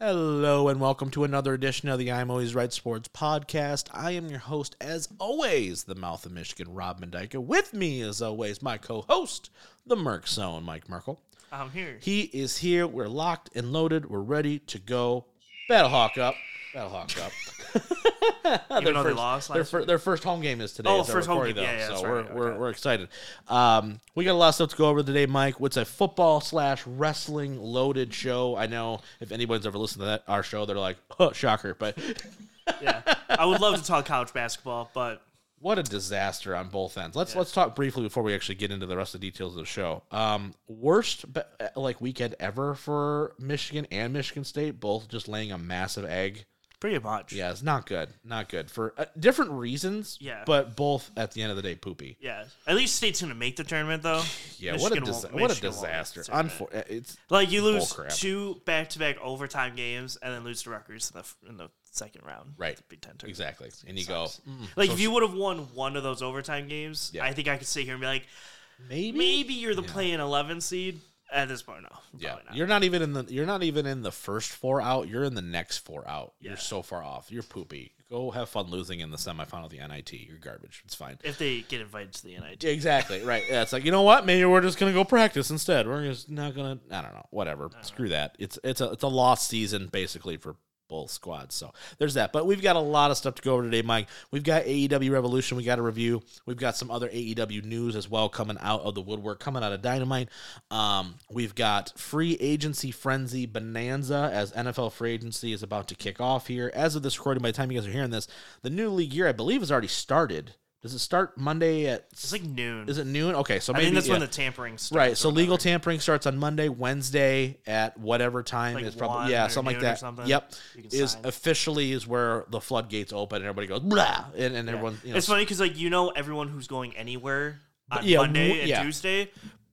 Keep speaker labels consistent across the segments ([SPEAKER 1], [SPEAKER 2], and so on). [SPEAKER 1] Hello and welcome to another edition of the I'm Always Right Sports podcast. I am your host, as always, the Mouth of Michigan, Rob Mendyka. With me, as always, my co-host, the Merc Zone, Mike Merkel.
[SPEAKER 2] I'm here.
[SPEAKER 1] He is here. We're locked and loaded. We're ready to go. Battlehawk up. Battlehawk up.
[SPEAKER 2] Even though they lost
[SPEAKER 1] Their,
[SPEAKER 2] last
[SPEAKER 1] fir- their first home game is today.
[SPEAKER 2] Oh,
[SPEAKER 1] as I
[SPEAKER 2] first home
[SPEAKER 1] record
[SPEAKER 2] game.
[SPEAKER 1] though,
[SPEAKER 2] Yeah, yeah, that's
[SPEAKER 1] so
[SPEAKER 2] right.
[SPEAKER 1] we're, we're,
[SPEAKER 2] Okay.
[SPEAKER 1] we're excited. Um, we got a lot of stuff to go over today, Mike. What's a football slash wrestling loaded show? I know if anyone's ever listened to that our show, they're like, oh, shocker. But
[SPEAKER 2] yeah, I would love to talk college basketball, but
[SPEAKER 1] what a disaster on both ends. Let's let's talk briefly before we actually get into the rest of the details of the show. Um, worst be- uh, like weekend ever for Michigan and Michigan State, both just laying a massive egg.
[SPEAKER 2] pretty much.
[SPEAKER 1] Yeah, it's not good. Not good for uh, different reasons.
[SPEAKER 2] Yeah.
[SPEAKER 1] but both at the end of the day, poopy.
[SPEAKER 2] Yeah. At least State's gonna make the tournament though.
[SPEAKER 1] Yeah,
[SPEAKER 2] Michigan
[SPEAKER 1] what a
[SPEAKER 2] won't-
[SPEAKER 1] disa- what a
[SPEAKER 2] Michigan won't make the
[SPEAKER 1] disaster.
[SPEAKER 2] tournament.
[SPEAKER 1] Unfor- uh, it's
[SPEAKER 2] like you lose
[SPEAKER 1] Bullcrap.
[SPEAKER 2] two back-to-back overtime games and then lose to Rutgers in the f- in the second round. of
[SPEAKER 1] Right.
[SPEAKER 2] the Big Ten tournament.
[SPEAKER 1] exactly, and you
[SPEAKER 2] Sucks.
[SPEAKER 1] go "Mm,
[SPEAKER 2] Like
[SPEAKER 1] so
[SPEAKER 2] if you would have won one of those overtime games,
[SPEAKER 1] Yeah.
[SPEAKER 2] I think I could sit here and be like,
[SPEAKER 1] maybe
[SPEAKER 2] maybe you're the playing 11 seed at this point. No, probably
[SPEAKER 1] Yeah,
[SPEAKER 2] not.
[SPEAKER 1] you're not even in the you're not even in the first four out. You're in the next four out. You're
[SPEAKER 2] Yeah.
[SPEAKER 1] so far off. You're poopy. Go have fun losing in the semifinal of the NIT. You're garbage. It's fine.
[SPEAKER 2] if they get invited to the NIT.
[SPEAKER 1] Exactly right. Yeah, it's like you know what? Maybe we're just gonna go practice instead. We're just not gonna. I don't know. Whatever. Screw that. It's it's a it's a lost season basically for both squads. So there's that. But we've got a lot of stuff to go over today, Mike. We've got AEW Revolution. We got a review. We've got some other AEW news as well coming out of the woodwork, coming out of Dynamite. Um, we've got free agency frenzy bonanza as NFL free agency is about to kick off here. As of this recording, by the time you guys are hearing this, the new league year I believe has already started. Does it start Monday at
[SPEAKER 2] It's like noon.
[SPEAKER 1] is it noon? Okay, so
[SPEAKER 2] I
[SPEAKER 1] maybe
[SPEAKER 2] think that's when
[SPEAKER 1] yeah.
[SPEAKER 2] the tampering starts.
[SPEAKER 1] right. So
[SPEAKER 2] or
[SPEAKER 1] legal
[SPEAKER 2] whatever.
[SPEAKER 1] tampering starts on Monday, Wednesday at whatever time
[SPEAKER 2] Like
[SPEAKER 1] is probably
[SPEAKER 2] one
[SPEAKER 1] yeah
[SPEAKER 2] or
[SPEAKER 1] something like
[SPEAKER 2] noon or
[SPEAKER 1] that.
[SPEAKER 2] something.
[SPEAKER 1] Yep,
[SPEAKER 2] You can
[SPEAKER 1] is
[SPEAKER 2] sign.
[SPEAKER 1] officially is where the floodgates open and everybody goes blah and, and everyone you know
[SPEAKER 2] it's funny because like you know everyone who's going anywhere on
[SPEAKER 1] yeah,
[SPEAKER 2] Monday
[SPEAKER 1] w-
[SPEAKER 2] and
[SPEAKER 1] yeah.
[SPEAKER 2] Tuesday,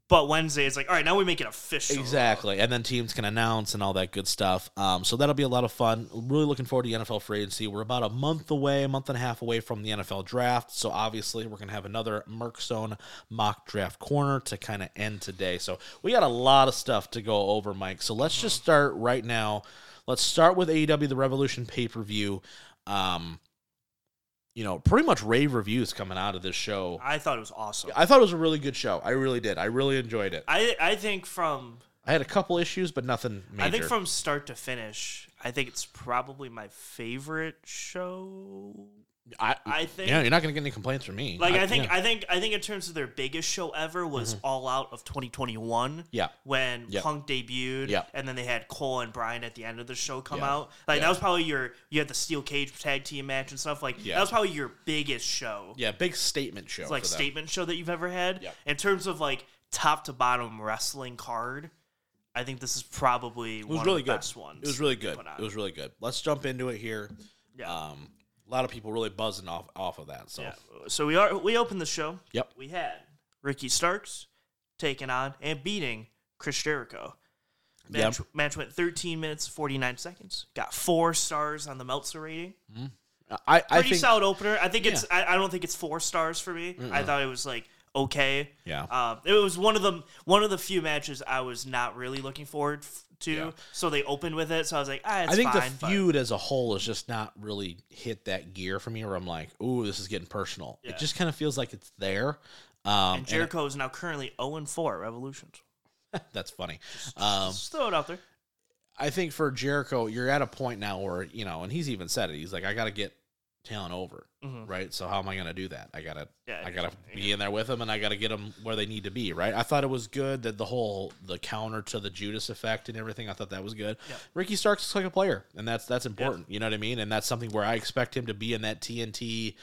[SPEAKER 2] but Wednesday it's like all right now we make it official.
[SPEAKER 1] Exactly. And then teams can announce and all that good stuff. Um, so that'll be a lot of fun. Really looking forward to the NFL free agency. We're about a month away, a month and a half away from the NFL draft. So obviously, we're going to have another Merck Zone mock draft corner to kind of end today. So we got a lot of stuff to go over, Mike. So let's just start right now. Let's start with AEW The Revolution pay per view. Um, you know, pretty much rave reviews coming out of this show.
[SPEAKER 2] I thought it was awesome.
[SPEAKER 1] I thought it was a really good show. I really did. I really enjoyed it.
[SPEAKER 2] I I think from
[SPEAKER 1] I had a couple issues, but nothing major.
[SPEAKER 2] I think from start to finish, I think it's probably my favorite show.
[SPEAKER 1] I,
[SPEAKER 2] I think.
[SPEAKER 1] yeah, you're not gonna get any complaints from me.
[SPEAKER 2] Like I, think
[SPEAKER 1] yeah. Mm-hmm.
[SPEAKER 2] I think I think in terms of their biggest show ever was All Out of 2021.
[SPEAKER 1] Yeah.
[SPEAKER 2] When
[SPEAKER 1] Yep.
[SPEAKER 2] Punk debuted,
[SPEAKER 1] Yep.
[SPEAKER 2] and then they had Cole and Brian at the end of the show come
[SPEAKER 1] Yeah.
[SPEAKER 2] out. Like
[SPEAKER 1] Yeah.
[SPEAKER 2] that was probably your you had the steel cage tag team match and stuff. Like
[SPEAKER 1] Yeah.
[SPEAKER 2] that was probably your biggest show,
[SPEAKER 1] yeah, big statement show.
[SPEAKER 2] like
[SPEAKER 1] for them.
[SPEAKER 2] statement show that you've ever had.
[SPEAKER 1] Yep.
[SPEAKER 2] In terms of like top to bottom wrestling card, I think this is probably
[SPEAKER 1] It was
[SPEAKER 2] one
[SPEAKER 1] really
[SPEAKER 2] of the
[SPEAKER 1] good.
[SPEAKER 2] best ones.
[SPEAKER 1] It was really good.
[SPEAKER 2] put on.
[SPEAKER 1] It was really good. Let's jump into it here.
[SPEAKER 2] Yeah.
[SPEAKER 1] Um, a lot of people really buzzing off off of that. So
[SPEAKER 2] Yeah. So we are we opened the show.
[SPEAKER 1] Yep.
[SPEAKER 2] We had Ricky Starks taking on and beating Chris Jericho. Match, match went 13 minutes 49 seconds. Got four stars on the Meltzer rating.
[SPEAKER 1] I I
[SPEAKER 2] Pretty
[SPEAKER 1] think
[SPEAKER 2] solid opener. I think it's. I, I don't think it's four stars for me. I thought it was like okay.
[SPEAKER 1] Yeah.
[SPEAKER 2] Um, it was one of the one of the few matches I was not really looking forward f- to.
[SPEAKER 1] Yeah.
[SPEAKER 2] So they opened with it. So I was like, ah, it's
[SPEAKER 1] I think
[SPEAKER 2] fine,
[SPEAKER 1] the
[SPEAKER 2] but-
[SPEAKER 1] feud as a whole has just not really hit that gear for me, where I'm like, ooh, this is getting personal.
[SPEAKER 2] Yeah.
[SPEAKER 1] It just kind of feels like it's there. Um,
[SPEAKER 2] and
[SPEAKER 1] and
[SPEAKER 2] Jericho is now currently 0 and 4 at Revolutions.
[SPEAKER 1] that's funny. Um,
[SPEAKER 2] Just throw it out there.
[SPEAKER 1] I think for Jericho, you're at a point now where you know, and he's even said it. He's like, I got to get Talon over, right? So how am I going to do that? I gotta,
[SPEAKER 2] Mm-hmm. Yeah,
[SPEAKER 1] I gotta be in there with him, and I gotta get him where they need to be, right? I thought it was good that the whole the counter to the Judas effect and everything. I thought that was good.
[SPEAKER 2] Yeah.
[SPEAKER 1] Ricky Starks looks like a player, and that's that's important. You know what I mean? And that's something where I expect him to be in that TNT.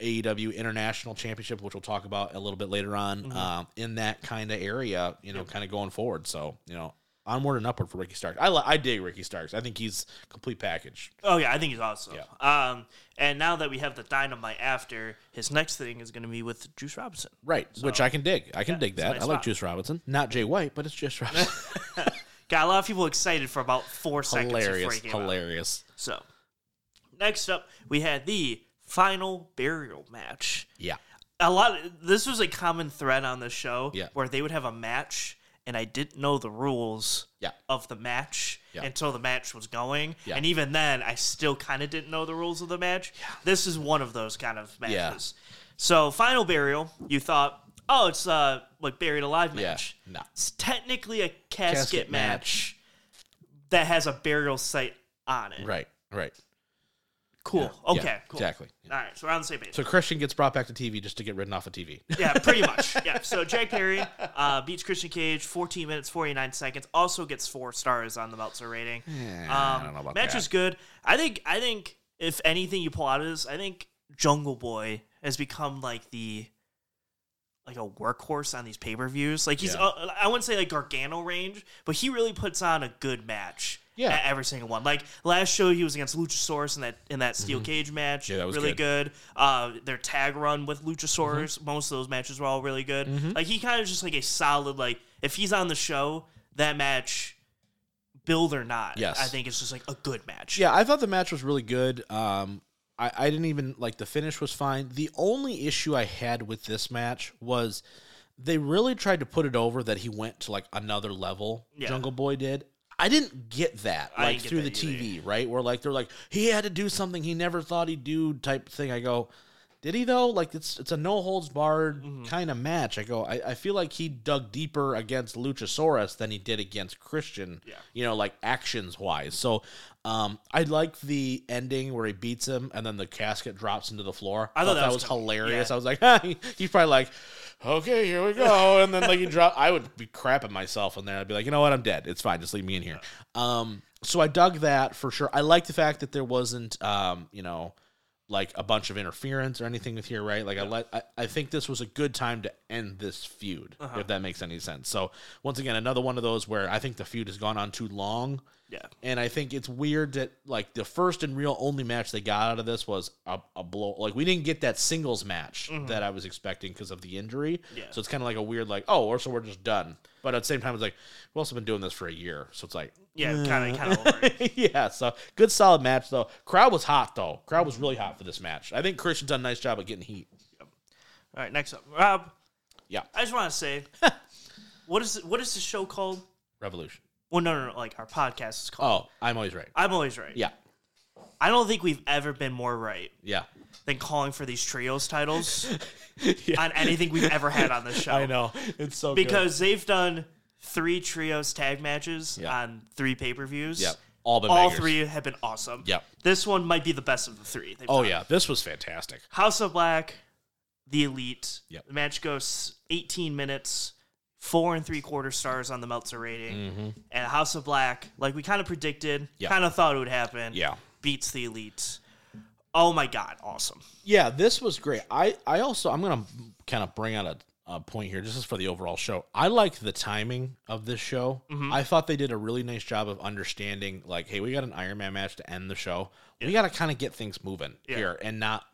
[SPEAKER 1] AEW E International Championship, which we'll talk about a little bit later on, um, in that kind of area, you know, kind of going forward. So, you know, onward and upward for Ricky Starks. I li- I dig Ricky Starks. I think he's complete package.
[SPEAKER 2] Oh yeah, I think he's awesome. Um, and now that we have the dynamite after, his next thing is going to be with Juice Robinson.
[SPEAKER 1] Right, which I can dig. I can dig
[SPEAKER 2] it's a
[SPEAKER 1] that.
[SPEAKER 2] nice
[SPEAKER 1] I like
[SPEAKER 2] spot.
[SPEAKER 1] Juice Robinson, not Jay White, but it's Juice Robinson.
[SPEAKER 2] Got a lot of people excited for about four seconds before
[SPEAKER 1] hilarious,
[SPEAKER 2] he came out.
[SPEAKER 1] hilarious.
[SPEAKER 2] So next up, we had the final burial match.
[SPEAKER 1] Yeah,
[SPEAKER 2] A lot. This was a common thread on the show
[SPEAKER 1] Yeah.
[SPEAKER 2] where they would have a match and I didn't know the rules
[SPEAKER 1] Yeah.
[SPEAKER 2] of the match
[SPEAKER 1] Yeah.
[SPEAKER 2] until the match was going.
[SPEAKER 1] Yeah.
[SPEAKER 2] And even then, I still kind of didn't know the rules of the match. This is one of those kind of
[SPEAKER 1] Yeah.
[SPEAKER 2] matches. So, Final Burial, you thought, oh, it's uh, like Buried Alive match.
[SPEAKER 1] Yeah. No.
[SPEAKER 2] It's technically a casket,
[SPEAKER 1] Casket
[SPEAKER 2] match, that has a burial site on it.
[SPEAKER 1] Right. Right.
[SPEAKER 2] Cool.
[SPEAKER 1] Yeah,
[SPEAKER 2] Okay. cool.
[SPEAKER 1] Exactly.
[SPEAKER 2] All right. So, we're on the same page.
[SPEAKER 1] So Christian gets brought back to TV just to get ridden off of TV.
[SPEAKER 2] yeah, pretty much. Yeah. So Jack Perry uh, beats Christian Cage 14 minutes 49 seconds. Also gets four stars on the Meltzer rating.
[SPEAKER 1] Yeah,
[SPEAKER 2] um,
[SPEAKER 1] I don't know about
[SPEAKER 2] match
[SPEAKER 1] that.
[SPEAKER 2] is good. I think. I think if anything you pull out of this, I think Jungle Boy has become like the like a workhorse on these pay per views. Like he's
[SPEAKER 1] Yeah.
[SPEAKER 2] uh, I wouldn't say like Gargano range, but he really puts on a good match.
[SPEAKER 1] Yeah.
[SPEAKER 2] at every single one. Like last show, he was against Luchasaurus in that in that steel
[SPEAKER 1] Mm-hmm.
[SPEAKER 2] cage match.
[SPEAKER 1] Yeah, that was
[SPEAKER 2] really
[SPEAKER 1] good.
[SPEAKER 2] good
[SPEAKER 1] Mm-hmm.
[SPEAKER 2] good. Uh, their tag run with Luchasaurus, most of those matches were all really good. Like he kind of just like a solid like if he's on the show, that match, build or not,
[SPEAKER 1] Yes.
[SPEAKER 2] I think it's just like a good match.
[SPEAKER 1] Yeah, I thought the match was really good. Um, I, I didn't even like the finish was fine. The only issue I had with this match was they really tried to put it over that he went to like another level.
[SPEAKER 2] Yeah.
[SPEAKER 1] Jungle Boy did. I didn't get that
[SPEAKER 2] I
[SPEAKER 1] like
[SPEAKER 2] didn't get
[SPEAKER 1] through
[SPEAKER 2] that
[SPEAKER 1] the
[SPEAKER 2] either.
[SPEAKER 1] TV, right? Where like they're like he had to do something he never thought he'd do type thing. I go, did he though? Like it's it's a no holds barred
[SPEAKER 2] Mm-hmm.
[SPEAKER 1] kind of match. I go, I, I feel like he dug deeper against Luchasaurus than he did against Christian.
[SPEAKER 2] Yeah.
[SPEAKER 1] You know, like actions wise. So um I like the ending where he beats him and then the casket drops into the floor.
[SPEAKER 2] I thought that was
[SPEAKER 1] was,
[SPEAKER 2] kinda-
[SPEAKER 1] hilarious.
[SPEAKER 2] yeah.
[SPEAKER 1] I was like, he's probably like, Okay, here we go. And then like you drop I would be crapping myself in there. I'd be like, you know what, I'm dead. It's fine, just leave me in here. Um so I dug that for sure. I like the fact that there wasn't um, you know, like a bunch of interference or anything with here, right? Like I let I, I think this was a good time to end this feud,
[SPEAKER 2] Uh-huh.
[SPEAKER 1] if that makes any sense. So once again, another one of those where I think the feud has gone on too long.
[SPEAKER 2] Yeah.
[SPEAKER 1] And I think it's weird that like the first and real only match they got out of this was a, a blow. Like we didn't get that singles match that I was expecting because of the injury.
[SPEAKER 2] Mm-hmm. Yeah.
[SPEAKER 1] So it's kind of like a weird like oh, or so we're just done. But at the same time, it's like we've also been doing this for a year, so it's like
[SPEAKER 2] Yeah, kind of, kind of. over it.
[SPEAKER 1] yeah. So good, solid match though. Crowd was hot though. Crowd was really hot for this match. I think Christian's done a nice job of getting heat.
[SPEAKER 2] All right, next up, Rob.
[SPEAKER 1] Yeah.
[SPEAKER 2] I just want to say, what is what is the show called?
[SPEAKER 1] Revolution.
[SPEAKER 2] Well, no, no, no, like our podcast is called.
[SPEAKER 1] Oh, I'm always right.
[SPEAKER 2] I'm always right.
[SPEAKER 1] Yeah,
[SPEAKER 2] I don't think we've ever been more right
[SPEAKER 1] yeah.
[SPEAKER 2] than calling for these trios titles
[SPEAKER 1] Yeah.
[SPEAKER 2] on anything we've ever had on this show.
[SPEAKER 1] I know it's so good.
[SPEAKER 2] because they've done three trios tag matches
[SPEAKER 1] Yeah.
[SPEAKER 2] on three pay per views.
[SPEAKER 1] yeah, all but
[SPEAKER 2] All
[SPEAKER 1] bangers.
[SPEAKER 2] three have been awesome.
[SPEAKER 1] Yeah.
[SPEAKER 2] This one might be the best of the three. They've
[SPEAKER 1] Oh
[SPEAKER 2] done.
[SPEAKER 1] yeah, this was fantastic.
[SPEAKER 2] House of Black, The Elite.
[SPEAKER 1] Yep.
[SPEAKER 2] The match goes 18 minutes, four and three quarter stars on the Meltzer rating.
[SPEAKER 1] Mm-hmm.
[SPEAKER 2] And House of Black, like we kind of predicted,
[SPEAKER 1] Yeah.
[SPEAKER 2] kind of thought it would happen.
[SPEAKER 1] Yeah.
[SPEAKER 2] Beats The Elite. Oh my God. Awesome.
[SPEAKER 1] Yeah, this was great. I I also I'm gonna kind of bring out a, a point here. This is for the overall show. I like the timing of this show. I thought they did a really nice job of understanding. Like, hey, we got an Iron Man match to end the show. We got to kind of get things moving
[SPEAKER 2] Yeah.
[SPEAKER 1] here and not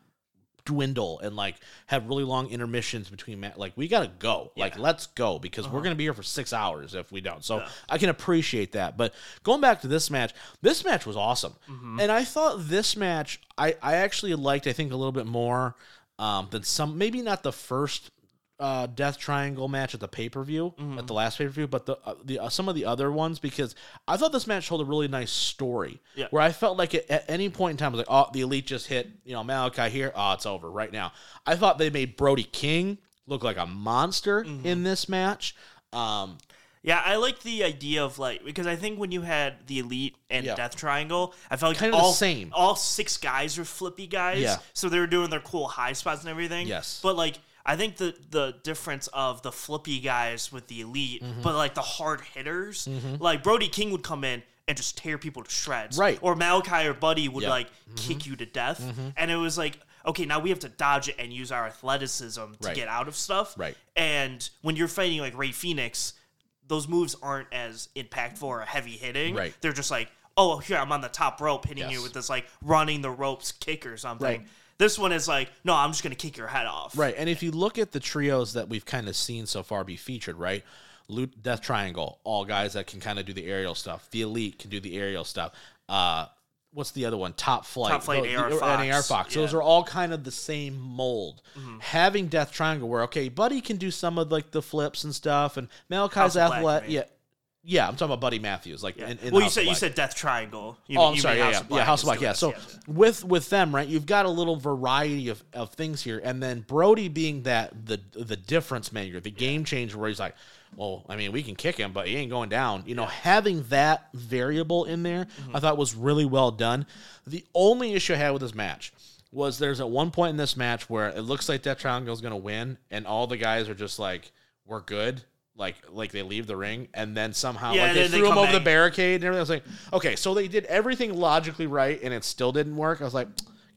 [SPEAKER 1] dwindle and like have really long intermissions between ma- like we gotta go like let's go because we're gonna be here for six hours if we don't so i can appreciate that but going back to this match this match was awesome and i thought this match i i actually liked i think a little bit more um than some maybe not the first uh, Death Triangle match at the pay per view at the last pay per view, but the uh, the uh, some of the other ones because I thought this match told a really nice story.
[SPEAKER 2] Yeah.
[SPEAKER 1] Where I felt like at, at any point in time I was like, oh, the elite just hit you know Malachi here, oh, it's over right now. I thought they made Brody King look like a monster in this match. Um,
[SPEAKER 2] Yeah, I like the idea of like because I think when you had the elite and
[SPEAKER 1] Yeah.
[SPEAKER 2] Death Triangle, I felt like
[SPEAKER 1] Kinda the
[SPEAKER 2] all
[SPEAKER 1] same.
[SPEAKER 2] All six guys are flippy guys,
[SPEAKER 1] Yeah.
[SPEAKER 2] so they were doing their cool high spots and everything.
[SPEAKER 1] Yes.
[SPEAKER 2] but like I think the the difference of the flippy guys with the elite,
[SPEAKER 1] Mm-hmm.
[SPEAKER 2] but like the hard hitters, like Brody King would come in and just tear people to shreds,
[SPEAKER 1] Right.
[SPEAKER 2] Or Malachi or Buddy would
[SPEAKER 1] Yeah. Mm-hmm.
[SPEAKER 2] like kick you to death, and it was like. Okay, now we have to dodge it and use our athleticism to
[SPEAKER 1] Right.
[SPEAKER 2] get out of stuff.
[SPEAKER 1] Right.
[SPEAKER 2] And when you're fighting like Ray Phoenix, those moves aren't as impactful or heavy hitting.
[SPEAKER 1] Right.
[SPEAKER 2] They're just like, oh, here I'm on the top rope hitting you
[SPEAKER 1] Yes.
[SPEAKER 2] with this like running the ropes kick or something.
[SPEAKER 1] Right.
[SPEAKER 2] This one is like, no, I'm just gonna kick your head off.
[SPEAKER 1] Right. And if you look at the trios that we've kind of seen so far be featured, right? Loot Death Triangle, all guys that can kind of do the aerial stuff. The Elite can do the aerial stuff. Uh what's the other one? Top Flight,
[SPEAKER 2] Top Flight,
[SPEAKER 1] Tho-
[SPEAKER 2] AR
[SPEAKER 1] the- or- and AR
[SPEAKER 2] Fox,
[SPEAKER 1] Fox. Those
[SPEAKER 2] yeah.
[SPEAKER 1] are all kind of the same mold.
[SPEAKER 2] Mhm.
[SPEAKER 1] Having Death Triangle, where okay, Buddy can do some of like the flips and stuff, and
[SPEAKER 2] House
[SPEAKER 1] Malachi's
[SPEAKER 2] of Black, you
[SPEAKER 1] athletic,
[SPEAKER 2] mean.
[SPEAKER 1] yeah, yeah. I'm talking about Buddy Matthews, like
[SPEAKER 2] Yeah.
[SPEAKER 1] in, in
[SPEAKER 2] well, you
[SPEAKER 1] House of
[SPEAKER 2] said you
[SPEAKER 1] Black.
[SPEAKER 2] said Death Triangle. You,
[SPEAKER 1] oh,
[SPEAKER 2] you
[SPEAKER 1] I'm
[SPEAKER 2] mean
[SPEAKER 1] sorry. Yeah, yeah. yeah, House of Black.
[SPEAKER 2] is the
[SPEAKER 1] Yeah.
[SPEAKER 2] last,
[SPEAKER 1] So with with them, right, you've got a little variety of, of things here, and then Brody being that the the difference maker, the game changer, where he's like, well, I mean, we can kick him, but he ain't going down. You know, having that variable in there,
[SPEAKER 2] Mm-hmm.
[SPEAKER 1] I thought was really well done. The only issue I had with this match was there's at one point in this match where it looks like that triangle's going to win, and all the guys are just like, we're good. Like, like they leave the ring and then somehow
[SPEAKER 2] Yeah,
[SPEAKER 1] like they,
[SPEAKER 2] then they
[SPEAKER 1] threw him
[SPEAKER 2] come
[SPEAKER 1] over the
[SPEAKER 2] back.
[SPEAKER 1] barricade and everything. I was like, okay, so they did everything logically right and it still didn't work. I was like,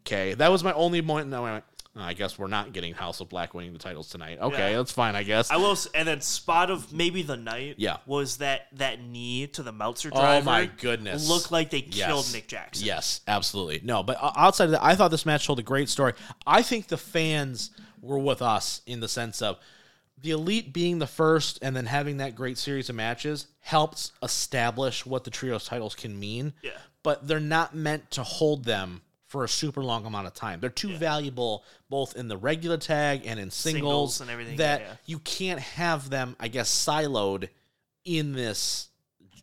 [SPEAKER 1] okay, that was my only point. And then I went, "Oh, I guess we're not getting House of Black winning the titles tonight. Okay,
[SPEAKER 2] Yeah.
[SPEAKER 1] that's fine, I guess.
[SPEAKER 2] I will, s- and then spot of maybe the night.
[SPEAKER 1] Yeah.
[SPEAKER 2] was that that knee to the Meltzer driver?
[SPEAKER 1] Oh my goodness!
[SPEAKER 2] Looked like they
[SPEAKER 1] Yes.
[SPEAKER 2] killed Nick Jackson.
[SPEAKER 1] Yes, absolutely. No, but o- outside of that, I thought this match told a great story. I think the fans were with us in the sense of the elite being the first and then having that great series of matches helps establish what the trios titles can mean.
[SPEAKER 2] Yeah.
[SPEAKER 1] But they're not meant to hold them for a super long amount of time. They're too valuable both in the regular tag and in singles,
[SPEAKER 2] Singles and everything,
[SPEAKER 1] that
[SPEAKER 2] yeah.
[SPEAKER 1] you can't have them, I guess, siloed in this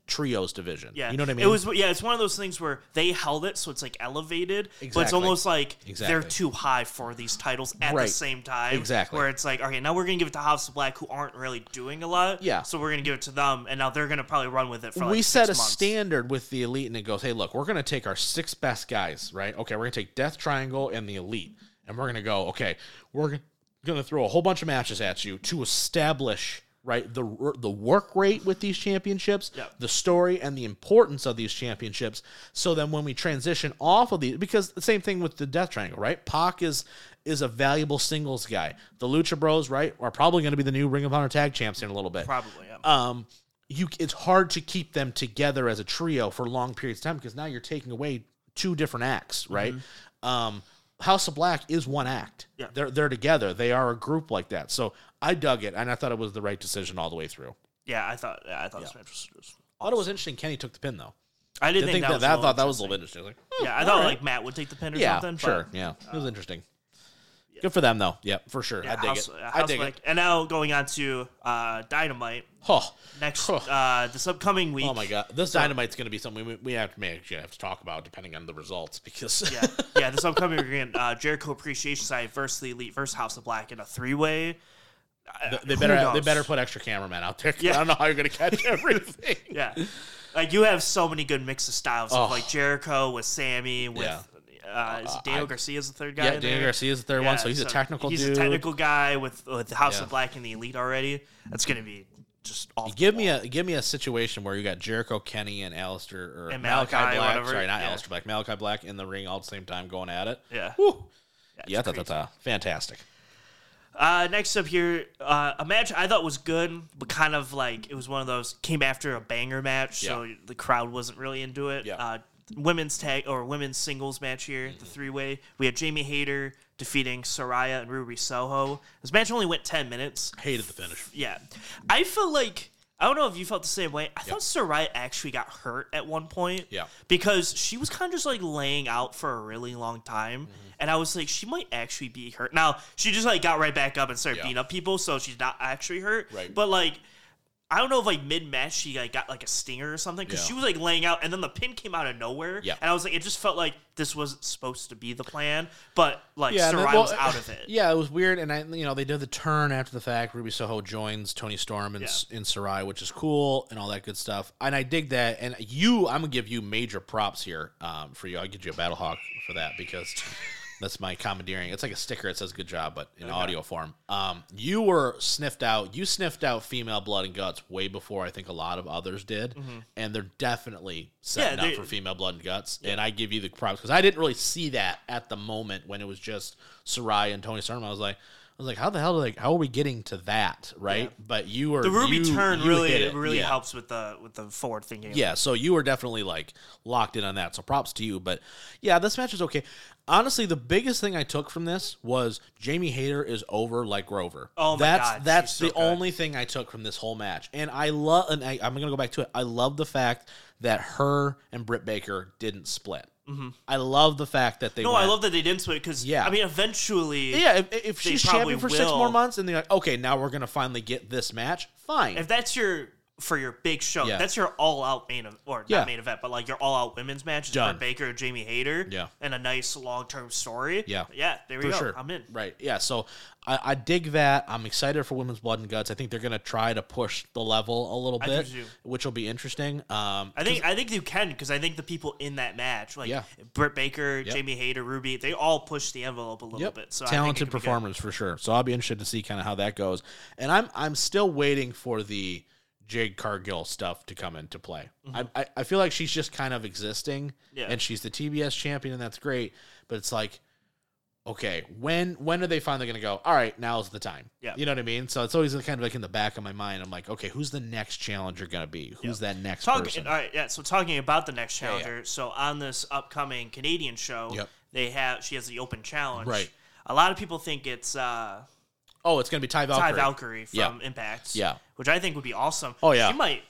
[SPEAKER 1] trios division.
[SPEAKER 2] Yeah,
[SPEAKER 1] You know what I mean?
[SPEAKER 2] It was yeah, it's one of those things where they held it, so it's like elevated, but it's
[SPEAKER 1] Exactly.
[SPEAKER 2] almost like they're
[SPEAKER 1] Exactly.
[SPEAKER 2] too high for these titles at
[SPEAKER 1] Right.
[SPEAKER 2] the same time.
[SPEAKER 1] Exactly.
[SPEAKER 2] where it's like, okay, now we're gonna give it to House of Black, who aren't really doing a lot.
[SPEAKER 1] Yeah.
[SPEAKER 2] so we're gonna give it to them, and now they're gonna probably run with it for. Like
[SPEAKER 1] we
[SPEAKER 2] six
[SPEAKER 1] set a
[SPEAKER 2] months.
[SPEAKER 1] standard with the elite and it goes hey look we're going to take our six best guys right okay we're going to take death triangle and the elite and we're going to go okay we're going to throw a whole bunch of matches at you to establish right the r- the work rate with these championships
[SPEAKER 2] Yep.
[SPEAKER 1] the story and the importance of these championships so then when we transition off of these because the same thing with the death triangle right Pac is is a valuable singles guy the lucha bros right are probably going to be the new ring of honor tag champs in a little bit
[SPEAKER 2] Probably, yeah.
[SPEAKER 1] um, you it's hard to keep them together as a trio for long periods of time because now you're taking away two different
[SPEAKER 2] Mm-hmm.
[SPEAKER 1] acts, right? Um, House of Black is one act.
[SPEAKER 2] Yeah.
[SPEAKER 1] They're they're together. They are a group like that. So I dug it, and I thought it was the right decision all the way through.
[SPEAKER 2] yeah, I thought yeah, I thought this match was. was-
[SPEAKER 1] I thought it was interesting. Kenny took the pin though.
[SPEAKER 2] I didn't
[SPEAKER 1] Didn't think
[SPEAKER 2] think,
[SPEAKER 1] that,
[SPEAKER 2] was a
[SPEAKER 1] that I
[SPEAKER 2] little
[SPEAKER 1] thought that was a little bit interesting. I was like,
[SPEAKER 2] Yeah, I
[SPEAKER 1] all
[SPEAKER 2] thought
[SPEAKER 1] right.
[SPEAKER 2] like Matt would take the pin or
[SPEAKER 1] yeah,
[SPEAKER 2] something. but- uh,
[SPEAKER 1] sure, yeah, it was interesting. Good for them though. Yeah, for sure.
[SPEAKER 2] Yeah,
[SPEAKER 1] I dig
[SPEAKER 2] House-
[SPEAKER 1] it.
[SPEAKER 2] uh,
[SPEAKER 1] I
[SPEAKER 2] House
[SPEAKER 1] dig
[SPEAKER 2] Black.
[SPEAKER 1] it.
[SPEAKER 2] And now going on to uh, Dynamite
[SPEAKER 1] Oh,
[SPEAKER 2] next
[SPEAKER 1] Huh.
[SPEAKER 2] uh, this upcoming week.
[SPEAKER 1] oh my god, this dynamite's going to be something we, we have to may actually have to talk about depending on the results because
[SPEAKER 2] yeah, yeah. This upcoming we're getting uh, Jericho Appreciation Society versus the Elite versus House of Black in a three way.
[SPEAKER 1] Th- They
[SPEAKER 2] Who
[SPEAKER 1] better they
[SPEAKER 2] knows?
[SPEAKER 1] better put extra cameramen out there. 'cause
[SPEAKER 2] Yeah.
[SPEAKER 1] I don't know how you're gonna catch everything.
[SPEAKER 2] Yeah, like you have so many good mix of styles of
[SPEAKER 1] Oh.
[SPEAKER 2] like Jericho with Sammy with
[SPEAKER 1] Yeah.
[SPEAKER 2] uh, is it Daniel Garcia's the third guy.
[SPEAKER 1] yeah,
[SPEAKER 2] in
[SPEAKER 1] Daniel
[SPEAKER 2] there?
[SPEAKER 1] Garcia's the third one, so he's a technical
[SPEAKER 2] He's
[SPEAKER 1] dude.
[SPEAKER 2] a technical guy with with House
[SPEAKER 1] Yeah.
[SPEAKER 2] of Black and the Elite already. That's gonna be just off.
[SPEAKER 1] Give me a give me a situation where you got Jericho, Kenny, and Alistair or
[SPEAKER 2] And
[SPEAKER 1] Malachi,
[SPEAKER 2] Malachi,
[SPEAKER 1] Black.
[SPEAKER 2] whatever.
[SPEAKER 1] Sorry, not
[SPEAKER 2] Yeah.
[SPEAKER 1] Alistair Black. Malachi Black in the ring all at the same time going at it.
[SPEAKER 2] yeah.
[SPEAKER 1] Woo.
[SPEAKER 2] it's
[SPEAKER 1] Yeah, ta ta ta. Fantastic.
[SPEAKER 2] Uh, next up here, uh, a match I thought was good, but kind of like it was one of those came after a banger match, so the crowd wasn't really into it.
[SPEAKER 1] Yeah.
[SPEAKER 2] Uh, women's tag or women's singles match here, the three way. We had Jamie Hayter defeating Soraya and Ruby Soho. This match only went ten minutes.
[SPEAKER 1] Hated the finish.
[SPEAKER 2] Yeah, I feel like I don't know if you felt the same way. I thought Soraya actually got hurt at one point.
[SPEAKER 1] Yeah.
[SPEAKER 2] because she was kind of just like laying out for a really long time,
[SPEAKER 1] Mm-hmm.
[SPEAKER 2] and I was like, she might actually be hurt. Now she just like got right back up and started
[SPEAKER 1] Yeah.
[SPEAKER 2] beating up people, so she's not actually hurt.
[SPEAKER 1] Right.
[SPEAKER 2] but like. I don't know if like mid match she like got like a stinger or something because
[SPEAKER 1] Yeah.
[SPEAKER 2] she was like laying out and then the pin came out of nowhere
[SPEAKER 1] Yeah.
[SPEAKER 2] and I was like it just felt like this wasn't supposed to be the plan but like
[SPEAKER 1] Yeah, and
[SPEAKER 2] Soraya
[SPEAKER 1] then- well,
[SPEAKER 2] was out of it
[SPEAKER 1] Yeah, it was weird, and I, you know, they did the turn after the fact. Ruby Soho joins Tony Storm and
[SPEAKER 2] Yeah.
[SPEAKER 1] in Sarai, which is cool, and all that good stuff. And I dig that. And you, I'm gonna give you major props here um, for you. I'll give you a battle hawk for that because that's my commandeering. It's like a sticker. It says "Good job," but in audio form. Um, you were sniffed out. You sniffed out female blood and guts way before I think a lot of others did, and they're definitely setting
[SPEAKER 2] Mm-hmm. they-
[SPEAKER 1] up for female blood and guts. And I give you the props because I didn't really see that at the moment when it was just Sarai and Tony Storm. I was like, I was like, how the hell like how are we getting to that right? But you were
[SPEAKER 2] The Ruby
[SPEAKER 1] you-
[SPEAKER 2] turn
[SPEAKER 1] you
[SPEAKER 2] really
[SPEAKER 1] hit it.
[SPEAKER 2] really
[SPEAKER 1] yeah.
[SPEAKER 2] helps with the with the forward thinking.
[SPEAKER 1] Yeah, so you were definitely like locked in on that. So props to you. But yeah, this match is okay. Honestly, the biggest thing I took from this was Jamie Hayter is over like Grover.
[SPEAKER 2] Oh my
[SPEAKER 1] that's,
[SPEAKER 2] God,
[SPEAKER 1] That's
[SPEAKER 2] she's so
[SPEAKER 1] the
[SPEAKER 2] good.
[SPEAKER 1] only thing I took from this whole match. And I love and I, I'm gonna go back to it. I love the fact that her and Britt Baker didn't split.
[SPEAKER 2] Mhm.
[SPEAKER 1] I love the fact that they.
[SPEAKER 2] No, I
[SPEAKER 1] went-
[SPEAKER 2] love that they didn't split because
[SPEAKER 1] Yeah.
[SPEAKER 2] I mean, eventually,
[SPEAKER 1] Yeah, if, if
[SPEAKER 2] They
[SPEAKER 1] she's
[SPEAKER 2] probably
[SPEAKER 1] champion for six
[SPEAKER 2] will.
[SPEAKER 1] more months, and they're like, okay, now we're gonna finally get this match. Fine.
[SPEAKER 2] if that's your for your big show,
[SPEAKER 1] Yeah.
[SPEAKER 2] that's your all out main ev- or
[SPEAKER 1] Yeah.
[SPEAKER 2] not main event, but like your all out women's match is
[SPEAKER 1] Done.
[SPEAKER 2] Britt Baker and Jamie Hayter,
[SPEAKER 1] Yeah.
[SPEAKER 2] and a nice long term story.
[SPEAKER 1] Yeah.
[SPEAKER 2] yeah, there we
[SPEAKER 1] for
[SPEAKER 2] go.
[SPEAKER 1] sure.
[SPEAKER 2] I'm in.
[SPEAKER 1] Right. Yeah. So I, I dig that. I'm excited for women's blood and guts. I think they're gonna try to push the level a little
[SPEAKER 2] I do
[SPEAKER 1] bit,
[SPEAKER 2] too.
[SPEAKER 1] which will be interesting. Um,
[SPEAKER 2] I think I think you can because I think the people in that match, like
[SPEAKER 1] Yeah.
[SPEAKER 2] Britt Baker, Jamie Hayter, Ruby, they all push the envelope a little
[SPEAKER 1] Yep.
[SPEAKER 2] bit. So I
[SPEAKER 1] talented
[SPEAKER 2] think it could be good.
[SPEAKER 1] performers for sure. So I'll be interested to see kind of how that goes. And I'm I'm still waiting for the Jade Cargill stuff to come into play. I, I I feel like she's just kind of existing,
[SPEAKER 2] Mm-hmm. Yeah.
[SPEAKER 1] and she's the TBS champion, and that's great. But it's like, okay, when when are they finally going to go? All right, now's the time.
[SPEAKER 2] Yeah.
[SPEAKER 1] you know what I mean. So it's always kind of like in the back of my mind. I'm like, okay, who's the next challenger going to be? Who's that next
[SPEAKER 2] Talking,
[SPEAKER 1] person?
[SPEAKER 2] all right, yeah. So talking about the next
[SPEAKER 1] yeah.
[SPEAKER 2] challenger. So on this upcoming Canadian show,
[SPEAKER 1] Yep.
[SPEAKER 2] they have she has the open challenge.
[SPEAKER 1] Right.
[SPEAKER 2] A lot of people think it's uh,
[SPEAKER 1] oh, it's going to be Ty Valkyrie.
[SPEAKER 2] Ty Valkyrie
[SPEAKER 1] Yeah.
[SPEAKER 2] from Impact.
[SPEAKER 1] Yeah.
[SPEAKER 2] Which I think would be awesome.
[SPEAKER 1] Oh, yeah.
[SPEAKER 2] She might.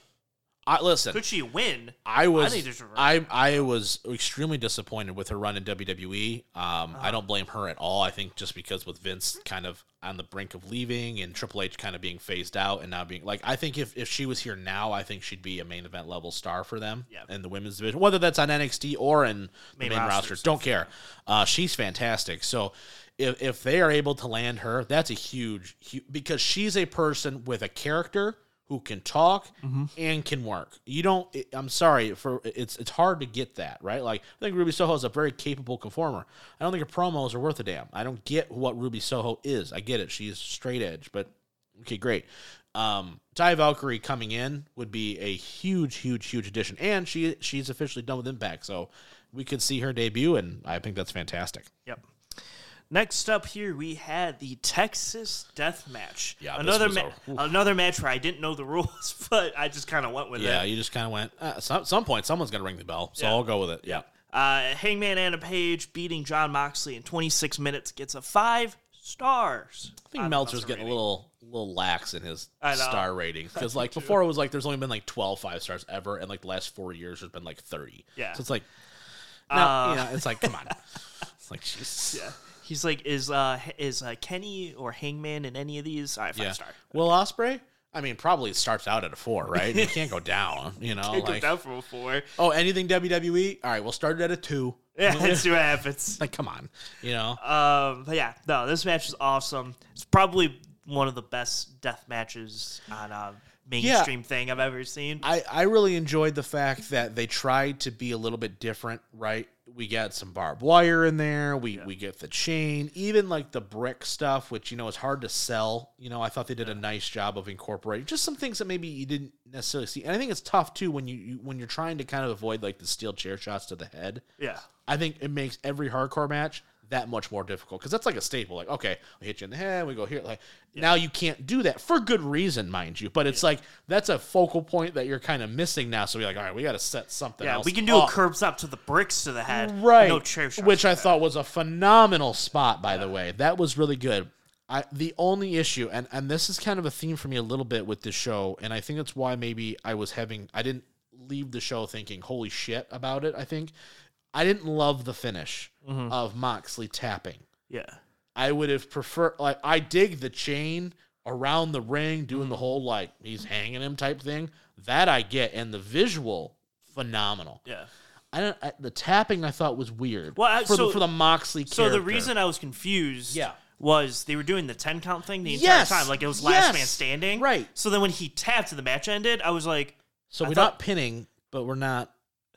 [SPEAKER 1] I, listen,
[SPEAKER 2] Could she win?
[SPEAKER 1] I was
[SPEAKER 2] think there's a-
[SPEAKER 1] I I was extremely disappointed with her run in WWE. Um,
[SPEAKER 2] Uh-huh.
[SPEAKER 1] I don't blame her at all. I think just because with Vince kind of on the brink of leaving and Triple H kind of being phased out and now being like, I think if, if she was here now, I think she'd be a main event level star for them
[SPEAKER 2] Yeah.
[SPEAKER 1] in the women's division, whether that's on NXT or in the
[SPEAKER 2] Main
[SPEAKER 1] main
[SPEAKER 2] roster
[SPEAKER 1] roster. Don't care. Uh, she's fantastic. So. If, if they are able to land her, that's a huge, huge because she's a person with a character who can talk and can work. You don't. it- I'm sorry for it's it's hard to get that right. Like I think Ruby Soho is a very capable conformer. I don't think her promos are worth a damn. I don't get what Ruby Soho is. I get it. She's straight edge, but okay, great. Um, Ty Valkyrie coming in would be a huge, huge, huge addition, and she she's officially done with Impact, so we could see her debut, and I think that's fantastic.
[SPEAKER 2] Yep. Next up here we had the Texas Death Match.
[SPEAKER 1] Yeah, this
[SPEAKER 2] another
[SPEAKER 1] was
[SPEAKER 2] ma-
[SPEAKER 1] a- oof.
[SPEAKER 2] another match where I didn't know the rules, but I just kind of went with
[SPEAKER 1] Yeah,
[SPEAKER 2] it.
[SPEAKER 1] you just kind of went. Uh, some some point, someone's gonna ring the bell, so
[SPEAKER 2] Yeah.
[SPEAKER 1] I'll go with it. Yeah.
[SPEAKER 2] Uh, Hangman Anna Page beating John Moxley in 26 minutes gets a five stars.
[SPEAKER 1] I think Meltzer's getting a little little lax in his
[SPEAKER 2] I know.
[SPEAKER 1] star rating because like before it was like there's only been like 12 five stars ever, and like the last four years there's been like 30.
[SPEAKER 2] Yeah.
[SPEAKER 1] so it's like, no,
[SPEAKER 2] Uh,
[SPEAKER 1] you know, it's like come on, it's like Jesus.
[SPEAKER 2] Yeah. He's like, is uh h- is uh, Kenny or Hangman in any of these? All right, five
[SPEAKER 1] Yeah.
[SPEAKER 2] star.
[SPEAKER 1] Will Osprey? I mean, probably starts out at a four, right? You can't go down, you know.
[SPEAKER 2] It
[SPEAKER 1] like,
[SPEAKER 2] goes down from a four.
[SPEAKER 1] oh, anything WWE? All right, we'll start it at a two.
[SPEAKER 2] Yeah, let's see what happens.
[SPEAKER 1] Like, come on, you know.
[SPEAKER 2] Um, but yeah, no, this match is awesome. It's probably one of the best death matches on a mainstream thing I've ever seen.
[SPEAKER 1] I, I really enjoyed the fact that they tried to be a little bit different, right? We got some barbed wire in there. We we get the chain, even like the brick stuff, which you know is hard to sell. You know, I thought they did a nice job of incorporating just some things that maybe you didn't necessarily see. And I think it's tough too when you, you when you're trying to kind of avoid like the steel chair shots to the head.
[SPEAKER 2] yeah,
[SPEAKER 1] I think it makes every hardcore match that much more difficult because that's like a staple. Like, okay, we hit you in the head, we go here. Like, now you can't do that for good reason, mind you. But it's like that's a focal point that you're kind of missing now. So we're like, all right, we got to set something
[SPEAKER 2] yeah,
[SPEAKER 1] else.
[SPEAKER 2] we can do a
[SPEAKER 1] up.
[SPEAKER 2] curb stop to the bricks to the head,
[SPEAKER 1] right,
[SPEAKER 2] No chair shots,
[SPEAKER 1] which I thought was a phenomenal spot. By the way, that was really good. I, the only issue, and, and this is kind of a theme for me a little bit with this show, and I think that's why maybe I was having I didn't leave the show thinking holy shit about it. I think I didn't love the finish
[SPEAKER 2] Mm-hmm.
[SPEAKER 1] of Moxley tapping.
[SPEAKER 2] yeah,
[SPEAKER 1] I would have preferred like I dig the chain around the ring, doing
[SPEAKER 2] Mm-hmm.
[SPEAKER 1] the whole like he's hanging him type thing. That I get, and the visual phenomenal.
[SPEAKER 2] yeah.
[SPEAKER 1] I don't I, the tapping I thought was weird.
[SPEAKER 2] Well, I-
[SPEAKER 1] for,
[SPEAKER 2] so-
[SPEAKER 1] the, for the Moxley.
[SPEAKER 2] So the
[SPEAKER 1] character.
[SPEAKER 2] reason I was confused,
[SPEAKER 1] Yeah.
[SPEAKER 2] was they were doing the ten count thing the entire
[SPEAKER 1] Yes!
[SPEAKER 2] time, like it was last
[SPEAKER 1] Yes!
[SPEAKER 2] man standing,
[SPEAKER 1] Right.
[SPEAKER 2] So then when he tapped and the match ended, I was like,
[SPEAKER 1] so
[SPEAKER 2] I
[SPEAKER 1] we're
[SPEAKER 2] thought-
[SPEAKER 1] not pinning, but we're not.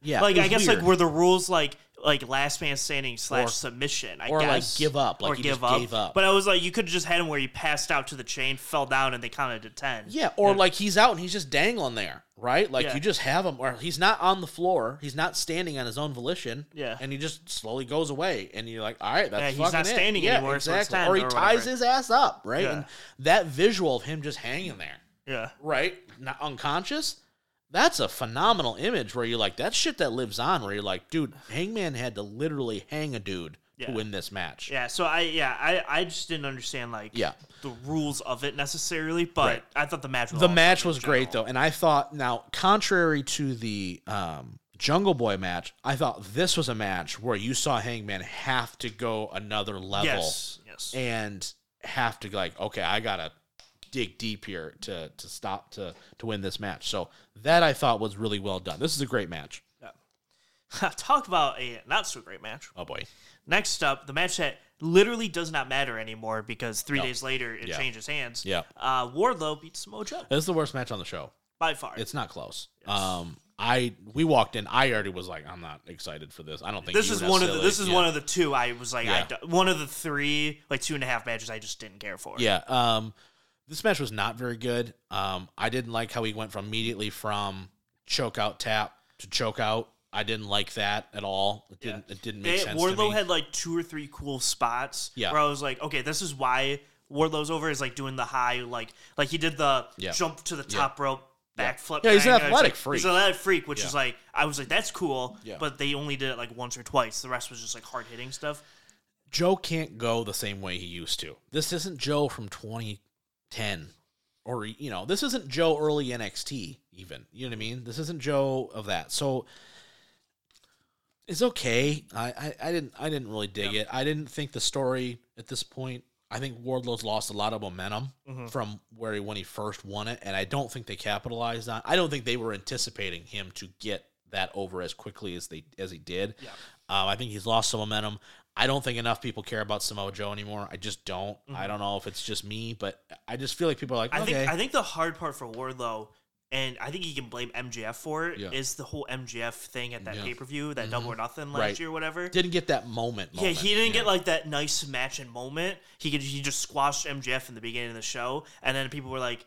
[SPEAKER 1] Yeah,
[SPEAKER 2] like
[SPEAKER 1] it was
[SPEAKER 2] I guess
[SPEAKER 1] weird.
[SPEAKER 2] like were the rules like like last man standing slash
[SPEAKER 1] Or-
[SPEAKER 2] submission, I
[SPEAKER 1] or, like,
[SPEAKER 2] guess.
[SPEAKER 1] give up, like, you just gave up.
[SPEAKER 2] But I was like, you could have just had him where he passed out to the chain, fell down, and they counted to ten.
[SPEAKER 1] Yeah, or like he's out and he's just dangling there, right? Like
[SPEAKER 2] Yeah.
[SPEAKER 1] you just have him, or he's not on the floor, he's not standing on his own volition.
[SPEAKER 2] Yeah.
[SPEAKER 1] and he just slowly goes away, and you're like, all right, that's
[SPEAKER 2] Yeah, he's
[SPEAKER 1] fucking
[SPEAKER 2] not
[SPEAKER 1] it.
[SPEAKER 2] standing
[SPEAKER 1] Yeah,
[SPEAKER 2] anymore, so it's
[SPEAKER 1] exactly.
[SPEAKER 2] time
[SPEAKER 1] or he
[SPEAKER 2] or
[SPEAKER 1] ties
[SPEAKER 2] whatever.
[SPEAKER 1] his ass up, right?
[SPEAKER 2] Yeah.
[SPEAKER 1] And that visual of him just hanging there,
[SPEAKER 2] yeah,
[SPEAKER 1] right, not unconscious. That's a phenomenal image where you're like, that shit that lives on. Where you're like, dude, Hangman had to literally hang a dude
[SPEAKER 2] Yeah.
[SPEAKER 1] to win this match.
[SPEAKER 2] yeah. So I yeah I I just didn't understand like
[SPEAKER 1] Yeah.
[SPEAKER 2] the rules of it necessarily, but
[SPEAKER 1] Right.
[SPEAKER 2] I thought the match was
[SPEAKER 1] the
[SPEAKER 2] awesome
[SPEAKER 1] match
[SPEAKER 2] Oh, in
[SPEAKER 1] was great though,
[SPEAKER 2] general.
[SPEAKER 1] and I thought now, contrary to the um, Jungle Boy match, I thought this was a match where you saw Hangman have to go another level
[SPEAKER 2] Yes. Yes.
[SPEAKER 1] and have to like, okay, I gotta dig deep here to to stop to to win this match. So that I thought was really well done. This is a great match.
[SPEAKER 2] Talk about a not so great match.
[SPEAKER 1] Oh boy.
[SPEAKER 2] Next up, the match that literally does not matter anymore because three
[SPEAKER 1] No.
[SPEAKER 2] days later it
[SPEAKER 1] Yeah.
[SPEAKER 2] changes hands.
[SPEAKER 1] Yeah.
[SPEAKER 2] Uh, Wardlow beats Samoa Joe
[SPEAKER 1] This is the worst match on the show.
[SPEAKER 2] by far.
[SPEAKER 1] It's not close. Um I we walked in, I already was like, I'm not excited for this. I don't think
[SPEAKER 2] this
[SPEAKER 1] you
[SPEAKER 2] is
[SPEAKER 1] were
[SPEAKER 2] one of the,
[SPEAKER 1] necessarily-
[SPEAKER 2] this is
[SPEAKER 1] yeah.
[SPEAKER 2] one of the two I was like
[SPEAKER 1] Yeah.
[SPEAKER 2] I d one of the three like two and a half matches I just didn't care for.
[SPEAKER 1] Yeah. Um, this match was not very good. Um, I didn't like how he went from immediately from choke out tap to choke out. I didn't like that at all. It didn't. It didn't make
[SPEAKER 2] They-
[SPEAKER 1] sense. to
[SPEAKER 2] Wardlow
[SPEAKER 1] me.
[SPEAKER 2] had like two or three cool spots
[SPEAKER 1] Yeah.
[SPEAKER 2] where I was like, okay, this is why Wardlow's over is like doing the high like like he did the
[SPEAKER 1] Yeah.
[SPEAKER 2] jump to the top rope
[SPEAKER 1] Yeah.
[SPEAKER 2] backflip.
[SPEAKER 1] Yeah, he's an
[SPEAKER 2] thing, and I was
[SPEAKER 1] athletic
[SPEAKER 2] like-
[SPEAKER 1] freak.
[SPEAKER 2] He's an athletic freak, which
[SPEAKER 1] Yeah.
[SPEAKER 2] is like I was like that's cool,
[SPEAKER 1] Yeah.
[SPEAKER 2] but they only did it like once or twice. The rest was just like hard hitting stuff.
[SPEAKER 1] Joe can't go the same way he used to. This isn't Joe from 2010, or you know, this isn't Joe early NXT. Even you know what I mean. This isn't Joe of that. So it's okay. I I, I didn't I didn't really dig it. I didn't think the story at this point. I think Wardlow's lost a lot of momentum
[SPEAKER 2] Mm-hmm.
[SPEAKER 1] from where he when he first won it, and I don't think they capitalized on. I don't think they were anticipating him to get that over as quickly as they as he did.
[SPEAKER 2] Yeah.
[SPEAKER 1] Um, I think he's lost some momentum. I don't think enough people care about Samoa Joe anymore. I just don't. I don't know if it's just me, but I just feel like people are like,
[SPEAKER 2] Mm-hmm. I
[SPEAKER 1] okay,
[SPEAKER 2] think I think the hard part for Wardlow, and I think he can blame MJF for it, is
[SPEAKER 1] Yeah.
[SPEAKER 2] the whole MJF thing at that
[SPEAKER 1] Yeah. Mm-hmm.
[SPEAKER 2] pay per view, that double or nothing last
[SPEAKER 1] Right.
[SPEAKER 2] year, or whatever.
[SPEAKER 1] didn't get that moment.
[SPEAKER 2] yeah,
[SPEAKER 1] moment
[SPEAKER 2] he didn't get like that nice match and moment. He could, he just squashed MJF in the beginning of the show, and then people were like,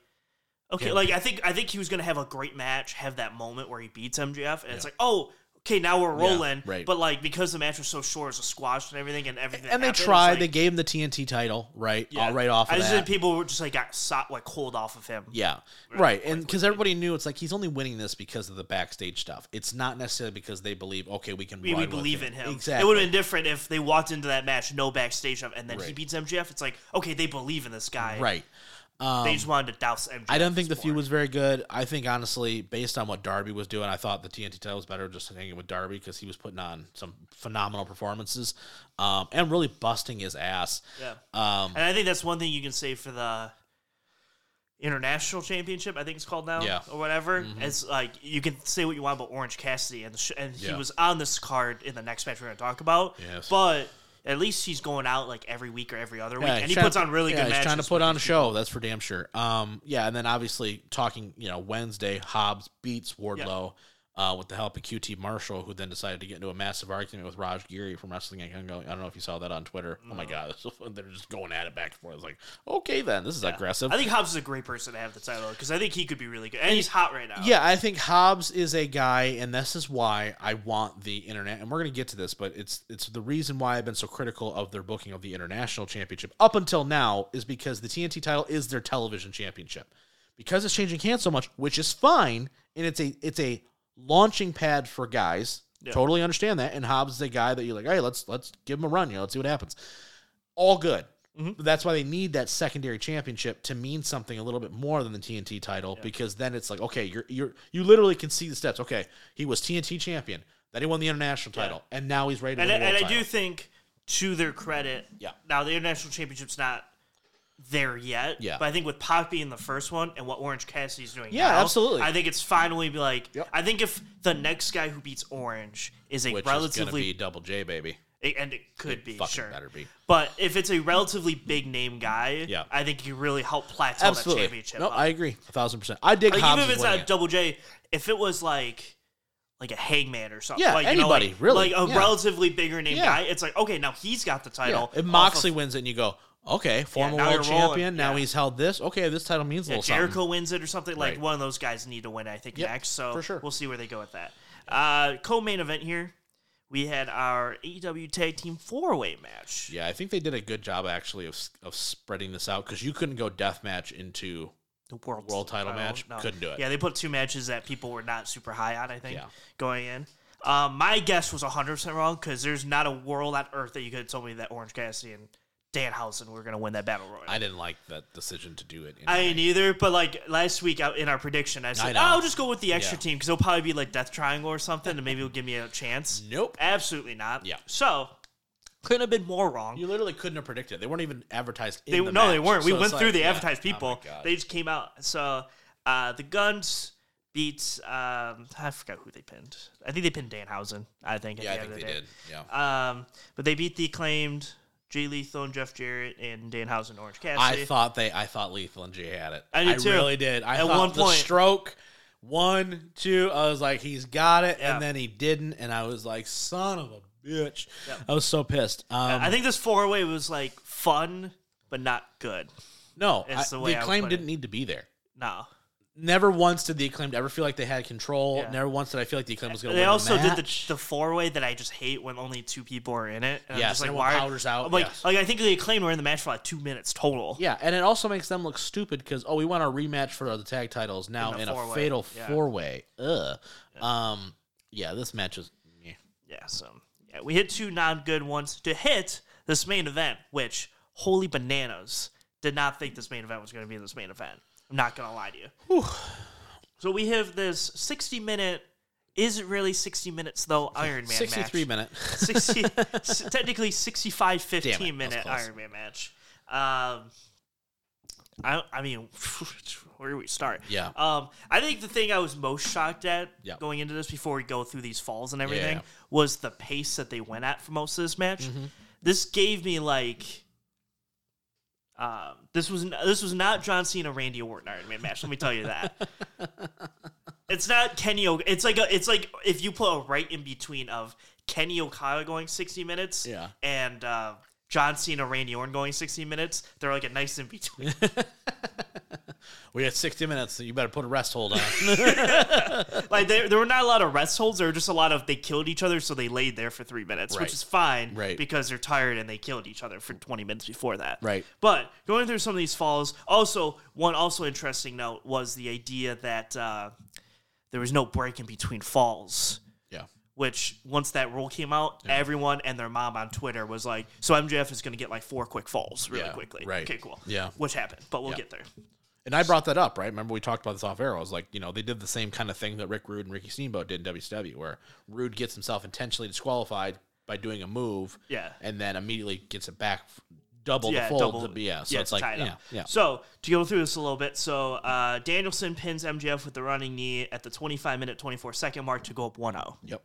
[SPEAKER 2] okay,
[SPEAKER 1] Yeah.
[SPEAKER 2] like I think I think he was gonna have a great match, have that moment where he beats MJF, and it's like, oh. Okay, now we're
[SPEAKER 1] Yeah,
[SPEAKER 2] rolling.
[SPEAKER 1] right.
[SPEAKER 2] But like because the match was so short, it was a squash and everything, and everything.
[SPEAKER 1] and they
[SPEAKER 2] happened, it's
[SPEAKER 1] tried.
[SPEAKER 2] like-
[SPEAKER 1] they gave him the TNT title, right?
[SPEAKER 2] Yeah.
[SPEAKER 1] All right off. Of
[SPEAKER 2] I just
[SPEAKER 1] that.
[SPEAKER 2] think people were just like got so, like cold off of him.
[SPEAKER 1] Yeah. Right. And because everybody knew it's like he's only winning this because of the backstage stuff. It's not necessarily because they believe, okay, we can
[SPEAKER 2] we,
[SPEAKER 1] ride
[SPEAKER 2] we
[SPEAKER 1] with
[SPEAKER 2] believe in him.
[SPEAKER 1] Exactly.
[SPEAKER 2] It would have been different if they walked into that match no backstage stuff, and then he
[SPEAKER 1] Right.
[SPEAKER 2] beats MJF. It's like okay, they believe in this guy.
[SPEAKER 1] right. Um,
[SPEAKER 2] They just wanted to douse MJF.
[SPEAKER 1] I don't think the
[SPEAKER 2] this
[SPEAKER 1] feud
[SPEAKER 2] morning.
[SPEAKER 1] was very good. I think honestly, based on what Darby was doing, I thought the TNT title was better just hanging with Darby because he was putting on some phenomenal performances, um, and really busting his ass.
[SPEAKER 2] Yeah.
[SPEAKER 1] Um,
[SPEAKER 2] And I think that's one thing you can say for the international championship. I think it's called now,
[SPEAKER 1] Yeah. Mm-hmm.
[SPEAKER 2] or whatever. It's like you can say what you want about Orange Cassidy, and the sh- and he
[SPEAKER 1] Yeah.
[SPEAKER 2] was on this card in the next match we're going to talk about.
[SPEAKER 1] Yes.
[SPEAKER 2] but. At least he's going out like every week or every other week,
[SPEAKER 1] Yeah,
[SPEAKER 2] and
[SPEAKER 1] he's
[SPEAKER 2] he
[SPEAKER 1] trying
[SPEAKER 2] puts
[SPEAKER 1] to-
[SPEAKER 2] on really
[SPEAKER 1] yeah,
[SPEAKER 2] good
[SPEAKER 1] He's
[SPEAKER 2] matches.
[SPEAKER 1] trying to put on a show, that's for damn sure. Um, yeah, and then obviously talking, you know, Wednesday, Hobbs beats Wardlow uh, with the help of QT Marshall, who then decided to get into a massive argument with Raj Geary from Wrestling Congo. I don't know if you saw that on Twitter. Oh my
[SPEAKER 2] Mm.
[SPEAKER 1] god, they're just going at it back and forth. It's like, okay, then this is aggressive.
[SPEAKER 2] I think Hobbs is a great person to have the title because I think he could be really good, and he's hot right now.
[SPEAKER 1] Yeah, I think Hobbs is a guy, and this is why I want the internet. And we're going to get to this, but it's it's the reason why I've been so critical of their booking of the international championship up until now is because the TNT title is their television championship. Because it's changing hands so much, which is fine, and it's a it's a launching pad for guys.
[SPEAKER 2] Yeah.
[SPEAKER 1] Totally understand that. And Hobbs is a guy that you're like, hey, let's let's give him a run. You know, let's see what happens all good.
[SPEAKER 2] Mm-hmm.
[SPEAKER 1] But That's why they need that secondary championship to mean something a little bit more than the TNT title because then it's like okay, you're you're you literally can see the steps. Okay, he was TNT champion, then he won the international title, and now he's ready to
[SPEAKER 2] and, I,
[SPEAKER 1] win the
[SPEAKER 2] and
[SPEAKER 1] world
[SPEAKER 2] I do
[SPEAKER 1] title.
[SPEAKER 2] think to their credit,
[SPEAKER 1] Yeah.
[SPEAKER 2] Now the international championship's not there yet,
[SPEAKER 1] Yeah.
[SPEAKER 2] But I think with Pac being the first one and what Orange Cassidy's doing,
[SPEAKER 1] Yeah,
[SPEAKER 2] now,
[SPEAKER 1] absolutely.
[SPEAKER 2] I think it's finally be like,
[SPEAKER 1] Yep.
[SPEAKER 2] I think if the next guy who beats Orange is a
[SPEAKER 1] which is
[SPEAKER 2] relatively
[SPEAKER 1] gonna be double J baby.
[SPEAKER 2] it- and it could be
[SPEAKER 1] Fucking
[SPEAKER 2] sure,
[SPEAKER 1] better be.
[SPEAKER 2] but if it's a relatively big name guy,
[SPEAKER 1] Yeah.
[SPEAKER 2] I think you really help plateau
[SPEAKER 1] Absolutely.
[SPEAKER 2] that championship.
[SPEAKER 1] No,
[SPEAKER 2] up.
[SPEAKER 1] I agree, a thousand percent. I dig
[SPEAKER 2] Like,
[SPEAKER 1] Hobbs
[SPEAKER 2] even if
[SPEAKER 1] is
[SPEAKER 2] it's
[SPEAKER 1] winning
[SPEAKER 2] not
[SPEAKER 1] it.
[SPEAKER 2] double J, if it was like like a hangman or something,
[SPEAKER 1] Yeah,
[SPEAKER 2] like,
[SPEAKER 1] anybody,
[SPEAKER 2] you know,
[SPEAKER 1] really,
[SPEAKER 2] like, like a
[SPEAKER 1] yeah.
[SPEAKER 2] relatively bigger name
[SPEAKER 1] Yeah.
[SPEAKER 2] guy. It's like okay, now he's got the
[SPEAKER 1] Yeah.
[SPEAKER 2] title.
[SPEAKER 1] If
[SPEAKER 2] off
[SPEAKER 1] Moxley
[SPEAKER 2] of-
[SPEAKER 1] wins it, and you go, okay, former
[SPEAKER 2] now
[SPEAKER 1] world
[SPEAKER 2] you're rolling.
[SPEAKER 1] champion. Now
[SPEAKER 2] Yeah.
[SPEAKER 1] he's held this. Okay, this title means a
[SPEAKER 2] yeah,
[SPEAKER 1] little
[SPEAKER 2] Jericho
[SPEAKER 1] something.
[SPEAKER 2] wins it or something. Like
[SPEAKER 1] Right.
[SPEAKER 2] one of those guys need to win, I think
[SPEAKER 1] Yep,
[SPEAKER 2] next. So
[SPEAKER 1] for sure.
[SPEAKER 2] we'll see where they go with that. Uh, co-main event here, we had our AEW Tag Team Four Way match.
[SPEAKER 1] Yeah, I think they did a good job actually of of spreading this out because you couldn't go deathmatch into
[SPEAKER 2] The world
[SPEAKER 1] World title match? Couldn't do it.
[SPEAKER 2] Yeah, they put two matches that people were not super high on. I think
[SPEAKER 1] Yeah.
[SPEAKER 2] going in. Um, my guess was 100 percent wrong because there's not a world on earth that you could have told me that Orange Cassidy and Danhausen were going to win that battle royal.
[SPEAKER 1] I didn't like that decision to do it.
[SPEAKER 2] I ain't either, but like last week out in our prediction, I said,
[SPEAKER 1] know.
[SPEAKER 2] "Oh, I'll just go with the extra
[SPEAKER 1] Yeah.
[SPEAKER 2] team because it'll probably be like Death Triangle or something, and maybe it'll give me a chance.
[SPEAKER 1] nope.
[SPEAKER 2] Absolutely not.
[SPEAKER 1] Yeah.
[SPEAKER 2] So couldn't have been more wrong.
[SPEAKER 1] You literally couldn't have predicted. it. They weren't even advertised. In
[SPEAKER 2] they
[SPEAKER 1] the
[SPEAKER 2] no, they
[SPEAKER 1] match.
[SPEAKER 2] weren't. we
[SPEAKER 1] So it's
[SPEAKER 2] went through
[SPEAKER 1] like,
[SPEAKER 2] the
[SPEAKER 1] yeah.
[SPEAKER 2] advertised
[SPEAKER 1] Oh my
[SPEAKER 2] people.
[SPEAKER 1] God.
[SPEAKER 2] they just came out. So uh, the guns beats. Um, I forgot who they pinned. I think they pinned Danhausen. I think. At
[SPEAKER 1] yeah, I
[SPEAKER 2] the
[SPEAKER 1] think they
[SPEAKER 2] end of the day.
[SPEAKER 1] did. Yeah.
[SPEAKER 2] Um, but they beat the acclaimed Jay Lethal and Jeff Jarrett and Danhausen and Orange Cassidy.
[SPEAKER 1] I thought they. I thought Lethal and Jay had it.
[SPEAKER 2] I did too.
[SPEAKER 1] really did. I
[SPEAKER 2] At
[SPEAKER 1] thought
[SPEAKER 2] one
[SPEAKER 1] the
[SPEAKER 2] point.
[SPEAKER 1] stroke. One, two. I was like, he's got it,
[SPEAKER 2] Yeah.
[SPEAKER 1] and then he didn't, and I was like, son of a bitch. I was so pissed. Um,
[SPEAKER 2] I think this four way was like fun, but not good.
[SPEAKER 1] no, I,
[SPEAKER 2] it's the way I
[SPEAKER 1] the
[SPEAKER 2] would
[SPEAKER 1] acclaim
[SPEAKER 2] put it.
[SPEAKER 1] didn't need to be there.
[SPEAKER 2] No.
[SPEAKER 1] Never once did the acclaimed ever feel like they had control.
[SPEAKER 2] Yeah.
[SPEAKER 1] Never once did I feel like the acclaimed was going to.
[SPEAKER 2] They
[SPEAKER 1] win
[SPEAKER 2] also
[SPEAKER 1] the
[SPEAKER 2] did the,
[SPEAKER 1] match.
[SPEAKER 2] the four way that I just hate when only two people are in it. And I'm
[SPEAKER 1] Yes,
[SPEAKER 2] just like,
[SPEAKER 1] everyone
[SPEAKER 2] why?
[SPEAKER 1] powders out,
[SPEAKER 2] I'm like,
[SPEAKER 1] yes.
[SPEAKER 2] like, I think the acclaimed were in the match for like two minutes total.
[SPEAKER 1] Yeah, and it also makes them look stupid because oh, we want our rematch for the tag titles now
[SPEAKER 2] In
[SPEAKER 1] in,
[SPEAKER 2] a
[SPEAKER 1] a
[SPEAKER 2] four-way,
[SPEAKER 1] fatal
[SPEAKER 2] yeah.
[SPEAKER 1] four way. Ugh. Um. Yeah, this match is. meh.
[SPEAKER 2] Yeah, so yeah, we hit two non good ones to hit this main event, which holy bananas did not think this main event was going to be this main event. I'm not going to lie to you. So we have this 60 minute. Is it really 60 minutes though? Iron Man
[SPEAKER 1] Sixty three
[SPEAKER 2] match.
[SPEAKER 1] minute.
[SPEAKER 2] 60, s- technically 65
[SPEAKER 1] Damn it,
[SPEAKER 2] 15
[SPEAKER 1] that was
[SPEAKER 2] minute
[SPEAKER 1] close.
[SPEAKER 2] Iron Man match. Um, I, I mean, where do we start?
[SPEAKER 1] Yeah.
[SPEAKER 2] Um, I think the thing I was most shocked at
[SPEAKER 1] Yeah.
[SPEAKER 2] going into this before we go through these falls and
[SPEAKER 1] yeah, Mm-hmm.
[SPEAKER 2] everything
[SPEAKER 1] yeah.
[SPEAKER 2] was the pace that they went at for most of this match. This gave me like. Um, this was n- this was not John Cena Randy Orton Iron Man match. Let me tell you that. it's not Kenny. O- it's like a, it's like if you put a right in between of Kenny Okada going sixty minutes,
[SPEAKER 1] Yeah.
[SPEAKER 2] and uh, John Cena Randy Orton going sixty minutes. They're like a nice in between.
[SPEAKER 1] we got sixty minutes. So you better put a rest hold on.
[SPEAKER 2] like there, there were not a lot of rest holds. There were just a lot of they killed each other, so they laid there for three minutes,
[SPEAKER 1] Right.
[SPEAKER 2] which is fine,
[SPEAKER 1] Right.
[SPEAKER 2] Because they're tired and they killed each other for twenty minutes before that,
[SPEAKER 1] Right.
[SPEAKER 2] But going through some of these falls, also one also interesting note was the idea that uh, there was no break in between falls.
[SPEAKER 1] yeah.
[SPEAKER 2] Which once that rule came out, everyone and their mom on Twitter was like, "So MJF is going to get like four quick falls really
[SPEAKER 1] Yeah,
[SPEAKER 2] quickly."
[SPEAKER 1] right.
[SPEAKER 2] Okay, cool.
[SPEAKER 1] Yeah.
[SPEAKER 2] which happened, but we'll get there.
[SPEAKER 1] And I brought that up, right? Remember we talked about this off air. I was like, you know, they did the same kind of thing that Rick Rude and Ricky Steamboat did in WCW, where Rude gets himself intentionally disqualified by doing a move,
[SPEAKER 2] Yeah.
[SPEAKER 1] and then immediately gets it back f- double the fold.
[SPEAKER 2] double-
[SPEAKER 1] to be- yeah, so it's, like,
[SPEAKER 2] tied
[SPEAKER 1] yeah,
[SPEAKER 2] up.
[SPEAKER 1] yeah,
[SPEAKER 2] So to go through this a little bit, so uh, Danielson pins MJF with the running knee at the 25 minute 24 second mark to go up 1-0.
[SPEAKER 1] yep,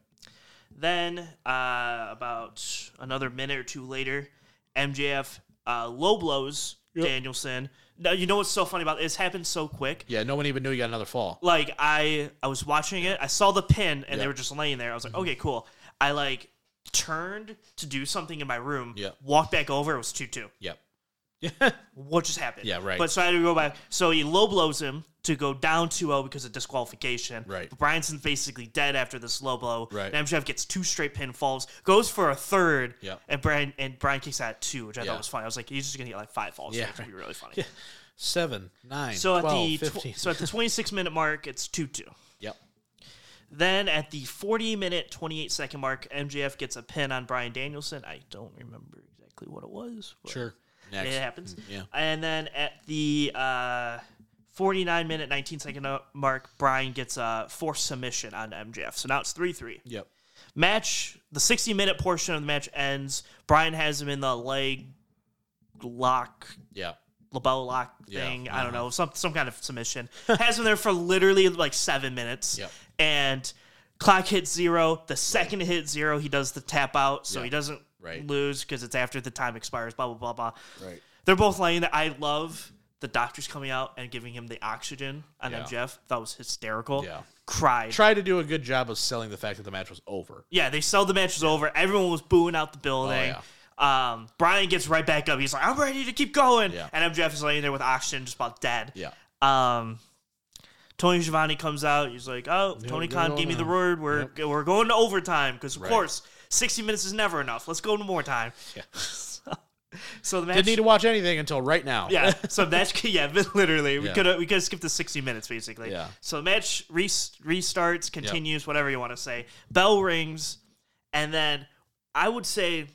[SPEAKER 2] Then uh, about another minute or two later, MJF uh, low blows Danielson. Now you know what's so funny about this? Happened so quick.
[SPEAKER 1] yeah. No one even knew he got another fall.
[SPEAKER 2] Like I, I was watching it. I saw the pin, and they
[SPEAKER 1] Yeah.
[SPEAKER 2] were just laying there. I was like, okay, cool. I like turned to do something in my room.
[SPEAKER 1] Yeah.
[SPEAKER 2] Walked back over. It was two two
[SPEAKER 1] Yep.
[SPEAKER 2] what just happened.
[SPEAKER 1] Yeah, right.
[SPEAKER 2] But so I had to go back. So he low blows him to go down 2-0 because of disqualification.
[SPEAKER 1] Right.
[SPEAKER 2] But Bryanson's basically dead after this low blow.
[SPEAKER 1] Right.
[SPEAKER 2] And MJF gets two straight pinfalls, goes for a third.
[SPEAKER 1] Yeah.
[SPEAKER 2] And Brian and Brian kicks out at two, which I
[SPEAKER 1] Yeah.
[SPEAKER 2] thought was funny. I was like, he's just gonna get like five falls.
[SPEAKER 1] Yeah,
[SPEAKER 2] It's gonna be really funny.
[SPEAKER 1] Seven, nine,
[SPEAKER 2] So at
[SPEAKER 1] 12,
[SPEAKER 2] the tw-
[SPEAKER 1] 15.
[SPEAKER 2] so at the 26 minute mark, it's two two.
[SPEAKER 1] yep.
[SPEAKER 2] Then at the 40 minute 28 second mark, MJF gets a pin on Brian Danielson. I don't remember exactly what it was. but-
[SPEAKER 1] Sure. Next.
[SPEAKER 2] It happens.
[SPEAKER 1] yeah.
[SPEAKER 2] And then at the uh, 49 minute, 19 second o- mark, Brian gets a forced submission on MJF. So now it's 3 3.
[SPEAKER 1] Yep.
[SPEAKER 2] Match, the 60 minute portion of the match ends. Brian has him in the leg lock,
[SPEAKER 1] Yep.
[SPEAKER 2] LeBeau lock
[SPEAKER 1] Yeah, uh-huh.
[SPEAKER 2] thing. I don't know, some, some kind of submission. has him there for literally like seven minutes.
[SPEAKER 1] Yep.
[SPEAKER 2] And clock hits zero. The second it hits zero, he does the tap out. So
[SPEAKER 1] Yeah.
[SPEAKER 2] he doesn't
[SPEAKER 1] Right.
[SPEAKER 2] lose because it's after the time expires, blah, blah, blah, blah.
[SPEAKER 1] Right.
[SPEAKER 2] They're both laying there. I love the doctors coming out and giving him the oxygen on
[SPEAKER 1] Yeah.
[SPEAKER 2] MJF. That was hysterical.
[SPEAKER 1] Yeah.
[SPEAKER 2] Cried.
[SPEAKER 1] Try to do a good job of selling the fact that the match was over.
[SPEAKER 2] yeah, they sell the matches over. Everyone was booing out the building.
[SPEAKER 1] Oh, yeah.
[SPEAKER 2] Um, Brian gets right back up. He's like, I'm ready to keep going.
[SPEAKER 1] Yeah.
[SPEAKER 2] And MJF is laying there with oxygen, just about dead.
[SPEAKER 1] Yeah.
[SPEAKER 2] Um, Tony Giovanni comes out. He's like, "Oh, Tony
[SPEAKER 1] we're
[SPEAKER 2] Khan
[SPEAKER 1] going
[SPEAKER 2] gave me the
[SPEAKER 1] on.
[SPEAKER 2] word. We're we're going to overtime because, of
[SPEAKER 1] Right.
[SPEAKER 2] course, sixty minutes is never enough. Let's go to more time."
[SPEAKER 1] Yeah.
[SPEAKER 2] so, so the match
[SPEAKER 1] Didn't need to watch anything until right now.
[SPEAKER 2] yeah. So match, yeah, but literally, we
[SPEAKER 1] Yeah.
[SPEAKER 2] could we could have skipped the sixty minutes basically.
[SPEAKER 1] Yeah.
[SPEAKER 2] So the match re- restarts, continues, whatever you want to say. Bell rings, and then I would say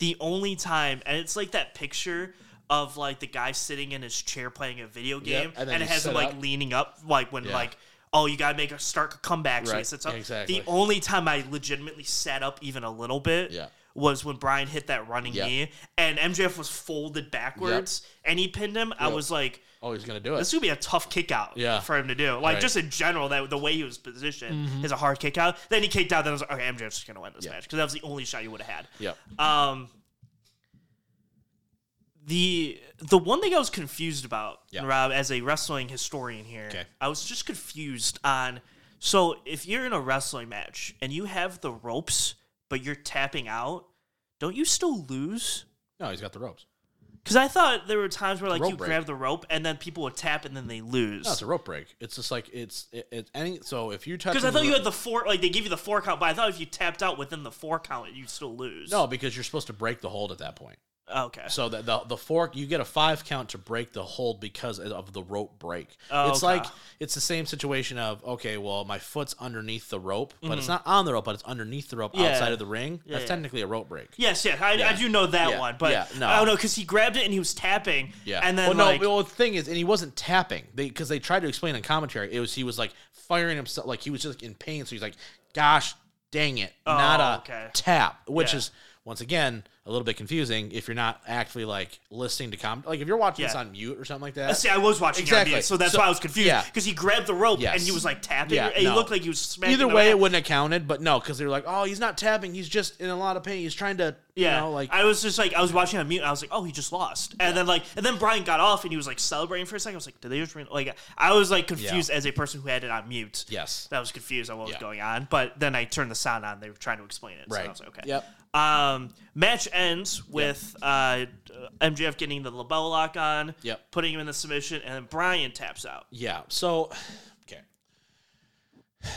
[SPEAKER 2] the only time, and it's like that picture of like the guy sitting in his chair playing a video game,
[SPEAKER 1] and
[SPEAKER 2] and,
[SPEAKER 1] then
[SPEAKER 2] it
[SPEAKER 1] he
[SPEAKER 2] has him
[SPEAKER 1] sit
[SPEAKER 2] like
[SPEAKER 1] up.
[SPEAKER 2] leaning up, like when
[SPEAKER 1] Yeah.
[SPEAKER 2] like. Oh, you gotta make a start a comeback. So he
[SPEAKER 1] Right,
[SPEAKER 2] sits up.
[SPEAKER 1] exactly.
[SPEAKER 2] The only time I legitimately sat up even a little bit
[SPEAKER 1] Yeah.
[SPEAKER 2] was when Brian hit that running
[SPEAKER 1] Yep.
[SPEAKER 2] knee, and MJF was folded backwards, and he pinned him. I
[SPEAKER 1] Yep.
[SPEAKER 2] was like,
[SPEAKER 1] Oh, he's gonna do it.
[SPEAKER 2] this would be a tough kick out
[SPEAKER 1] Yeah.
[SPEAKER 2] for him to do. Like
[SPEAKER 1] Right. Mm-hmm.
[SPEAKER 2] just in general, that the way he was positioned is a hard kick out. Then he kicked out. Then I was like, okay, MJF's just gonna win this
[SPEAKER 1] Yeah. Mm-hmm.
[SPEAKER 2] match because that was the only shot you would have had.
[SPEAKER 1] Yep.
[SPEAKER 2] Um, the the one thing I was confused about,
[SPEAKER 1] Yeah.
[SPEAKER 2] Rob, as a wrestling historian here,
[SPEAKER 1] Okay.
[SPEAKER 2] I was just confused on. So if you're in a wrestling match and you have the ropes, but you're tapping out, don't you still lose?
[SPEAKER 1] No, he's got the ropes.
[SPEAKER 2] Because I thought there were times where like
[SPEAKER 1] Rope
[SPEAKER 2] you
[SPEAKER 1] break.
[SPEAKER 2] grab the rope and then people would tap and then they lose.
[SPEAKER 1] No, it's a rope break. It's just like it's it, it's any. So if you touch,
[SPEAKER 2] Because I thought you had the four, like they give you the four count, but I thought if you tapped out within the four count, you still lose. Oh,
[SPEAKER 1] no, because you're supposed to break the hold at that point.
[SPEAKER 2] Okay.
[SPEAKER 1] So the, the the fork, you get a five count to break the hold because of the rope break.
[SPEAKER 2] Oh,
[SPEAKER 1] it's
[SPEAKER 2] okay.
[SPEAKER 1] like it's the same situation of okay, well my foot's underneath the rope, but it's not on the rope, but it's underneath the rope
[SPEAKER 2] Mm-hmm. Yeah.
[SPEAKER 1] outside of the ring.
[SPEAKER 2] Yeah,
[SPEAKER 1] That's
[SPEAKER 2] yeah.
[SPEAKER 1] technically a rope break.
[SPEAKER 2] Yes, yes, I, I
[SPEAKER 1] Yeah.
[SPEAKER 2] do know that
[SPEAKER 1] Yeah.
[SPEAKER 2] one, but
[SPEAKER 1] Yeah, no.
[SPEAKER 2] I don't know because he grabbed it and he was tapping.
[SPEAKER 1] Yeah.
[SPEAKER 2] And then
[SPEAKER 1] well,
[SPEAKER 2] like,
[SPEAKER 1] no, well, the thing is, and he wasn't tapping because they, tried to explain in commentary. It was he was like firing himself, like he was just in pain. So he's like, "Gosh, dang it, not a
[SPEAKER 2] Oh, okay.
[SPEAKER 1] tap," which
[SPEAKER 2] Yeah.
[SPEAKER 1] is once again a little bit confusing if you're not actually like listening to comment. Like if you're watching this
[SPEAKER 2] Yeah.
[SPEAKER 1] on mute or something like that.
[SPEAKER 2] see, I was watching exactly.
[SPEAKER 1] Exactly.
[SPEAKER 2] so that's
[SPEAKER 1] So-
[SPEAKER 2] why I was confused
[SPEAKER 1] yeah.
[SPEAKER 2] because he grabbed the rope
[SPEAKER 1] Yes.
[SPEAKER 2] and he was like tapping.
[SPEAKER 1] Yeah,
[SPEAKER 2] her, and
[SPEAKER 1] no.
[SPEAKER 2] He looked like he was smacking.
[SPEAKER 1] Either
[SPEAKER 2] her
[SPEAKER 1] way,
[SPEAKER 2] back.
[SPEAKER 1] it wouldn't have counted, but no, because they were like, "Oh, he's not tapping. He's just in a lot of pain. He's trying to,
[SPEAKER 2] Yeah,
[SPEAKER 1] you know, like."
[SPEAKER 2] I was just like I was watching on mute. And I was like, oh, he just lost, and then like, and then Brian got off and he was like celebrating for a second. I was like, did they just re-? like? I was like confused as a person who had it on mute.
[SPEAKER 1] Yes.
[SPEAKER 2] that was confused on what was
[SPEAKER 1] Yeah.
[SPEAKER 2] going on. But then I turned the sound on. They were trying to explain it. So I
[SPEAKER 1] Right.
[SPEAKER 2] was like, okay.
[SPEAKER 1] Yep.
[SPEAKER 2] Um, match ends with uh, MJF getting the label lock on.
[SPEAKER 1] Yep.
[SPEAKER 2] Putting him in the submission, and then Brian taps out.
[SPEAKER 1] Yeah. So, okay.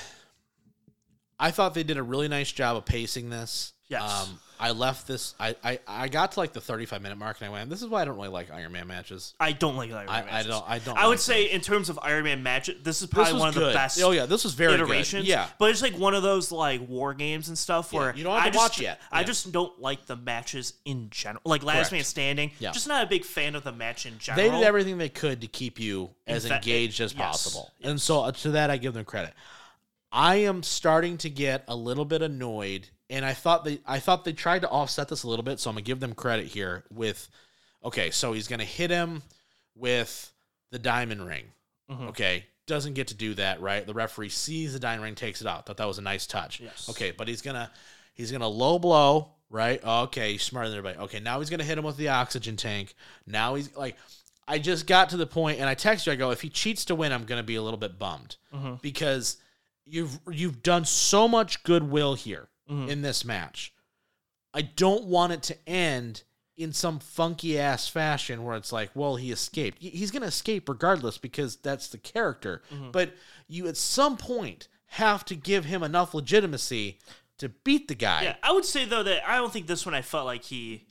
[SPEAKER 1] I thought they did a really nice job of pacing this. Um,
[SPEAKER 2] Yes.
[SPEAKER 1] I left this. I, I, I got to like the 35 minute mark and I went, this is why I don't really like Iron Man matches.
[SPEAKER 2] I don't like Iron Man
[SPEAKER 1] I, I
[SPEAKER 2] matches.
[SPEAKER 1] don't. I don't.
[SPEAKER 2] I would
[SPEAKER 1] like
[SPEAKER 2] say in terms of Iron Man matches, this is
[SPEAKER 1] them.
[SPEAKER 2] probably
[SPEAKER 1] was
[SPEAKER 2] one of the
[SPEAKER 1] good.
[SPEAKER 2] best.
[SPEAKER 1] Oh, yeah. This was very
[SPEAKER 2] iterations.
[SPEAKER 1] good. Yeah.
[SPEAKER 2] but it's like one of those like war games and stuff where
[SPEAKER 1] you don't have
[SPEAKER 2] I
[SPEAKER 1] to
[SPEAKER 2] just,
[SPEAKER 1] watch yet.
[SPEAKER 2] I
[SPEAKER 1] Yeah.
[SPEAKER 2] just don't like the matches in general. Like Last
[SPEAKER 1] Correct.
[SPEAKER 2] Man Standing,
[SPEAKER 1] Yeah.
[SPEAKER 2] just not a big fan of the match in
[SPEAKER 1] They
[SPEAKER 2] general.
[SPEAKER 1] did everything they could to keep you as
[SPEAKER 2] fact,
[SPEAKER 1] engaged as
[SPEAKER 2] yes,
[SPEAKER 1] possible. And so uh, to that, I give them credit. I am starting to get a little bit annoyed, and I thought they I thought they tried to offset this a little bit, so I'm gonna give them credit here with okay, so he's gonna hit him with the diamond ring. Okay. Doesn't get to do that, right? The referee sees the diamond ring, takes it out. Thought that was a nice touch.
[SPEAKER 2] Yes.
[SPEAKER 1] Okay, but he's gonna he's gonna low blow, right? Okay, he's smarter than everybody. Okay, now he's gonna hit him with the oxygen tank. Now he's like I just got to the point and I text you, I go, if he cheats to win, I'm gonna be a little bit bummed. Because you've you've done so much goodwill here in this match. I don't want it to end in some funky ass fashion where it's like, well, he escaped. Y- He's gonna escape regardless because that's the character. But you at some point have to give him enough legitimacy to beat the guy.
[SPEAKER 2] Yeah, I would say though that I don't think this one I felt like he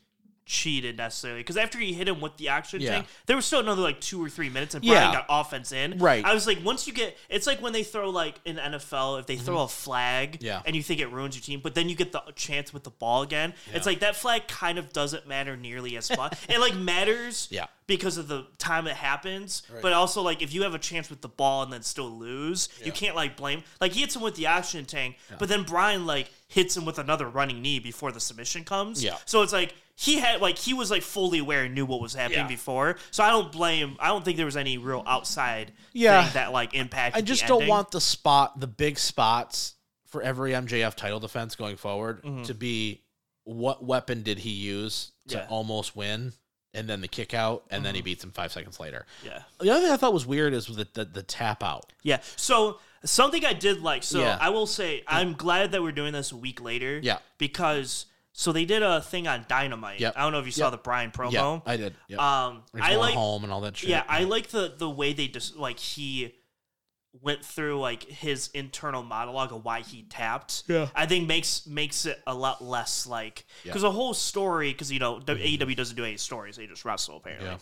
[SPEAKER 2] cheated necessarily because after he hit him with the oxygen
[SPEAKER 1] Yeah.
[SPEAKER 2] tank, there was still another like two or three minutes, and
[SPEAKER 1] Yeah.
[SPEAKER 2] Brian got offense in.
[SPEAKER 1] Right.
[SPEAKER 2] I was like, once you get, it's like when they throw like in NFL if they throw a flag,
[SPEAKER 1] Mm-hmm. Yeah.
[SPEAKER 2] and you think it ruins your team, but then you get the chance with the ball again. It's like that flag kind of doesn't matter nearly as much. it like matters,
[SPEAKER 1] Yeah.
[SPEAKER 2] because of the time it happens. But also, like, if you have a chance with the ball and then still lose, you can't like blame. Like, he hits him with the oxygen tank, but then Brian like hits him with another running knee before the submission comes.
[SPEAKER 1] Yeah.
[SPEAKER 2] So it's like he had like he was like fully aware and knew what was happening
[SPEAKER 1] Yeah.
[SPEAKER 2] before. So I don't blame. I don't think there was any real outside
[SPEAKER 1] Yeah.
[SPEAKER 2] thing that like impacted.
[SPEAKER 1] I just
[SPEAKER 2] the
[SPEAKER 1] don't
[SPEAKER 2] ending.
[SPEAKER 1] want the spot, the big spots for every MJF title defense going forward
[SPEAKER 2] Mm-hmm.
[SPEAKER 1] to be what weapon did he use to
[SPEAKER 2] Yeah. Mm-hmm.
[SPEAKER 1] almost win and then the kick out and then he beats him five seconds later.
[SPEAKER 2] Yeah.
[SPEAKER 1] The other thing I thought was weird is the, the, the tap out.
[SPEAKER 2] Yeah. So something I did like. So
[SPEAKER 1] Yeah.
[SPEAKER 2] I will say I'm glad that we're doing this a week later.
[SPEAKER 1] Yeah.
[SPEAKER 2] Because so they did a thing on Dynamite.
[SPEAKER 1] Yep.
[SPEAKER 2] I don't know if you saw
[SPEAKER 1] Yep.
[SPEAKER 2] the Brian promo.
[SPEAKER 1] Yeah, I did. Yep.
[SPEAKER 2] um,
[SPEAKER 1] He's
[SPEAKER 2] I
[SPEAKER 1] going
[SPEAKER 2] like.
[SPEAKER 1] home and all that shit.
[SPEAKER 2] Yeah, I like the the way they just like he went through like his internal monologue of why he tapped.
[SPEAKER 1] Yeah.
[SPEAKER 2] I think makes makes it a lot less like
[SPEAKER 1] Yeah.
[SPEAKER 2] because the whole story because you know the AEW doesn't do any stories they just wrestle apparently
[SPEAKER 1] Yeah.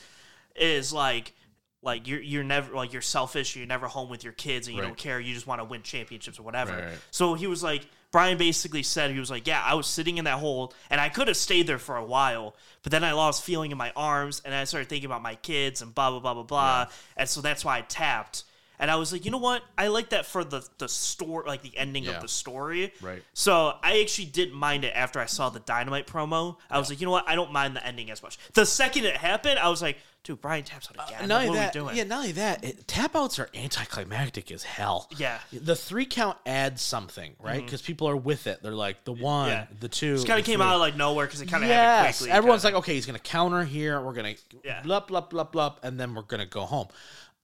[SPEAKER 2] is like like you're you're never like you're selfish you're never home with your kids and you
[SPEAKER 1] Right.
[SPEAKER 2] don't care you just want to win championships or whatever.
[SPEAKER 1] Right, right.
[SPEAKER 2] So he was like Brian basically said he was like, "Yeah, I was sitting in that hole, and I could have stayed there for a while, but then I lost feeling in my arms, and I started thinking about my kids and blah blah blah blah blah, and so that's why I tapped." And I was like, you know what? I like that for the the story, like the ending
[SPEAKER 1] Yeah.
[SPEAKER 2] of the story.
[SPEAKER 1] Right.
[SPEAKER 2] So I actually didn't mind it after I saw the dynamite promo. I was like, you know what? I don't mind the ending as much. The second it happened, I was like, dude, Brian taps out again.
[SPEAKER 1] Uh, not
[SPEAKER 2] Like,
[SPEAKER 1] only
[SPEAKER 2] what
[SPEAKER 1] that,
[SPEAKER 2] are we doing?
[SPEAKER 1] yeah, not only that, it, tap outs are anticlimactic as hell.
[SPEAKER 2] Yeah. Mm-hmm.
[SPEAKER 1] the three count adds something, right? Because people are with it. They're like the one,
[SPEAKER 2] Yeah.
[SPEAKER 1] the two.
[SPEAKER 2] Just kind
[SPEAKER 1] the
[SPEAKER 2] of came
[SPEAKER 1] three.
[SPEAKER 2] out of like nowhere because it kind of happened
[SPEAKER 1] Yes,
[SPEAKER 2] quickly.
[SPEAKER 1] everyone's
[SPEAKER 2] kinda.
[SPEAKER 1] like, okay, he's gonna counter here. We're gonna
[SPEAKER 2] Yeah.
[SPEAKER 1] blup blup blup blup, and then we're gonna go home.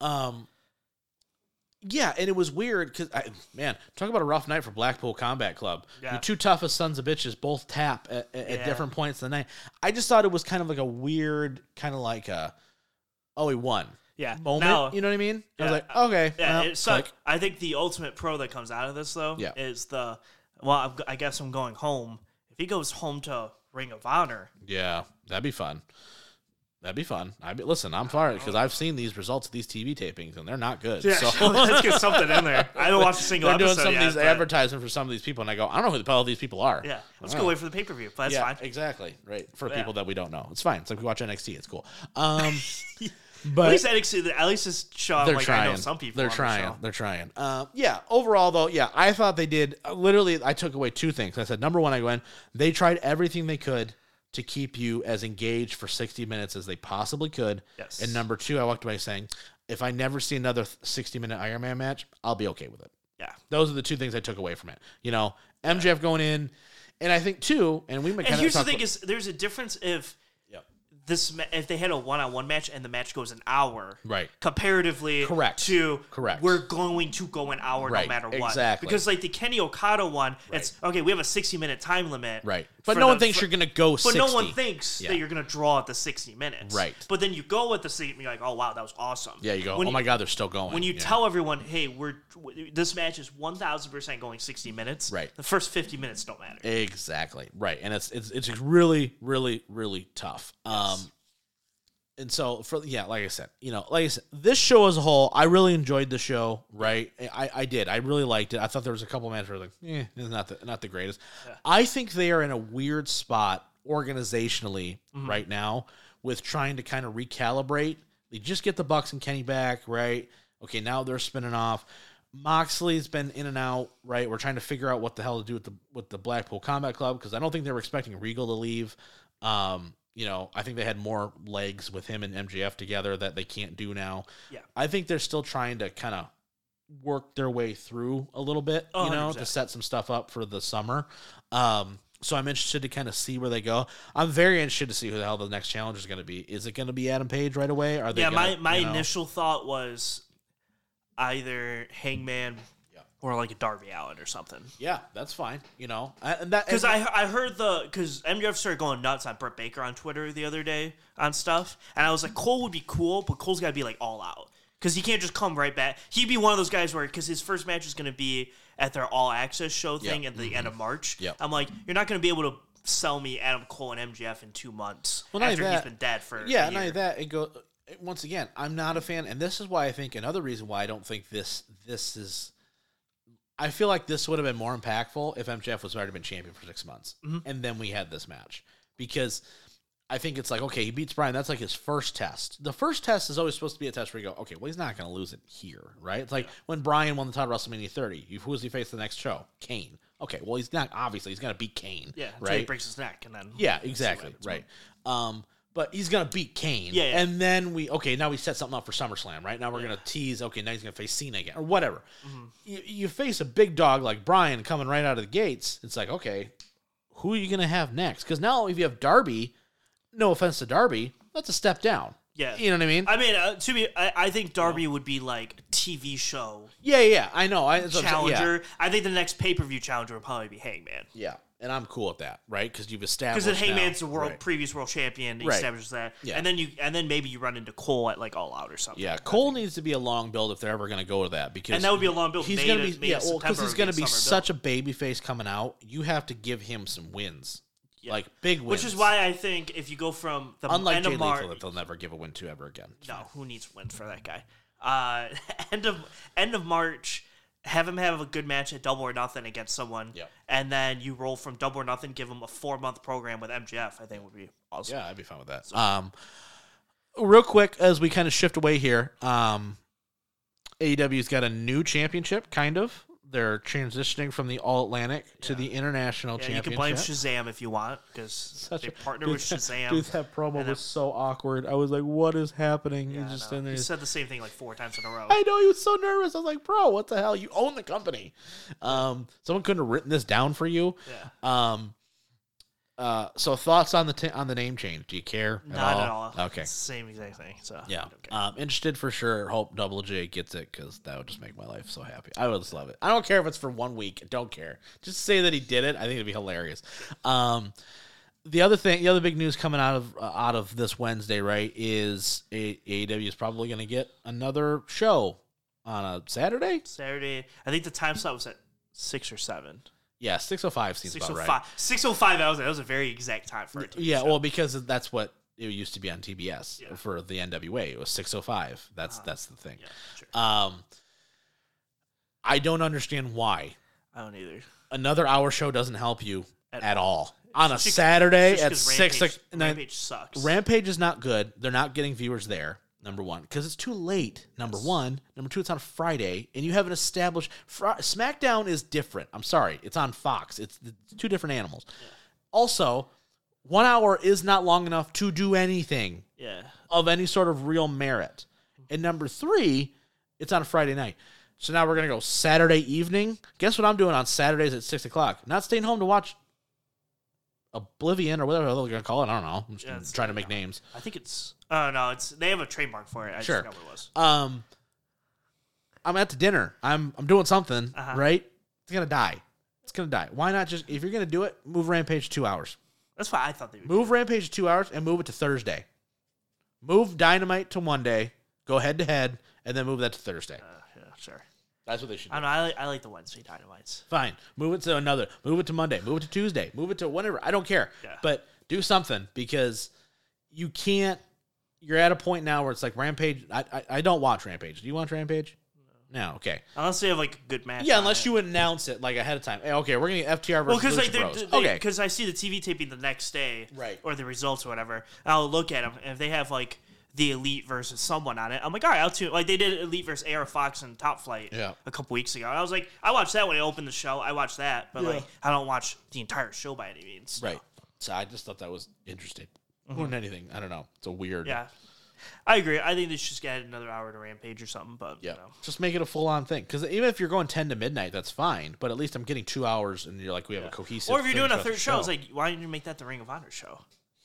[SPEAKER 1] Um, yeah, and it was weird because man, talk about a rough night for Blackpool Combat Club.
[SPEAKER 2] Yeah.
[SPEAKER 1] Your two toughest sons of bitches both tap at, at, at
[SPEAKER 2] Yeah.
[SPEAKER 1] different points in the night. I just thought it was kind of like a weird, kind of like a oh he won
[SPEAKER 2] yeah,
[SPEAKER 1] moment.
[SPEAKER 2] Now-
[SPEAKER 1] you know what I mean? I was
[SPEAKER 2] Yeah.
[SPEAKER 1] like, okay,
[SPEAKER 2] Yeah,
[SPEAKER 1] well,
[SPEAKER 2] it sucked.
[SPEAKER 1] click.
[SPEAKER 2] I think the ultimate pro that comes out of this though
[SPEAKER 1] Yeah.
[SPEAKER 2] is the well, I'm, I guess I'm going home. If he goes home to Ring of Honor,
[SPEAKER 1] Yeah, that'd be fun. That'd be fun. I be, listen, I'm fired
[SPEAKER 2] Oh.
[SPEAKER 1] because I've seen these results of these TV tapings and they're not good. So.
[SPEAKER 2] let's get something in there. I haven't watched a single
[SPEAKER 1] They're doing
[SPEAKER 2] episode
[SPEAKER 1] some
[SPEAKER 2] yet.
[SPEAKER 1] of these
[SPEAKER 2] but-
[SPEAKER 1] advertising for some of these people, and I go, I don't know who the hell these people are.
[SPEAKER 2] yeah, let's
[SPEAKER 1] Wow.
[SPEAKER 2] go wait for the pay per view. But that's
[SPEAKER 1] yeah,
[SPEAKER 2] fine.
[SPEAKER 1] exactly. Right for
[SPEAKER 2] Yeah.
[SPEAKER 1] people that we don't know, it's fine. It's like we watch NXT. It's cool. Um,
[SPEAKER 2] At
[SPEAKER 1] but
[SPEAKER 2] least NXT, at least this show, I'm
[SPEAKER 1] they're
[SPEAKER 2] like
[SPEAKER 1] trying.
[SPEAKER 2] I know some people.
[SPEAKER 1] They're
[SPEAKER 2] on the
[SPEAKER 1] trying.
[SPEAKER 2] show.
[SPEAKER 1] They're trying. Uh, yeah. Overall, though, yeah, I thought they did. uh, Literally, I took away two things. I said, number one, I went. They tried everything they could to keep you as engaged for sixty minutes as they possibly could.
[SPEAKER 2] Yes.
[SPEAKER 1] And number two, I walked away saying, if I never see another sixty-minute Iron Man match, I'll be okay with it.
[SPEAKER 2] Yeah.
[SPEAKER 1] Those are the two things I took away from it. You know, MJF going in, and I think too, and we might
[SPEAKER 2] And
[SPEAKER 1] kind
[SPEAKER 2] here's
[SPEAKER 1] of
[SPEAKER 2] the
[SPEAKER 1] talk
[SPEAKER 2] thing: is there's a difference if
[SPEAKER 1] Yep.
[SPEAKER 2] this ma- if they had a one on one match and the match goes an hour,
[SPEAKER 1] Right.
[SPEAKER 2] Comparatively,
[SPEAKER 1] Correct.
[SPEAKER 2] To
[SPEAKER 1] Correct.
[SPEAKER 2] we're going to go an hour
[SPEAKER 1] Right,
[SPEAKER 2] no matter what.
[SPEAKER 1] exactly.
[SPEAKER 2] Because like the Kenny Okada one, it's okay. We have a 60 minute time limit.
[SPEAKER 1] right, but
[SPEAKER 2] for
[SPEAKER 1] no
[SPEAKER 2] the-
[SPEAKER 1] one thinks
[SPEAKER 2] for-
[SPEAKER 1] you're gonna go.
[SPEAKER 2] But
[SPEAKER 1] 60.
[SPEAKER 2] no one thinks
[SPEAKER 1] Yeah.
[SPEAKER 2] that you're going to draw at the 60 minutes.
[SPEAKER 1] Right.
[SPEAKER 2] But then you go at the 60, and you're like, oh wow, that was awesome.
[SPEAKER 1] Yeah, you go.
[SPEAKER 2] When
[SPEAKER 1] oh my god, they're still going.
[SPEAKER 2] when you
[SPEAKER 1] Yeah.
[SPEAKER 2] tell everyone, "Hey, we're w- this match is one thousand percent going sixty minutes,"
[SPEAKER 1] Right.
[SPEAKER 2] The first fifty minutes don't matter.
[SPEAKER 1] Exactly. Right. And it's it's it's really really really tough. Um and so for yeah, like I said, you know, like I said, this show as a whole, I really enjoyed the show, right? I I did. I really liked it. I thought there was a couple matches where I was like, eh, it's not the not the greatest. I think they are in a weird spot organizationally right now with trying to kind of recalibrate. They just get the Bucks and Kenny back, right? Okay, now they're spinning off. Moxley's been in and out, right? We're trying to figure out what the hell to do with the with the Blackpool Combat Club because I don't think they were expecting Regal to leave. Um, you know, I think they had more legs with him and MJF together that they can't do now.
[SPEAKER 2] Yeah.
[SPEAKER 1] I think they're still trying to kind of work their way through a little bit,
[SPEAKER 2] Oh,
[SPEAKER 1] you know, to
[SPEAKER 2] 100%.
[SPEAKER 1] set some stuff up for the summer. Um, so I'm interested to kind of see where they go. I'm very interested to see who the hell the next challenger is going to be. Is it going to be Adam Page right away? Are they?
[SPEAKER 2] yeah,
[SPEAKER 1] gonna,
[SPEAKER 2] my my
[SPEAKER 1] you know-
[SPEAKER 2] initial thought was either Hangman
[SPEAKER 1] Yeah.
[SPEAKER 2] or like a Darby Allen or something.
[SPEAKER 1] Yeah, that's fine. You know, I- and that
[SPEAKER 2] Because I I heard the because MJF started going nuts on Britt Baker on Twitter the other day on stuff, and I was like, Cole would be cool, but Cole's got to be like all out because he can't just come right back. He'd be one of those guys where because his first match is going to be at their all access show thing
[SPEAKER 1] Yeah. Mm-hmm.
[SPEAKER 2] at the end of March.
[SPEAKER 1] Yeah.
[SPEAKER 2] I'm like, you're not going to be able to sell me Adam Cole and MJF in two months
[SPEAKER 1] Well, not
[SPEAKER 2] after
[SPEAKER 1] that-
[SPEAKER 2] he's been dead for a
[SPEAKER 1] yeah,
[SPEAKER 2] year.
[SPEAKER 1] not only that, it go once again. I'm not a fan, and this is why I think another reason why I don't think this this is. I feel like this would have been more impactful if MJF was already been champion for six months,
[SPEAKER 2] Mm-hmm.
[SPEAKER 1] and then we had this match because I think it's like okay, he beats Brian. That's like his first test. The first test is always supposed to be a test where you go, okay, well he's not going to lose it here, right? It's like when Brian won the title at WrestleMania 30. you- Who does he face the next show? Kane. Okay, well he's not obviously he's going to beat Kane.
[SPEAKER 2] Yeah, until he
[SPEAKER 1] right.
[SPEAKER 2] breaks his neck and then
[SPEAKER 1] Yeah, exactly. Right. Um, but he's gonna beat Kane.
[SPEAKER 2] Yeah, yeah.
[SPEAKER 1] And then we okay, now we set something up for SummerSlam, right? Now we're gonna tease, okay, now he's gonna face Cena again or whatever.
[SPEAKER 2] Mm-hmm.
[SPEAKER 1] You, you face a big dog like Brian coming right out of the gates, it's like, okay, who are you gonna have next? Because now if you have Darby, no offense to Darby, that's a step down.
[SPEAKER 2] Yeah.
[SPEAKER 1] You know what I mean?
[SPEAKER 2] I mean, uh, to be, I, I think Darby would be like TV show
[SPEAKER 1] yeah, yeah, yeah, I know. I that's what I'm saying, yeah.
[SPEAKER 2] challenger. I think the next pay per view challenger would probably be Hangman
[SPEAKER 1] Yeah. And I'm cool with that, right? Because you've established
[SPEAKER 2] because then
[SPEAKER 1] now-
[SPEAKER 2] Hangman's the world
[SPEAKER 1] right.
[SPEAKER 2] previous world champion. He
[SPEAKER 1] Right.
[SPEAKER 2] establishes that,
[SPEAKER 1] Yeah.
[SPEAKER 2] and then you and then maybe you run into Cole at like All Out or something.
[SPEAKER 1] Yeah, Cole needs to be a long build if they're ever going to go to that because
[SPEAKER 2] And that would be a long build.
[SPEAKER 1] He's
[SPEAKER 2] May
[SPEAKER 1] going to
[SPEAKER 2] to-
[SPEAKER 1] be
[SPEAKER 2] May
[SPEAKER 1] yeah,
[SPEAKER 2] to
[SPEAKER 1] well, because
[SPEAKER 2] September
[SPEAKER 1] he's
[SPEAKER 2] would
[SPEAKER 1] going to
[SPEAKER 2] a
[SPEAKER 1] be
[SPEAKER 2] summer
[SPEAKER 1] such a baby face coming out. You have to give him some wins, like big wins,
[SPEAKER 2] build. which is why I think if you go from the
[SPEAKER 1] unlike
[SPEAKER 2] end
[SPEAKER 1] Jay
[SPEAKER 2] of March,
[SPEAKER 1] Lethal, that they'll never give a win to ever again.
[SPEAKER 2] no, who needs wins for that guy? Uh, end of end of March, have him have a good match at Double or Nothing against someone,
[SPEAKER 1] Yep.
[SPEAKER 2] and then you roll from Double or Nothing, give him a four month program with MGF. I think would be awesome.
[SPEAKER 1] Yeah, I'd be fine with that. Um, real quick, as we kind of shift away here, um, AEW's got a new championship, kind of. They're transitioning from the All Atlantic to the International
[SPEAKER 2] Yeah, you
[SPEAKER 1] Championship.
[SPEAKER 2] can blame Shazam if you want because
[SPEAKER 1] Such
[SPEAKER 2] they
[SPEAKER 1] a-
[SPEAKER 2] partner
[SPEAKER 1] dude,
[SPEAKER 2] with
[SPEAKER 1] that-
[SPEAKER 2] Shazam.
[SPEAKER 1] Dude, that promo was so awkward. I was like, "What is happening?"
[SPEAKER 2] Yeah, I
[SPEAKER 1] He's just
[SPEAKER 2] know.
[SPEAKER 1] in
[SPEAKER 2] He
[SPEAKER 1] there.
[SPEAKER 2] said the same thing like four times in a row.
[SPEAKER 1] I know he was so nervous. I was like, "Bro, what the hell? You own the company. Um, someone couldn't have written this down for you."
[SPEAKER 2] Yeah.
[SPEAKER 1] Um, uh, so thoughts on the t- on the name change? Do you care? At
[SPEAKER 2] Not
[SPEAKER 1] all?
[SPEAKER 2] at all.
[SPEAKER 1] Okay.
[SPEAKER 2] It's the same exact thing. So
[SPEAKER 1] Yeah,
[SPEAKER 2] I don't care.
[SPEAKER 1] um, interested for sure. Hope Double J gets it because that would just make my life so happy. I would just love it. I don't care if it's for one week. I Don't care. Just say that he did it. I think it'd be hilarious. Um, the other thing, the other big news coming out of uh, out of this Wednesday, right, is A- AEW is probably going to get another show on a Saturday.
[SPEAKER 2] Saturday, I think the time slot was at six or seven.
[SPEAKER 1] Yeah, six oh five seems
[SPEAKER 2] Six
[SPEAKER 1] about
[SPEAKER 2] oh
[SPEAKER 1] right.
[SPEAKER 2] five. Six oh five. That was that was a very exact time for it.
[SPEAKER 1] Yeah, well, because that's what it used to be on TBS
[SPEAKER 2] Yeah. Ah.
[SPEAKER 1] for the NWA. It was six oh five. That's that's the thing.
[SPEAKER 2] yeah, sure.
[SPEAKER 1] Um, I don't understand why
[SPEAKER 2] I don't either.
[SPEAKER 1] another hour show doesn't help you
[SPEAKER 2] At
[SPEAKER 1] at, all on a
[SPEAKER 2] Just 'cause-
[SPEAKER 1] Saturday
[SPEAKER 2] Just
[SPEAKER 1] at
[SPEAKER 2] 'cause
[SPEAKER 1] six.
[SPEAKER 2] Rampage,
[SPEAKER 1] Rampage,
[SPEAKER 2] Rampage sucks.
[SPEAKER 1] Rampage is not good. They're not getting viewers there. Number one, because it's too late. Number one, number two, it's on Friday, and you haven't established. Fri- SmackDown is different. I'm sorry, it's on Fox. It's, it's two different animals. Also, one hour is not long enough to do anything
[SPEAKER 2] yeah,
[SPEAKER 1] of any sort of real merit. And number three, it's on a Friday night. So now we're gonna go Saturday evening. Guess what I'm doing on Saturdays at six o'clock? Not staying home to watch Oblivion or whatever they're gonna call it. I don't know. I'm just
[SPEAKER 2] Yeah, it's-
[SPEAKER 1] trying to make names.
[SPEAKER 2] I think it's. Oh no, it's they have a trademark for it. I
[SPEAKER 1] Sure.
[SPEAKER 2] just forgot what it was.
[SPEAKER 1] Um, I'm at the dinner. I'm I'm doing something
[SPEAKER 2] Uh-huh.
[SPEAKER 1] right. It's gonna die. It's gonna die. Why not just if you're gonna do it, move Rampage two hours.
[SPEAKER 2] That's why I thought they would.
[SPEAKER 1] Move Rampage to two hours and move it to Thursday. Move Dynamite to one day. Go head to head and then move that to Thursday.
[SPEAKER 2] Uh, yeah, sure.
[SPEAKER 1] That's what they should do.
[SPEAKER 2] I don't know. I like, I like the Wednesday dynamites.
[SPEAKER 1] Fine. Move it to another. Move it to Monday. Move it to Tuesday. Move it to whenever. I don't care.
[SPEAKER 2] Yeah.
[SPEAKER 1] But do something because you can't. You're at a point now where it's like Rampage. I I, I don't watch Rampage. Do you watch Rampage? No. Okay.
[SPEAKER 2] Unless they have like a good match.
[SPEAKER 1] Yeah,
[SPEAKER 2] on
[SPEAKER 1] unless
[SPEAKER 2] it.
[SPEAKER 1] you announce it like ahead of time. Hey, okay, we're gonna get FTR
[SPEAKER 2] Well,
[SPEAKER 1] versus
[SPEAKER 2] because like
[SPEAKER 1] Lucha
[SPEAKER 2] they,
[SPEAKER 1] Bros.
[SPEAKER 2] they,
[SPEAKER 1] okay.
[SPEAKER 2] because I see the TV taping the next day,
[SPEAKER 1] Right.
[SPEAKER 2] Or the results or whatever. And I'll look at them, and if they have like the Elite versus someone on it, I'm like, all right, I'll tune. Like they did Elite versus AR Fox and Top Flight,
[SPEAKER 1] Yeah.
[SPEAKER 2] a couple weeks ago. And I was like, I watched that when I opened the show. I watched that, but like I don't watch the entire show by any means.
[SPEAKER 1] Right. So I just thought that was interesting. More than anything, I don't know. It's a weird.
[SPEAKER 2] Yeah, I agree. I think they should just add another hour to Rampage or something. But
[SPEAKER 1] Yeah.
[SPEAKER 2] you know,
[SPEAKER 1] Just make it a full on thing. Because even if you're going 10 to midnight, that's fine. But at least I'm getting two hours and you're like, we have a cohesive.
[SPEAKER 2] or if you're
[SPEAKER 1] thing
[SPEAKER 2] doing a
[SPEAKER 1] throughout the
[SPEAKER 2] third show, it's like why didn't you make that the Ring of Honor show?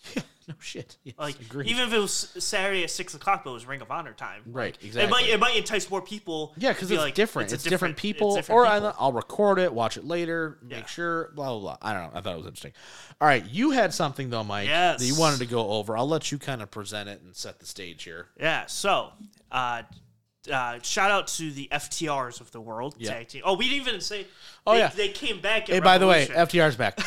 [SPEAKER 1] no shit. Yes,
[SPEAKER 2] Like
[SPEAKER 1] agreed.
[SPEAKER 2] even if it was Saturday at six o'clock, but it was Ring of Honor time.
[SPEAKER 1] Right,
[SPEAKER 2] It might
[SPEAKER 1] exactly.
[SPEAKER 2] it might entice more people.
[SPEAKER 1] Yeah,
[SPEAKER 2] to
[SPEAKER 1] because
[SPEAKER 2] be
[SPEAKER 1] it's
[SPEAKER 2] like,
[SPEAKER 1] different. It's,
[SPEAKER 2] a
[SPEAKER 1] different,
[SPEAKER 2] it's
[SPEAKER 1] people.
[SPEAKER 2] different
[SPEAKER 1] or
[SPEAKER 2] people.
[SPEAKER 1] I, I'll record it, watch it later,
[SPEAKER 2] Yeah.
[SPEAKER 1] make sure, blah, blah, blah. I don't know. I thought it was interesting. All right. You had something, though, Mike, that you
[SPEAKER 2] Yes.
[SPEAKER 1] wanted to go over. I'll let you kind of present it and set the stage here.
[SPEAKER 2] yeah. So, uh, uh, shout out to the FTRs of the world
[SPEAKER 1] Yeah.
[SPEAKER 2] tag team. Oh, we didn't even say.
[SPEAKER 1] Oh,
[SPEAKER 2] they,
[SPEAKER 1] yeah.
[SPEAKER 2] they came back. At
[SPEAKER 1] Hey, by the way,
[SPEAKER 2] Revolution.
[SPEAKER 1] FTR's back.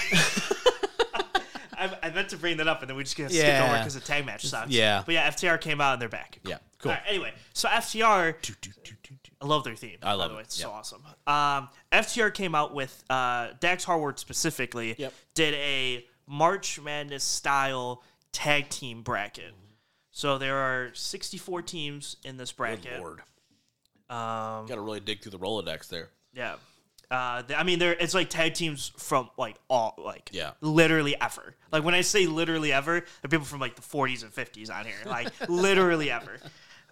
[SPEAKER 2] I, I meant to bring that up, and then we just gonna skip
[SPEAKER 1] Yeah.
[SPEAKER 2] over because the tag match sucks.
[SPEAKER 1] Yeah.
[SPEAKER 2] but yeah, FTR came out and they're back.
[SPEAKER 1] Yeah, cool.
[SPEAKER 2] All right, anyway, so FTR
[SPEAKER 1] Do, do, do, do, do.
[SPEAKER 2] I love their theme. I
[SPEAKER 1] love
[SPEAKER 2] the
[SPEAKER 1] it,
[SPEAKER 2] way. It's
[SPEAKER 1] yeah.
[SPEAKER 2] so awesome. Um, FTR came out with uh, Dax Harward specifically.
[SPEAKER 1] Yep.
[SPEAKER 2] Did a March Madness style tag team bracket. So there are 64 teams in this bracket.
[SPEAKER 1] Good Lord.
[SPEAKER 2] Um,
[SPEAKER 1] Got to really dig through the Rolodex there.
[SPEAKER 2] yeah. Uh, th- I mean, there it's like tag teams from like all like
[SPEAKER 1] Yeah.
[SPEAKER 2] literally ever. Like when I say literally ever, there are people from like the 40s and 50s on here. Like literally ever.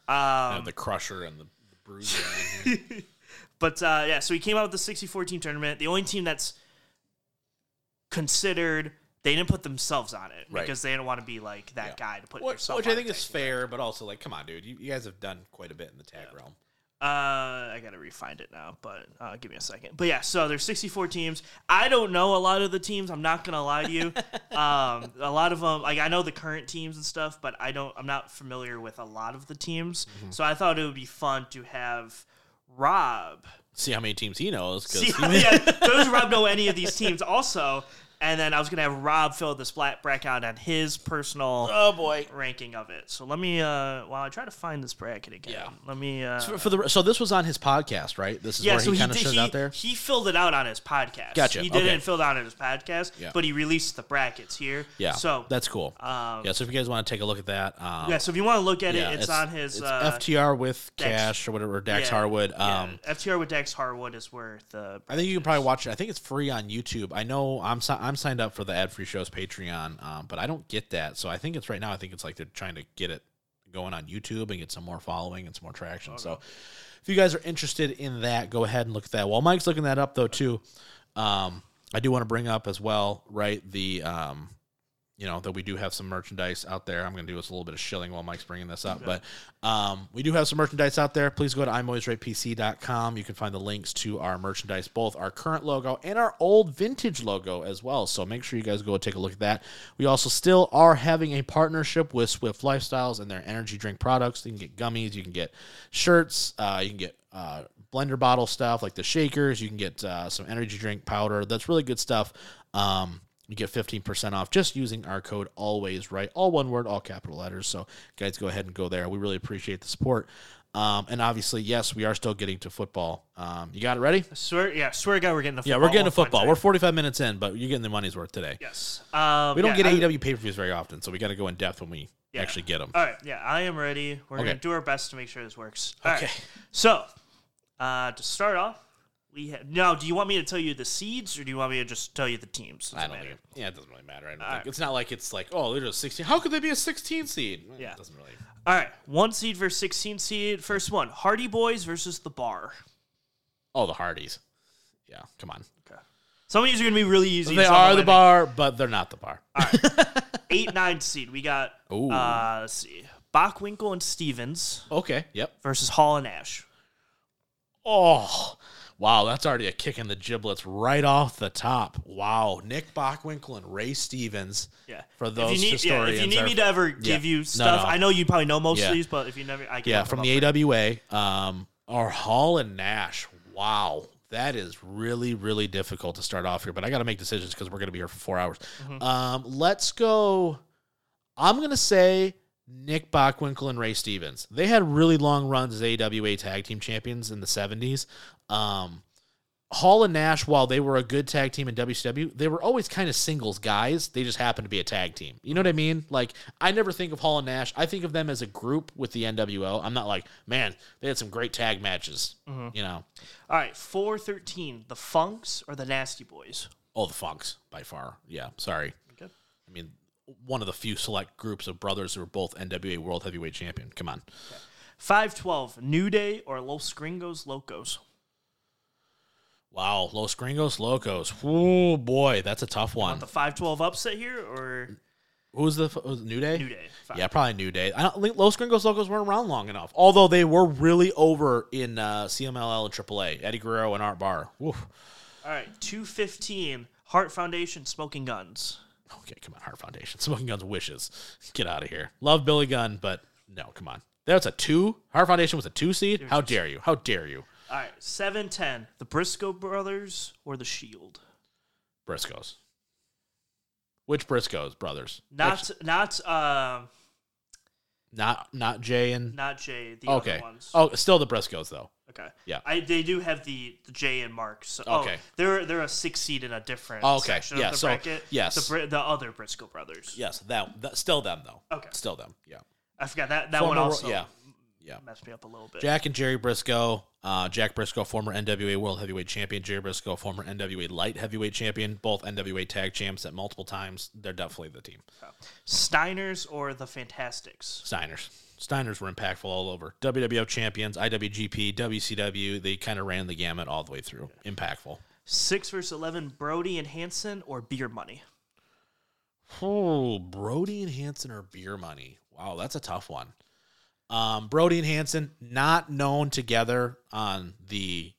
[SPEAKER 2] Um,
[SPEAKER 1] the Crusher and the, the Bruiser.
[SPEAKER 2] But uh, yeah, so he came out with the 64 team tournament. The only team that's considered, they didn't put themselves on it
[SPEAKER 1] Right.
[SPEAKER 2] because they didn't want to be like that
[SPEAKER 1] Yeah.
[SPEAKER 2] guy to put
[SPEAKER 1] Wh-
[SPEAKER 2] yourself
[SPEAKER 1] which
[SPEAKER 2] on
[SPEAKER 1] I think
[SPEAKER 2] it.
[SPEAKER 1] is fair, but also like, come on, dude, you, you guys have done quite a bit in the tag realm.
[SPEAKER 2] Uh, I gotta refind it now, but uh, give me a second. But yeah, so there's 64 teams. I don't know a lot of the teams. I'm not gonna lie to you. um, a lot of them, like I know the current teams and stuff, but I don't. I'm not familiar with a lot of the teams.
[SPEAKER 1] Mm-hmm.
[SPEAKER 2] So I thought it would be fun to have Rob
[SPEAKER 1] See how many teams he knows. 'cause
[SPEAKER 2] See,
[SPEAKER 1] he-
[SPEAKER 2] yeah, does Rob know any of these teams? Also, And then I was gonna have Rob fill this black bracket out on his personal
[SPEAKER 1] Oh boy.
[SPEAKER 2] ranking of it. So let me uh while I try to find this bracket again.
[SPEAKER 1] Yeah.
[SPEAKER 2] Let me uh
[SPEAKER 1] For, for the so this was on his podcast, right? This is
[SPEAKER 2] yeah,
[SPEAKER 1] where
[SPEAKER 2] so
[SPEAKER 1] he
[SPEAKER 2] he,
[SPEAKER 1] kind of
[SPEAKER 2] did,
[SPEAKER 1] showed
[SPEAKER 2] he,
[SPEAKER 1] it out there.
[SPEAKER 2] he filled it out on his podcast.
[SPEAKER 1] Gotcha,
[SPEAKER 2] He didn't
[SPEAKER 1] okay.
[SPEAKER 2] fill it out on his podcast,
[SPEAKER 1] Yeah.
[SPEAKER 2] but he released the brackets here.
[SPEAKER 1] Yeah.
[SPEAKER 2] So
[SPEAKER 1] that's cool.
[SPEAKER 2] um,
[SPEAKER 1] yeah. So if you guys want to take a look at that, um,
[SPEAKER 2] yeah, so if you want to look at
[SPEAKER 1] yeah,
[SPEAKER 2] it, it's, on his
[SPEAKER 1] it's
[SPEAKER 2] uh,
[SPEAKER 1] FTR with
[SPEAKER 2] Dax-
[SPEAKER 1] Cash or whatever Dax
[SPEAKER 2] yeah,
[SPEAKER 1] Harwood.
[SPEAKER 2] yeah,
[SPEAKER 1] Um,
[SPEAKER 2] FTR with Dex Harwood is where the
[SPEAKER 1] I think you can probably watch it. I think it's free on YouTube. I know I'm si- I'm signed up for the ad free shows Patreon, um, but I don't get that. So I think it's right now. I think it's like they're trying to get it going on YouTube and get some more following and some more traction. So if you guys are interested in that, go ahead and look at that. While Mike's looking that up though too, um, I do want to bring up as well, right? The um, you know that we do have some merchandise out there. I'm going to do us a little bit of shilling while Mike's bringing this up, but um, we do have some merchandise out there. Please go to imalwaysrightpc.com. You can find the links to our merchandise, both our current logo and our old vintage logo as well. So make sure you guys go take a look at that. We also still are having a partnership with Swift Lifestyles and their energy drink products. You can get gummies, you can get shirts, uh, you can get uh, blender bottle stuff like the shakers. You can get uh, some energy drink powder. That's really good stuff. Um, you get 15% off just using our code always right all one word all capital letters so guys go ahead and go there we really appreciate the support um, and obviously yes we are still getting to football um, you got it ready
[SPEAKER 2] swear yeah, swear to God we're getting the
[SPEAKER 1] yeah
[SPEAKER 2] football.
[SPEAKER 1] we're getting to
[SPEAKER 2] one
[SPEAKER 1] football
[SPEAKER 2] Wednesday.
[SPEAKER 1] we're 45 minutes in but you're getting the money's worth today
[SPEAKER 2] yes. Um,
[SPEAKER 1] we don't
[SPEAKER 2] yeah,
[SPEAKER 1] get
[SPEAKER 2] I-
[SPEAKER 1] AEW pay-per-views very often so we got to go in depth when we
[SPEAKER 2] Yeah.
[SPEAKER 1] actually get them
[SPEAKER 2] All right, yeah, I am ready. We're
[SPEAKER 1] Okay.
[SPEAKER 2] gonna do our best to make sure this works. All right.
[SPEAKER 1] Okay.
[SPEAKER 2] So, uh, to start off, we have now. Do you want me to tell you the seeds, or do you want me to just tell you the teams? Doesn't
[SPEAKER 1] I don't
[SPEAKER 2] matter.
[SPEAKER 1] think, yeah, it doesn't really matter. I don't
[SPEAKER 2] All
[SPEAKER 1] think.
[SPEAKER 2] right.
[SPEAKER 1] It's not like it's like, oh, they're just 16. How could they be a 16 seed? Eh,
[SPEAKER 2] Yeah.
[SPEAKER 1] It doesn't really.
[SPEAKER 2] All right, one seed versus sixteen seed. First one, Hardy Boys versus the Bar.
[SPEAKER 1] Oh, the Hardys. Yeah, come on.
[SPEAKER 2] Okay. Some of these are gonna be really easy.
[SPEAKER 1] They
[SPEAKER 2] some
[SPEAKER 1] are the
[SPEAKER 2] might be-
[SPEAKER 1] bar, but they're not the bar.
[SPEAKER 2] Eight nine seed. We got.
[SPEAKER 1] Ooh.
[SPEAKER 2] Uh, let's see, Bachwinkle and Stevens
[SPEAKER 1] Okay. Yep.
[SPEAKER 2] versus Hall and Ash.
[SPEAKER 1] Oh, wow. That's already a kick in the giblets right off the top. Wow. Nick Bockwinkel and Ray Stevens.
[SPEAKER 2] Yeah.
[SPEAKER 1] For
[SPEAKER 2] If you
[SPEAKER 1] those
[SPEAKER 2] need- yeah, if you
[SPEAKER 1] historians
[SPEAKER 2] need
[SPEAKER 1] are-
[SPEAKER 2] me to ever give you stuff,
[SPEAKER 1] no.
[SPEAKER 2] I know you probably know most
[SPEAKER 1] Yeah.
[SPEAKER 2] of these, but if you never, I can
[SPEAKER 1] Yeah,
[SPEAKER 2] look them
[SPEAKER 1] from
[SPEAKER 2] up.
[SPEAKER 1] the AWA. Um, are Hall and Nash. Wow. That is really, really difficult to start off here, but I got to make decisions because we're going to be here for four hours. Um, let's go. I'm going to say Nick Bockwinkel and Ray Stevens. They had really long runs as AWA tag team champions in the 70s. Um, Hall and Nash, while they were a good tag team in WCW, they were always kind of singles guys. They just happened to be a tag team. You know what I mean? Like, I never think of Hall and Nash. I think of them as a group with the NWO. I'm not like, man, they had some great tag matches. You know?
[SPEAKER 2] All right, four thirteen. The Funks or the Nasty Boys?
[SPEAKER 1] All Oh, the Funks, by far. Yeah, sorry.
[SPEAKER 2] Okay.
[SPEAKER 1] I mean, one of the few select groups of brothers who were both NWA World Heavyweight Champion. Come on.
[SPEAKER 2] Five twelve. New Day or Los Gringos Locos?
[SPEAKER 1] Wow, Los Gringos Locos. Oh boy, that's a tough one.
[SPEAKER 2] The five twelve upset here or
[SPEAKER 1] Who's the f- was it New Day?
[SPEAKER 2] New Day? Five-
[SPEAKER 1] Yeah, probably New Day. I don't think Los Gringos Locos weren't around long enough. Although they were really over in uh, CMLL and AAA. Eddie Guerrero and Art Barr. Woof.
[SPEAKER 2] All right, two fifteen. Heart Foundation Smoking Guns.
[SPEAKER 1] Okay, come on, Heart Foundation. Smoking Guns wishes. Get out of here. Love Billy Gunn, but no, come on. That's a two. Heart Foundation was a two seed. How dare you? How dare you?
[SPEAKER 2] All right, seven ten. The Briscoe Brothers or the Shield?
[SPEAKER 1] Briscoes. Which Briscoes brothers?
[SPEAKER 2] Not
[SPEAKER 1] Actually,
[SPEAKER 2] not um
[SPEAKER 1] not not Jay and
[SPEAKER 2] not Jay. The
[SPEAKER 1] okay.
[SPEAKER 2] other ones.
[SPEAKER 1] Oh, still the Briscoes though.
[SPEAKER 2] Okay.
[SPEAKER 1] Yeah.
[SPEAKER 2] I they do have the, the J and Mark. So
[SPEAKER 1] Okay.
[SPEAKER 2] oh, they're they're a six seed in a different
[SPEAKER 1] Okay,
[SPEAKER 2] section
[SPEAKER 1] yeah,
[SPEAKER 2] of the
[SPEAKER 1] so-
[SPEAKER 2] bracket.
[SPEAKER 1] yes.
[SPEAKER 2] The Bri- the other Briscoe brothers.
[SPEAKER 1] Yes, that, that still them though.
[SPEAKER 2] Okay.
[SPEAKER 1] Still them. Yeah.
[SPEAKER 2] I forgot that that one
[SPEAKER 1] Former-
[SPEAKER 2] also
[SPEAKER 1] yeah. Yeah.
[SPEAKER 2] messed me up a little bit.
[SPEAKER 1] Jack and Jerry Briscoe. Uh, Jack Briscoe, former NWA World Heavyweight Champion. Jerry Briscoe, former NWA Light Heavyweight Champion. Both NWA Tag Champs at multiple times. They're definitely the team.
[SPEAKER 2] Steiners or the Fantastics?
[SPEAKER 1] Steiners. Steiners were impactful all over. WWF champions, IWGP, WCW. They kind of ran the gamut all the way through. Impactful.
[SPEAKER 2] Six versus eleven, Brody and Hanson or Beer Money?
[SPEAKER 1] Oh, Brody and Hanson or beer money? Wow, that's a tough one. Um, Brody and Hanson not known together on the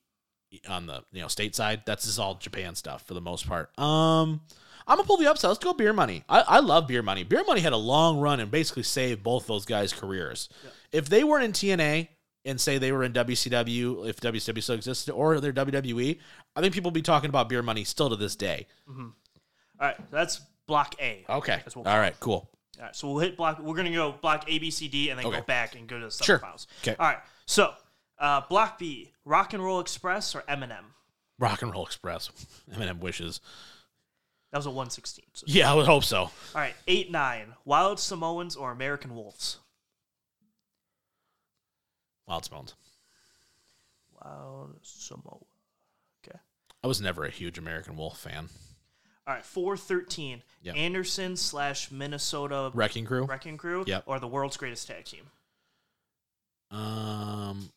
[SPEAKER 1] on the you know stateside. That's just all Japan stuff for the most part. Um, I'm gonna pull the upside. Let's go beer money. I, I love beer money. Beer money had a long run and basically saved both those guys' careers. If they weren't in TNA and say they were in WCW, if WCW E, still existed, or they're WWE, I think people would be talking about beer money still to this day.
[SPEAKER 2] All All right, so that's block A.
[SPEAKER 1] Okay.
[SPEAKER 2] That's
[SPEAKER 1] All
[SPEAKER 2] what-
[SPEAKER 1] right. Cool.
[SPEAKER 2] All right, so we'll hit block. We're gonna go block A, B, C, D, and then
[SPEAKER 1] Okay.
[SPEAKER 2] go back and go to the
[SPEAKER 1] Sure.
[SPEAKER 2] subfiles.
[SPEAKER 1] Okay.
[SPEAKER 2] All right, so uh, block B: Rock and Roll Express or Eminem.
[SPEAKER 1] Rock and Roll Express. Eminem wishes.
[SPEAKER 2] That was a one sixteen. So.
[SPEAKER 1] Yeah, I would hope so.
[SPEAKER 2] All right, eight nine: Wild Samoans or American Wolves.
[SPEAKER 1] Wild Stones.
[SPEAKER 2] Wild Samoa. Okay.
[SPEAKER 1] I was never a huge American Wolf fan.
[SPEAKER 2] All right, four thirteen:
[SPEAKER 1] Yep.
[SPEAKER 2] Anderson slash Minnesota
[SPEAKER 1] Wrecking Crew.
[SPEAKER 2] Wrecking Crew
[SPEAKER 1] Yep.
[SPEAKER 2] or the world's greatest tag team.
[SPEAKER 1] Um.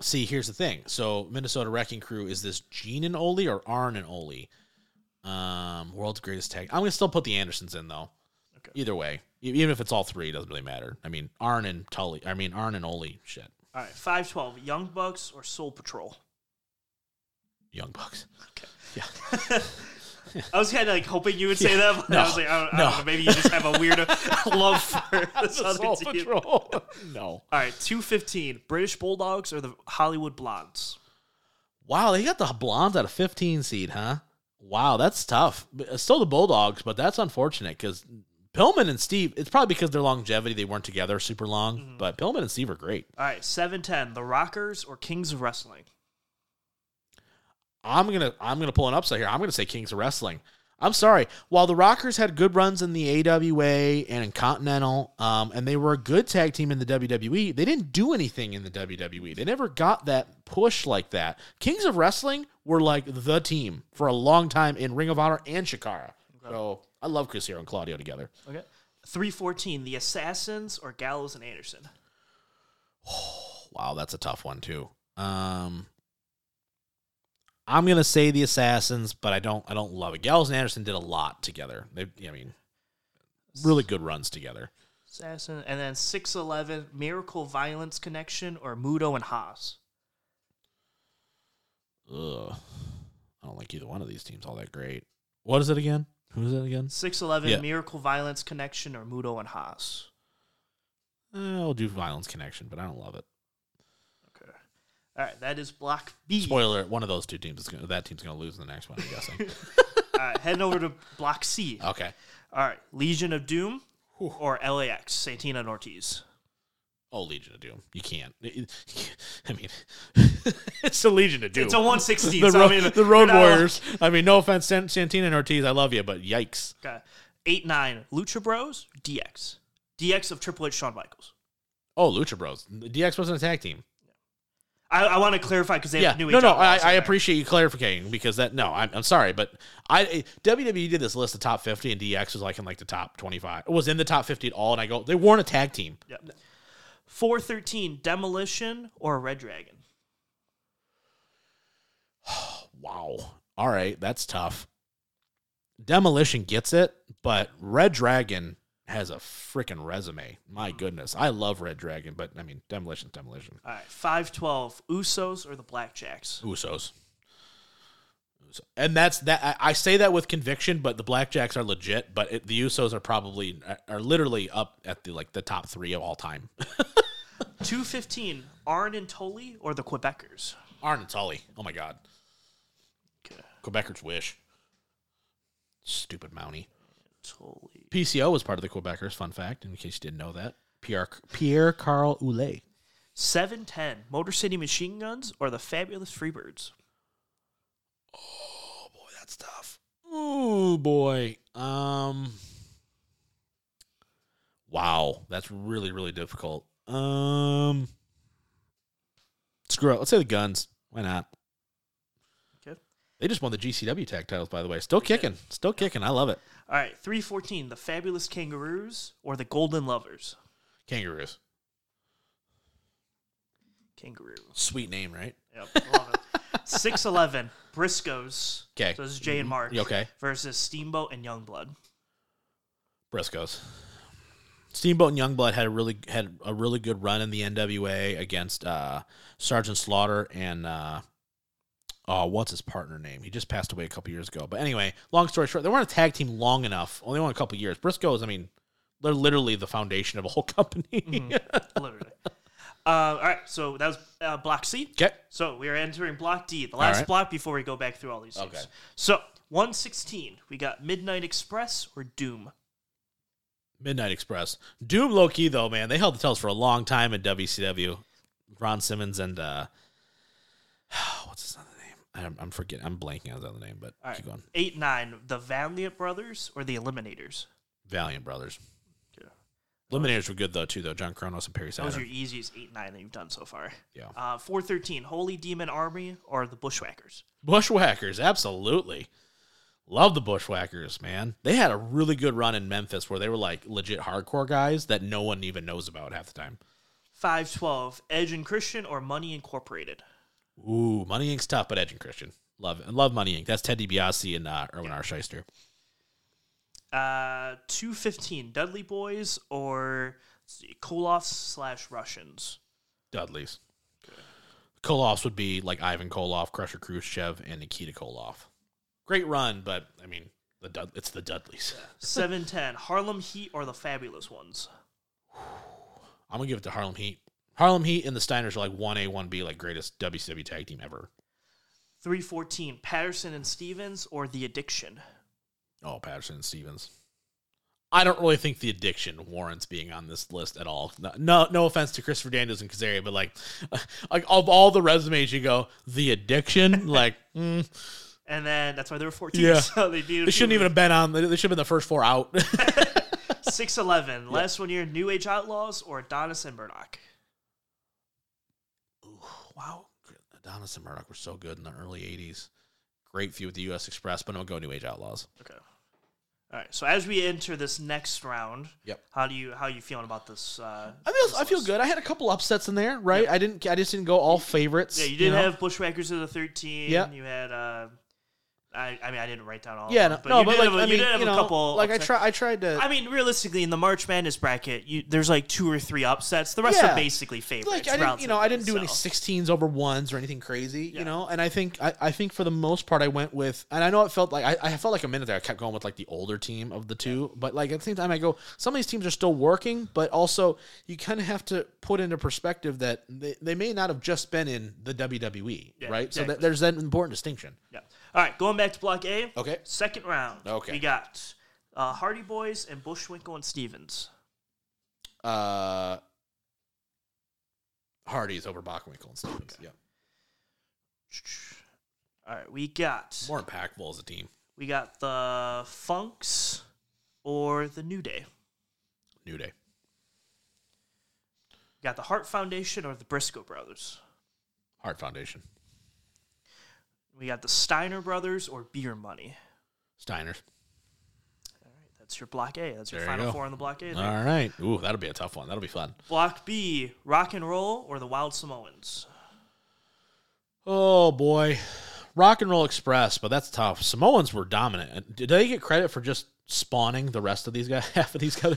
[SPEAKER 1] See, here's the thing. So Minnesota Wrecking Crew is this Gene and Oli or Arn and Oli? Um, world's greatest tag. I'm gonna still put the Andersons in though.
[SPEAKER 2] Okay.
[SPEAKER 1] Either way, E- even if it's all three, it doesn't really matter. I mean, Arn and Tully. I mean, Arn and Oli. Shit,
[SPEAKER 2] All right, five twelve: Young Bucks or Soul Patrol.
[SPEAKER 1] Young Bucks.
[SPEAKER 2] Okay.
[SPEAKER 1] Yeah.
[SPEAKER 2] I was kind of like hoping you would say that, but I
[SPEAKER 1] No.
[SPEAKER 2] was like, I don't, I
[SPEAKER 1] No.
[SPEAKER 2] don't know. Maybe you just have a weird love for this other
[SPEAKER 1] Soul
[SPEAKER 2] team.
[SPEAKER 1] Patrol. no.
[SPEAKER 2] All right, two fifteen. British Bulldogs or the Hollywood Blondes.
[SPEAKER 1] Wow, they got the blondes out of 15 seed, huh? Wow, that's tough. But, uh, Still the Bulldogs, but that's unfortunate because Pillman and Steve, it's probably because their longevity, they weren't together super long, but Pillman and Steve are great.
[SPEAKER 2] All right, seven ten. The Rockers or Kings of Wrestling.
[SPEAKER 1] I'm gonna I'm gonna pull an upset here. I'm gonna say Kings of Wrestling. I'm sorry. While the Rockers had good runs in the AWA and in Continental, um, and they were a good tag team in the WWE, they didn't do anything in the WWE. They never got that push like that. Kings of Wrestling were like the team for a long time in Ring of Honor and Shikara. So I love Chris Hero and Claudio together.
[SPEAKER 2] Okay. Three fourteen. The Assassins or Gallows and Anderson.
[SPEAKER 1] Wow, that's a tough one too. Um, I'm gonna say the Assassins, but I don't. I don't love it. Gallows and Anderson did a lot together. They, I mean, really good runs together.
[SPEAKER 2] Assassin, and then six eleven. Miracle Violence Connection or Mudo and Haas.
[SPEAKER 1] Ugh, I don't like either one of these teams all that great. What is it again? Who is it again?
[SPEAKER 2] Six eleven.
[SPEAKER 1] Yeah.
[SPEAKER 2] Miracle Violence Connection or Mudo and Haas.
[SPEAKER 1] Eh, I'll do Violence Connection, but I don't love it.
[SPEAKER 2] Okay. All right, that is Block B.
[SPEAKER 1] Spoiler: one of those two teams is gonna, that team's gonna lose in the next one. I'm guessing.
[SPEAKER 2] All right, heading over to Block C.
[SPEAKER 1] okay.
[SPEAKER 2] All right, Legion of Doom or LAX, Santina and Ortiz.
[SPEAKER 1] Oh, Legion of Doom. You can't. I mean, it's the Legion of Doom.
[SPEAKER 2] It's a 116.
[SPEAKER 1] the,
[SPEAKER 2] so
[SPEAKER 1] ro-
[SPEAKER 2] I mean,
[SPEAKER 1] the Road
[SPEAKER 2] you know,
[SPEAKER 1] Warriors. I mean, no offense, San- Santina and Ortiz, I love you, but yikes.
[SPEAKER 2] Okay. 8 9, Lucha Bros, DX. DX of Triple H, Shawn Michaels.
[SPEAKER 1] Oh, Lucha Bros. DX wasn't a tag team.
[SPEAKER 2] I, I want to clarify because they
[SPEAKER 1] Yeah,
[SPEAKER 2] knew
[SPEAKER 1] no,
[SPEAKER 2] each
[SPEAKER 1] no.
[SPEAKER 2] other.
[SPEAKER 1] I,
[SPEAKER 2] also
[SPEAKER 1] I
[SPEAKER 2] there.
[SPEAKER 1] appreciate you clarifying because that. No, I'm, I'm sorry, but I WWE did this list of top 50, and DX was like in like the top 25. It was in the top 50 at all, and I go, they weren't a tag team.
[SPEAKER 2] Yep. 413, Demolition or Red Dragon.
[SPEAKER 1] Wow. All right, that's tough. Demolition gets it, but Red Dragon has a freaking resume. My goodness, I love Red Dragon, but I mean, Demolition's Demolition.
[SPEAKER 2] All right, 512, Usos or the Blackjacks.
[SPEAKER 1] Usos. Uso- And that's that. I, I say that with conviction, but the Blackjacks are legit. But it, the Usos are probably are literally up at the like the top three of all time.
[SPEAKER 2] 215, Arn and Tully or the Quebecers.
[SPEAKER 1] Arn and Tully. Oh my God,
[SPEAKER 2] Okay.
[SPEAKER 1] Quebecers wish. Stupid Mountie.
[SPEAKER 2] Tully.
[SPEAKER 1] PCO was part of the Quebecers. Fun fact, in case you didn't know that. Pierre Pierre Carl Oulet.
[SPEAKER 2] 710, Motor City Machine Guns or the Fabulous Freebirds.
[SPEAKER 1] Oh boy, that's tough. Oh boy. Um. Wow, that's really really difficult. Um. Screw it. Let's say the guns. Why not?
[SPEAKER 2] Okay.
[SPEAKER 1] They just won the GCW tag titles, by the way. Still kicking. Still kicking. I love it.
[SPEAKER 2] All right, 314, the Fabulous Kangaroos or the Golden Lovers?
[SPEAKER 1] Kangaroos.
[SPEAKER 2] Kangaroo.
[SPEAKER 1] Sweet name, right?
[SPEAKER 2] Yep, love it. 611, Briscoes.
[SPEAKER 1] 'Kay.
[SPEAKER 2] So this is Jay and Mark.
[SPEAKER 1] You Mm-hmm. okay?
[SPEAKER 2] Versus Steamboat and Youngblood.
[SPEAKER 1] Briscoes. Steamboat and Youngblood had a really had a really good run in the NWA against uh, Sergeant Slaughter and uh, oh, what's his partner name? He just passed away a couple years ago. But anyway, long story short, they weren't a tag team long enough. Only won a couple years. Briscoes, I mean, they're literally the foundation of a whole company.
[SPEAKER 2] Mm-hmm. Literally. uh, all right, so that was uh, Block C.
[SPEAKER 1] okay,
[SPEAKER 2] So we are entering Block D, the last
[SPEAKER 1] right.
[SPEAKER 2] block before we go back through all these. Teams.
[SPEAKER 1] Okay.
[SPEAKER 2] So 116, we got Midnight Express or Doom.
[SPEAKER 1] Midnight Express. Doom low key though, man. They held the titles for a long time in WCW. Ron Simmons and uh what's his other name? I'm, I'm forgetting. I'm blanking on his other name, but
[SPEAKER 2] All right.
[SPEAKER 1] keep going.
[SPEAKER 2] 8 9, the Valiant Brothers or the Eliminators?
[SPEAKER 1] Valiant Brothers.
[SPEAKER 2] Yeah.
[SPEAKER 1] Eliminators were good though too, though. John Kronos and Perry
[SPEAKER 2] Those are
[SPEAKER 1] Saturn.
[SPEAKER 2] your easiest 8 9 that you've done so far.
[SPEAKER 1] Yeah.
[SPEAKER 2] Uh, 413, Holy Demon Army or the Bushwhackers?
[SPEAKER 1] Bushwhackers, absolutely. Love the Bushwhackers, man. They had a really good run in Memphis where they were like legit hardcore guys that no one even knows about half the time.
[SPEAKER 2] 512, Edge and Christian or Money Incorporated?
[SPEAKER 1] Ooh, Money Inc.'s tough, but Edge and Christian. Love it. Love Money Inc. That's Ted DiBiase and uh, Erwin R. Scheister.
[SPEAKER 2] Uh, 215, Dudley Boys or let's see, Koloffs slash Russians?
[SPEAKER 1] Dudley's. Koloff's would be like Ivan Koloff, Crusher Khrushchev, and Nikita Koloff. Great run, but I mean, the Dud- it's the Dudleys.
[SPEAKER 2] 710, Harlem Heat or the Fabulous Ones?
[SPEAKER 1] I'm gonna give it to Harlem Heat. Harlem Heat and the Steiners are like one A, one B, like greatest WCW tag team ever.
[SPEAKER 2] 314, Patterson and Stevens or The Addiction?
[SPEAKER 1] Oh, Patterson and Stevens. I don't really think the addiction warrants being on this list at all. No, no, no offense to Christopher Daniels and Kazarian, but like, like of all the resumes, you go the addiction. Like, mm,
[SPEAKER 2] And then that's why there were 14.
[SPEAKER 1] Yeah.
[SPEAKER 2] So they needed.
[SPEAKER 1] they shouldn't even have been on. They should have been the first four out.
[SPEAKER 2] 611. Last one year, New Age Outlaws or Adonis and Murdoch?
[SPEAKER 1] wow, Adonis and Murdoch were so good in the early '80s. Great feud with the U.S. Express, but I'm gonna go New Age Outlaws.
[SPEAKER 2] Okay. All right. So as we enter this next round,
[SPEAKER 1] Yep.
[SPEAKER 2] how do you how you feeling about this? Uh,
[SPEAKER 1] I feel
[SPEAKER 2] this
[SPEAKER 1] I feel
[SPEAKER 2] list?
[SPEAKER 1] good. I had a couple upsets in there, right? I didn't. I just didn't go all favorites.
[SPEAKER 2] Yeah, you did
[SPEAKER 1] know?
[SPEAKER 2] have Bushwhackers of the 13.
[SPEAKER 1] Yeah.
[SPEAKER 2] You had. Uh, I, I mean, I didn't write down all.
[SPEAKER 1] Yeah,
[SPEAKER 2] of
[SPEAKER 1] no,
[SPEAKER 2] them,
[SPEAKER 1] no,
[SPEAKER 2] you
[SPEAKER 1] but
[SPEAKER 2] did
[SPEAKER 1] like
[SPEAKER 2] have, a-
[SPEAKER 1] I
[SPEAKER 2] you
[SPEAKER 1] mean,
[SPEAKER 2] did have
[SPEAKER 1] you
[SPEAKER 2] a
[SPEAKER 1] know,
[SPEAKER 2] couple.
[SPEAKER 1] Like I
[SPEAKER 2] upsets.
[SPEAKER 1] try, I tried to.
[SPEAKER 2] I mean, realistically, in the March Madness bracket, you, there's like two or three upsets. The rest
[SPEAKER 1] Yeah.
[SPEAKER 2] are basically favorites.
[SPEAKER 1] like I didn't, you know, I didn't do any
[SPEAKER 2] relatively, so.
[SPEAKER 1] sixteens over ones or anything crazy,
[SPEAKER 2] Yeah.
[SPEAKER 1] you know. And I think, I, I think for the most part, I went with, and I know it felt like I, I felt like a minute there. I kept going with like the older team of the two, but like at the same time, I go, some of these teams are still working, but also you kind of have to put into perspective that they, they may not have just been in the WWE,
[SPEAKER 2] Yeah,
[SPEAKER 1] right? So
[SPEAKER 2] exactly.
[SPEAKER 1] that, there's that important distinction.
[SPEAKER 2] Yeah. All right, going back to Block A.
[SPEAKER 1] Okay.
[SPEAKER 2] Second round.
[SPEAKER 1] Okay.
[SPEAKER 2] We got uh, Hardy Boys and Bushwinkle and Stevens.
[SPEAKER 1] Uh, Hardy's over Bachwinkle and stuff. Yeah,
[SPEAKER 2] All right, we got
[SPEAKER 1] more impactful as a team.
[SPEAKER 2] we got the Funks or the New Day.
[SPEAKER 1] New Day.
[SPEAKER 2] We got the Hart Foundation or the Briscoe Brothers.
[SPEAKER 1] Heart Foundation.
[SPEAKER 2] We got the Steiner Brothers or Beer Money.
[SPEAKER 1] Steiners.
[SPEAKER 2] All right, that's your Block A. That's your
[SPEAKER 1] There you
[SPEAKER 2] final
[SPEAKER 1] go.
[SPEAKER 2] four on the Block A. there.
[SPEAKER 1] All right. Ooh, that'll be a tough one. That'll be fun.
[SPEAKER 2] Block B, Rock and Roll or the Wild Samoans.
[SPEAKER 1] Oh boy, Rock and Roll Express, but that's tough. Samoans were dominant. Did they get credit for just spawning the rest of these guys? Half of these guys.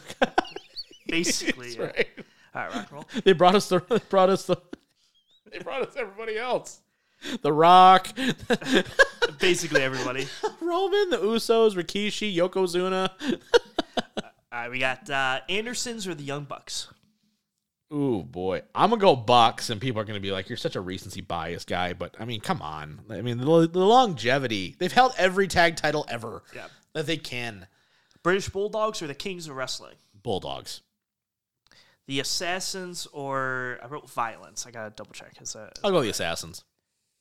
[SPEAKER 2] Basically,
[SPEAKER 1] That's
[SPEAKER 2] yeah.
[SPEAKER 1] right.
[SPEAKER 2] all right, Rock and Roll.
[SPEAKER 1] They brought us the. They brought us the. They brought us everybody else. The Rock,
[SPEAKER 2] Basically, everybody.
[SPEAKER 1] Roman, the Usos, Rikishi, Yokozuna.
[SPEAKER 2] All right, we got uh, Andersons or the Young Bucks.
[SPEAKER 1] Ooh boy, I'm gonna go Bucks, and people are gonna be like, "You're such a recency bias guy." But I mean, come on. I mean, the, the longevity—they've held every tag title ever
[SPEAKER 2] Yeah.
[SPEAKER 1] that they can.
[SPEAKER 2] British Bulldogs or the Kings of Wrestling.
[SPEAKER 1] Bulldogs.
[SPEAKER 2] The Assassins or I wrote Violence. I gotta double check. Is that
[SPEAKER 1] I'll go the Assassins.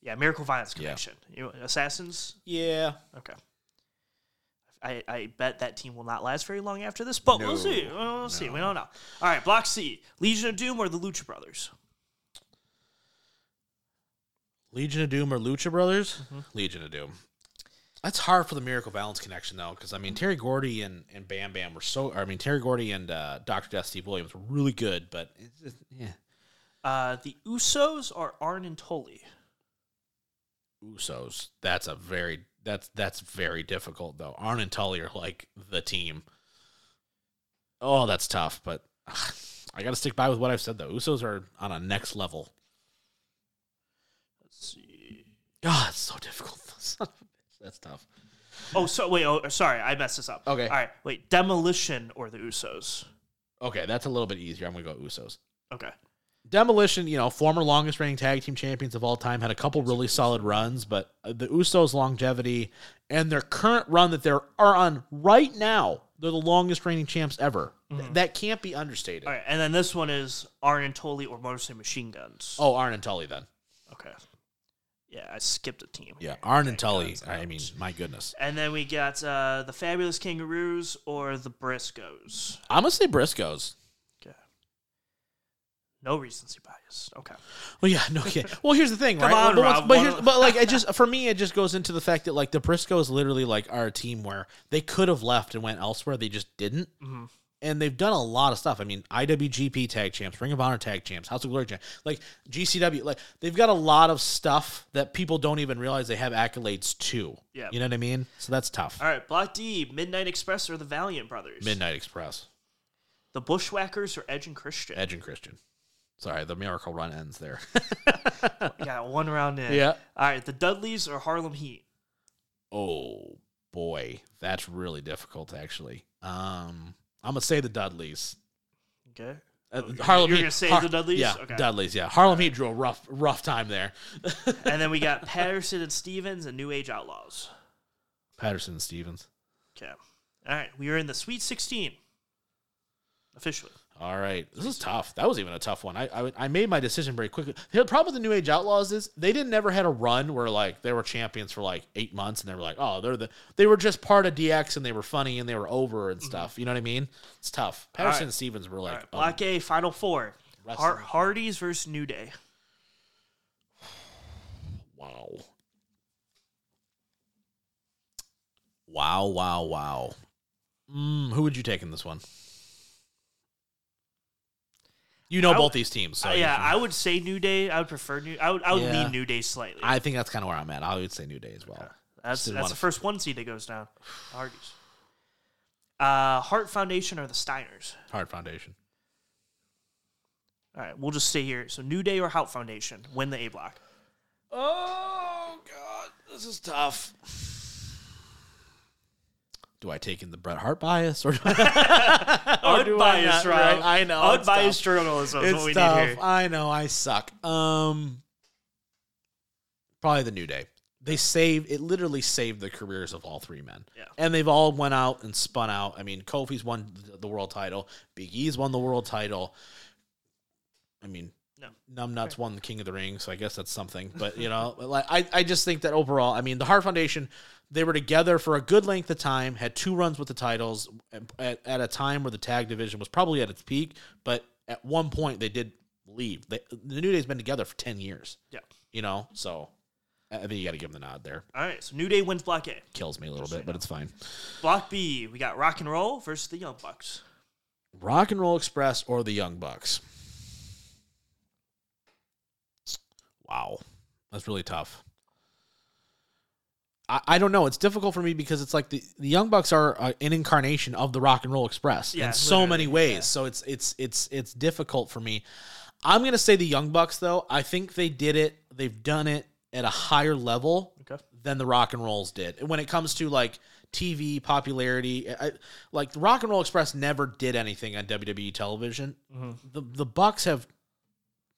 [SPEAKER 2] yeah? Miracle Violence Connection. You, Assassins.
[SPEAKER 1] Yeah.
[SPEAKER 2] Okay. I, I bet that team will not last very long after this, but we'll
[SPEAKER 1] No.
[SPEAKER 2] see. We'll see. We don't know. All right, Block C: Legion of Doom or the Lucha Brothers.
[SPEAKER 1] Legion of Doom or Lucha Brothers? Legion of Doom. That's hard for the Miracle Balance connection though, because I mean Terry Gordy and, and Bam Bam were so. I mean Terry Gordy and uh, Doctor Death Steve Williams were really good, but it's just, yeah.
[SPEAKER 2] Uh, the Usos or Arn and Tully.
[SPEAKER 1] Usos. That's a very that's that's very difficult though. Arn and Tully are like the team. Oh, that's tough, but I got to stick by with what I've said though. Usos are on a next level.
[SPEAKER 2] Let's see.
[SPEAKER 1] God, it's so difficult. Son of a bitch. That's tough.
[SPEAKER 2] Oh, so wait. Oh, sorry, I messed this up.
[SPEAKER 1] Okay.
[SPEAKER 2] All right, wait. Demolition or the Usos.
[SPEAKER 1] Okay, that's a little bit easier. I'm gonna go Usos.
[SPEAKER 2] Okay.
[SPEAKER 1] Demolition, you know, former longest reigning tag team champions of all time, had a couple really solid runs, but uh, the Usos' longevity and their current run that they are on right now, they're the longest reigning champs ever. Th- that can't be understated.
[SPEAKER 2] All right, and then this one is Arn and Tully or Motor City Machine Guns.
[SPEAKER 1] Oh, Arn and Tully then.
[SPEAKER 2] Okay. Yeah, I skipped a team.
[SPEAKER 1] Yeah, Arn and Tully. I mean, my goodness.
[SPEAKER 2] And then we got uh, the Fabulous Kangaroos or the Briscoes.
[SPEAKER 1] I'm going to say Briscoes.
[SPEAKER 2] Okay. No recency bias. Okay.
[SPEAKER 1] Well, yeah, no kidding. Well, here's the thing,
[SPEAKER 2] Come
[SPEAKER 1] right?
[SPEAKER 2] on,
[SPEAKER 1] but,
[SPEAKER 2] Rob,
[SPEAKER 1] but,
[SPEAKER 2] one
[SPEAKER 1] here's,
[SPEAKER 2] of-
[SPEAKER 1] but like, I just for me, it just goes into the fact that like the Briscoes literally like are a team where they could have left and went elsewhere, they just didn't,
[SPEAKER 2] Mhm.
[SPEAKER 1] and they've done a lot of stuff. I mean, IWGP Tag Champs, Ring of Honor Tag Champs, House of Glory Champ, like GCW, like they've got a lot of stuff that people don't even realize they have accolades to.
[SPEAKER 2] Yeah.
[SPEAKER 1] you know what I mean. So that's tough.
[SPEAKER 2] All right, Block D, Midnight Express or the Valiant Brothers?
[SPEAKER 1] Midnight Express,
[SPEAKER 2] The Bushwhackers or Edge and Christian?
[SPEAKER 1] Edge and Christian. Sorry, the miracle run ends there.
[SPEAKER 2] Yeah, one round in.
[SPEAKER 1] Yeah.
[SPEAKER 2] All right, the Dudleys or Harlem Heat?
[SPEAKER 1] Oh boy, that's really difficult actually. Um, I'm gonna say the Dudleys.
[SPEAKER 2] Okay.
[SPEAKER 1] Uh,
[SPEAKER 2] Okay,
[SPEAKER 1] Harlem
[SPEAKER 2] you're
[SPEAKER 1] Heat-
[SPEAKER 2] gonna say the Dudleys?
[SPEAKER 1] Yeah,
[SPEAKER 2] Okay.
[SPEAKER 1] Dudleys. Yeah, Harlem Heat drew a rough, rough time there.
[SPEAKER 2] and then we got Patterson and Stevens and New Age Outlaws.
[SPEAKER 1] Patterson and Stevens.
[SPEAKER 2] Okay. All right, we are in the Sweet 16 officially.
[SPEAKER 1] All right, this is tough. That was even a tough one. I, I I made my decision very quickly. The problem with the New Age Outlaws is they didn't ever had a run where like they were champions for like eight months and they were like, oh, they're the they were just part of DX and they were funny and they were over and stuff. You know what I mean? It's tough. Patterson
[SPEAKER 2] right.
[SPEAKER 1] and Stevens were
[SPEAKER 2] Mm-hmm. All
[SPEAKER 1] like um,
[SPEAKER 2] right, Block A, Final Four. Har-
[SPEAKER 1] Wrestling.
[SPEAKER 2] Hardy's versus New Day.
[SPEAKER 1] Wow. Wow, wow, wow. Mm, who would you take in this one? You know
[SPEAKER 2] I
[SPEAKER 1] both
[SPEAKER 2] would-
[SPEAKER 1] these teams, so
[SPEAKER 2] Uh,
[SPEAKER 1] you
[SPEAKER 2] yeah,
[SPEAKER 1] can-
[SPEAKER 2] I would say New Day. I would prefer New. I would. I would
[SPEAKER 1] Yeah.
[SPEAKER 2] lean New Day slightly.
[SPEAKER 1] I think that's kind of where I'm at. I would say New Day as well.
[SPEAKER 2] that's
[SPEAKER 1] didn't
[SPEAKER 2] that's
[SPEAKER 1] wanna-
[SPEAKER 2] the first one seed that goes down. The Hardys. Uh, Hart Foundation or the Steiners.
[SPEAKER 1] Hard Foundation.
[SPEAKER 2] All right, we'll just stay here. So New Day or Hout Foundation win the A block.
[SPEAKER 1] Oh God, this is tough. Do I take in the Bret Hart bias or do I, or do I
[SPEAKER 2] Unbiased,
[SPEAKER 1] not, right?
[SPEAKER 2] Rob.
[SPEAKER 1] I know it's tough.
[SPEAKER 2] Unbiased journalism is what we
[SPEAKER 1] it's tough.
[SPEAKER 2] need here.
[SPEAKER 1] I know. I suck. Um, probably the New Day. They save it. Literally saved the careers of all three men.
[SPEAKER 2] Yeah.
[SPEAKER 1] And they've all went out and spun out. I mean, Kofi's won th- the world title. Big E's won the world title. I mean,
[SPEAKER 2] No.
[SPEAKER 1] Numbnuts won the King of the Ring, so I guess that's something. But you know, like I, I just think that overall, I mean, the Hart Foundation, they were together for a good length of time, had two runs with the titles at, at a time where the tag division was probably at its peak. But at one point, they did leave. They, the New Day's been together for ten years,
[SPEAKER 2] Yeah.
[SPEAKER 1] you know, so I I think you got to give them the nod there.
[SPEAKER 2] All right, so New Day wins Block A.
[SPEAKER 1] Kills me a little bit, but it's fine.
[SPEAKER 2] Block B, we got Rock and Roll versus the Young Bucks.
[SPEAKER 1] Rock and Roll Express or the Young Bucks? Wow. That's really tough. I, I don't know. It's difficult for me because it's like the, the Young Bucks are uh, an incarnation of the Rock and Roll Express
[SPEAKER 2] Yeah,
[SPEAKER 1] in so many
[SPEAKER 2] literally,
[SPEAKER 1] ways. So it's it's it's it's difficult for me. I'm gonna say the Young Bucks though. I think they did it. They've done it at a higher level
[SPEAKER 2] Okay.
[SPEAKER 1] than the rock and rolls did when it comes to like tv popularity I, like the rock and roll express never did anything on wwe television the, the bucks have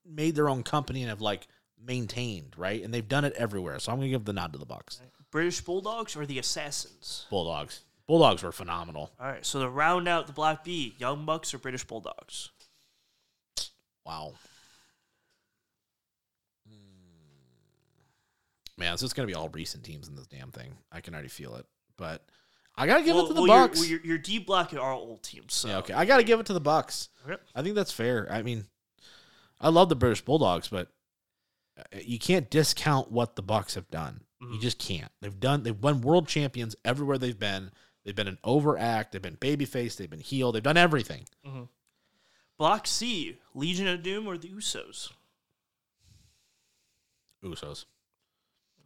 [SPEAKER 1] made their own company and have like maintained right and they've done it everywhere so i'm gonna give the nod to the bucks
[SPEAKER 2] British Bulldogs or the Assassins.
[SPEAKER 1] bulldogs bulldogs were phenomenal
[SPEAKER 2] All right, so to round out the Block B, Young Bucks or British Bulldogs.
[SPEAKER 1] wow Hmm. man this is gonna be all recent teams in this damn thing i can already feel it but i gotta give it to the
[SPEAKER 2] your-
[SPEAKER 1] bucks
[SPEAKER 2] well, Your, your D Block are all old teams. So.
[SPEAKER 1] yeah, okay i gotta give it to the bucks
[SPEAKER 2] Yep.
[SPEAKER 1] I think that's fair. I mean, I love the British Bulldogs, but uh, you can't discount what the Bucks have done. You just can't. They've done. They've won world champions everywhere they've been. They've been an overact. They've been babyface. They've been heel. They've done everything.
[SPEAKER 2] Block C, Legion of Doom or the Usos.
[SPEAKER 1] Usos,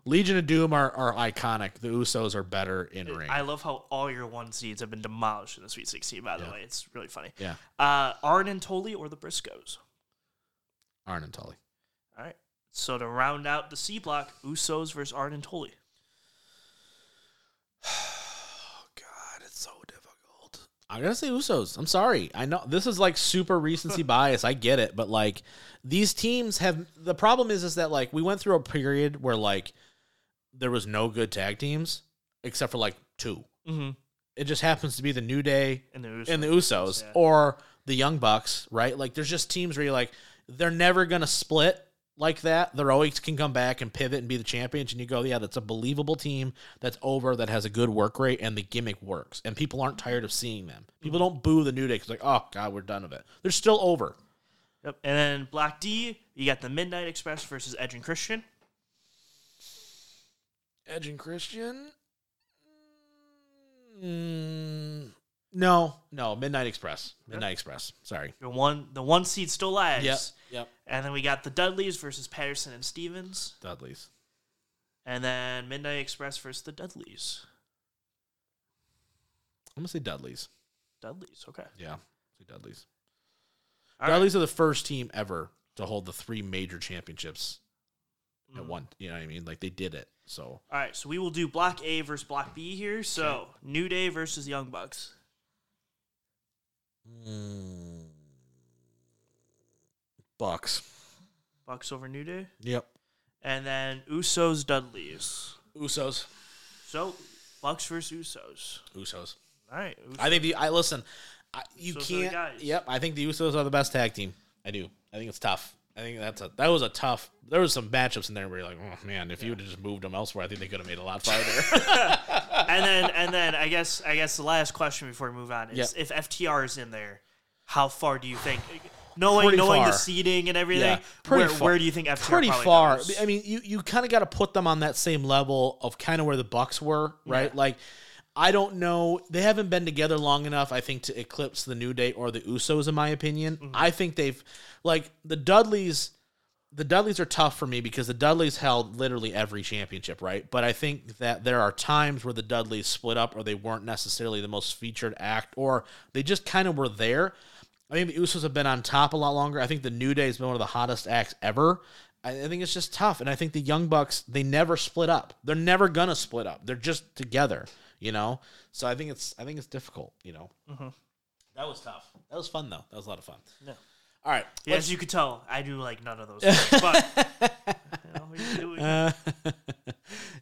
[SPEAKER 1] Legion of Doom are, are iconic. The Usos are better in ring.
[SPEAKER 2] I love how all your one seeds have been demolished in the Sweet 16, by the way. It's really funny.
[SPEAKER 1] yeah,
[SPEAKER 2] Uh, Arn and Tully or the Briscoes.
[SPEAKER 1] Arn and Tully.
[SPEAKER 2] All right. So to round out the C block, Usos versus Arn and Tully.
[SPEAKER 1] God, it's so difficult. I gotta say Usos. I'm sorry. I know this is like super recency bias. I get it, but like these teams have the problem is is that like we went through a period where like there was no good tag teams except for like two.
[SPEAKER 2] Mm-hmm.
[SPEAKER 1] It just happens to be the New Day
[SPEAKER 2] And the Usos.
[SPEAKER 1] and the Usos
[SPEAKER 2] Yeah.
[SPEAKER 1] or the Young Bucks, right? Like there's just teams where you're like they're never gonna split like that. They're always can come back and pivot and be the champions, and you go, yeah, that's a believable team that's over that has a good work rate and the gimmick works, and people aren't tired of seeing them. People don't boo the New Day because like, oh god, we're done with it. They're still over.
[SPEAKER 2] Yep. And then Block D, you got the Midnight Express versus Edge and Christian.
[SPEAKER 1] Edge and Christian. Mm, no, no, Midnight Express. Midnight Express. Sorry.
[SPEAKER 2] The one, the one seed still lies.
[SPEAKER 1] Yep. Yep.
[SPEAKER 2] And then we got the Dudleys versus Patterson and Stevens.
[SPEAKER 1] Dudley's.
[SPEAKER 2] And then Midnight Express versus the Dudleys.
[SPEAKER 1] I'm gonna say Dudley's.
[SPEAKER 2] Dudleys, okay.
[SPEAKER 1] Yeah. Say Dudley's.
[SPEAKER 2] All
[SPEAKER 1] Now,
[SPEAKER 2] right.
[SPEAKER 1] These are the first team ever to hold the three major championships at
[SPEAKER 2] Mm.
[SPEAKER 1] one. You know what I mean? Like they did it. So
[SPEAKER 2] All right, so we will do Block A versus Block B here. So New Day versus Young Bucks.
[SPEAKER 1] Bucks.
[SPEAKER 2] Bucks over New Day.
[SPEAKER 1] Yep.
[SPEAKER 2] And then Usos, Dudleys.
[SPEAKER 1] Usos.
[SPEAKER 2] So Bucks versus Usos.
[SPEAKER 1] Usos.
[SPEAKER 2] All right. Usos.
[SPEAKER 1] I think the I listen. I, you
[SPEAKER 2] Usos are the
[SPEAKER 1] can't.
[SPEAKER 2] guys.
[SPEAKER 1] Yep. I think the Usos are the best tag team. I do. I think it's tough. I think that's a that was a tough. There was some matchups in there where you're like, oh man, if you would have just moved them elsewhere, I think they could have made it a lot farther.
[SPEAKER 2] and then and then I guess I guess the last question before we move on is if FTR is in there, how far do you think? Knowing
[SPEAKER 1] Pretty
[SPEAKER 2] knowing the
[SPEAKER 1] far.
[SPEAKER 2] seating and everything,
[SPEAKER 1] Yeah, pretty
[SPEAKER 2] where,
[SPEAKER 1] far-
[SPEAKER 2] where do you think FTR
[SPEAKER 1] pretty
[SPEAKER 2] probably
[SPEAKER 1] far.
[SPEAKER 2] goes?
[SPEAKER 1] I mean, you you kind of got to put them on that same level of kind of where the Bucks were, right? Like, I don't know. They haven't been together long enough, I think, to eclipse the New Day or the Usos, in my opinion. I think they've like the Dudleys. The Dudleys are tough for me because the Dudleys held literally every championship, right? But I think that there are times where the Dudleys split up or they weren't necessarily the most featured act or they just kind of were there. I think the Usos have been on top a lot longer. I think the New Day has been one of the hottest acts ever. I I think it's just tough. And I think the Young Bucks, they never split up. They're never gonna split up. They're just together, you know? So I think it's I think it's difficult, you know. That was tough. That was fun though. That was a lot of fun.
[SPEAKER 2] Yeah.
[SPEAKER 1] All right.
[SPEAKER 2] Yeah, as you could tell, I do like none of those. things, but you know, we can do it.
[SPEAKER 1] Uh,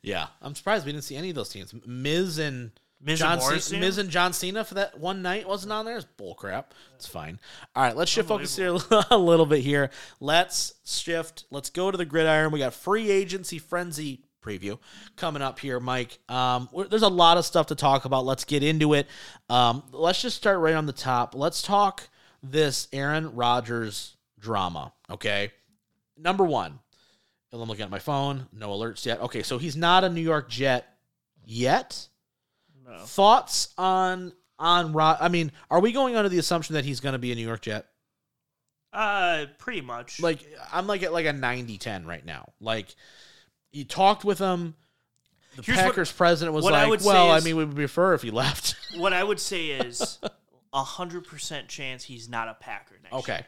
[SPEAKER 1] yeah, I'm surprised we didn't see any of those teams. Miz and
[SPEAKER 2] Miz
[SPEAKER 1] John
[SPEAKER 2] and
[SPEAKER 1] Cena-
[SPEAKER 2] Morrison?
[SPEAKER 1] Miz and John Cena for that one night wasn't on there. It's bull crap. It's fine. All right, let's shift focus here a little bit here. Let's shift. Let's go to the gridiron. We got free agency frenzy preview coming up here, Mike. Um, we're- there's a lot of stuff to talk about. Let's get into it. Um, let's just start right on the top. Let's talk this Aaron Rodgers drama. Okay, number one. I'm looking at my phone. No alerts yet. Okay, so he's not a New York Jet yet.
[SPEAKER 2] No.
[SPEAKER 1] Thoughts on on Rod? I mean, are we going under the assumption that he's going to be a New York Jet?
[SPEAKER 2] Uh, pretty much.
[SPEAKER 1] Like I'm like at like a 90-10 right now. Like you talked with him. The
[SPEAKER 2] Here's what-
[SPEAKER 1] Packers president was
[SPEAKER 2] what I
[SPEAKER 1] like,
[SPEAKER 2] would say
[SPEAKER 1] "Well,
[SPEAKER 2] is-
[SPEAKER 1] I mean, we would prefer if he left."
[SPEAKER 2] what I would say is a hundred percent chance he's not a Packer next. year.
[SPEAKER 1] okay.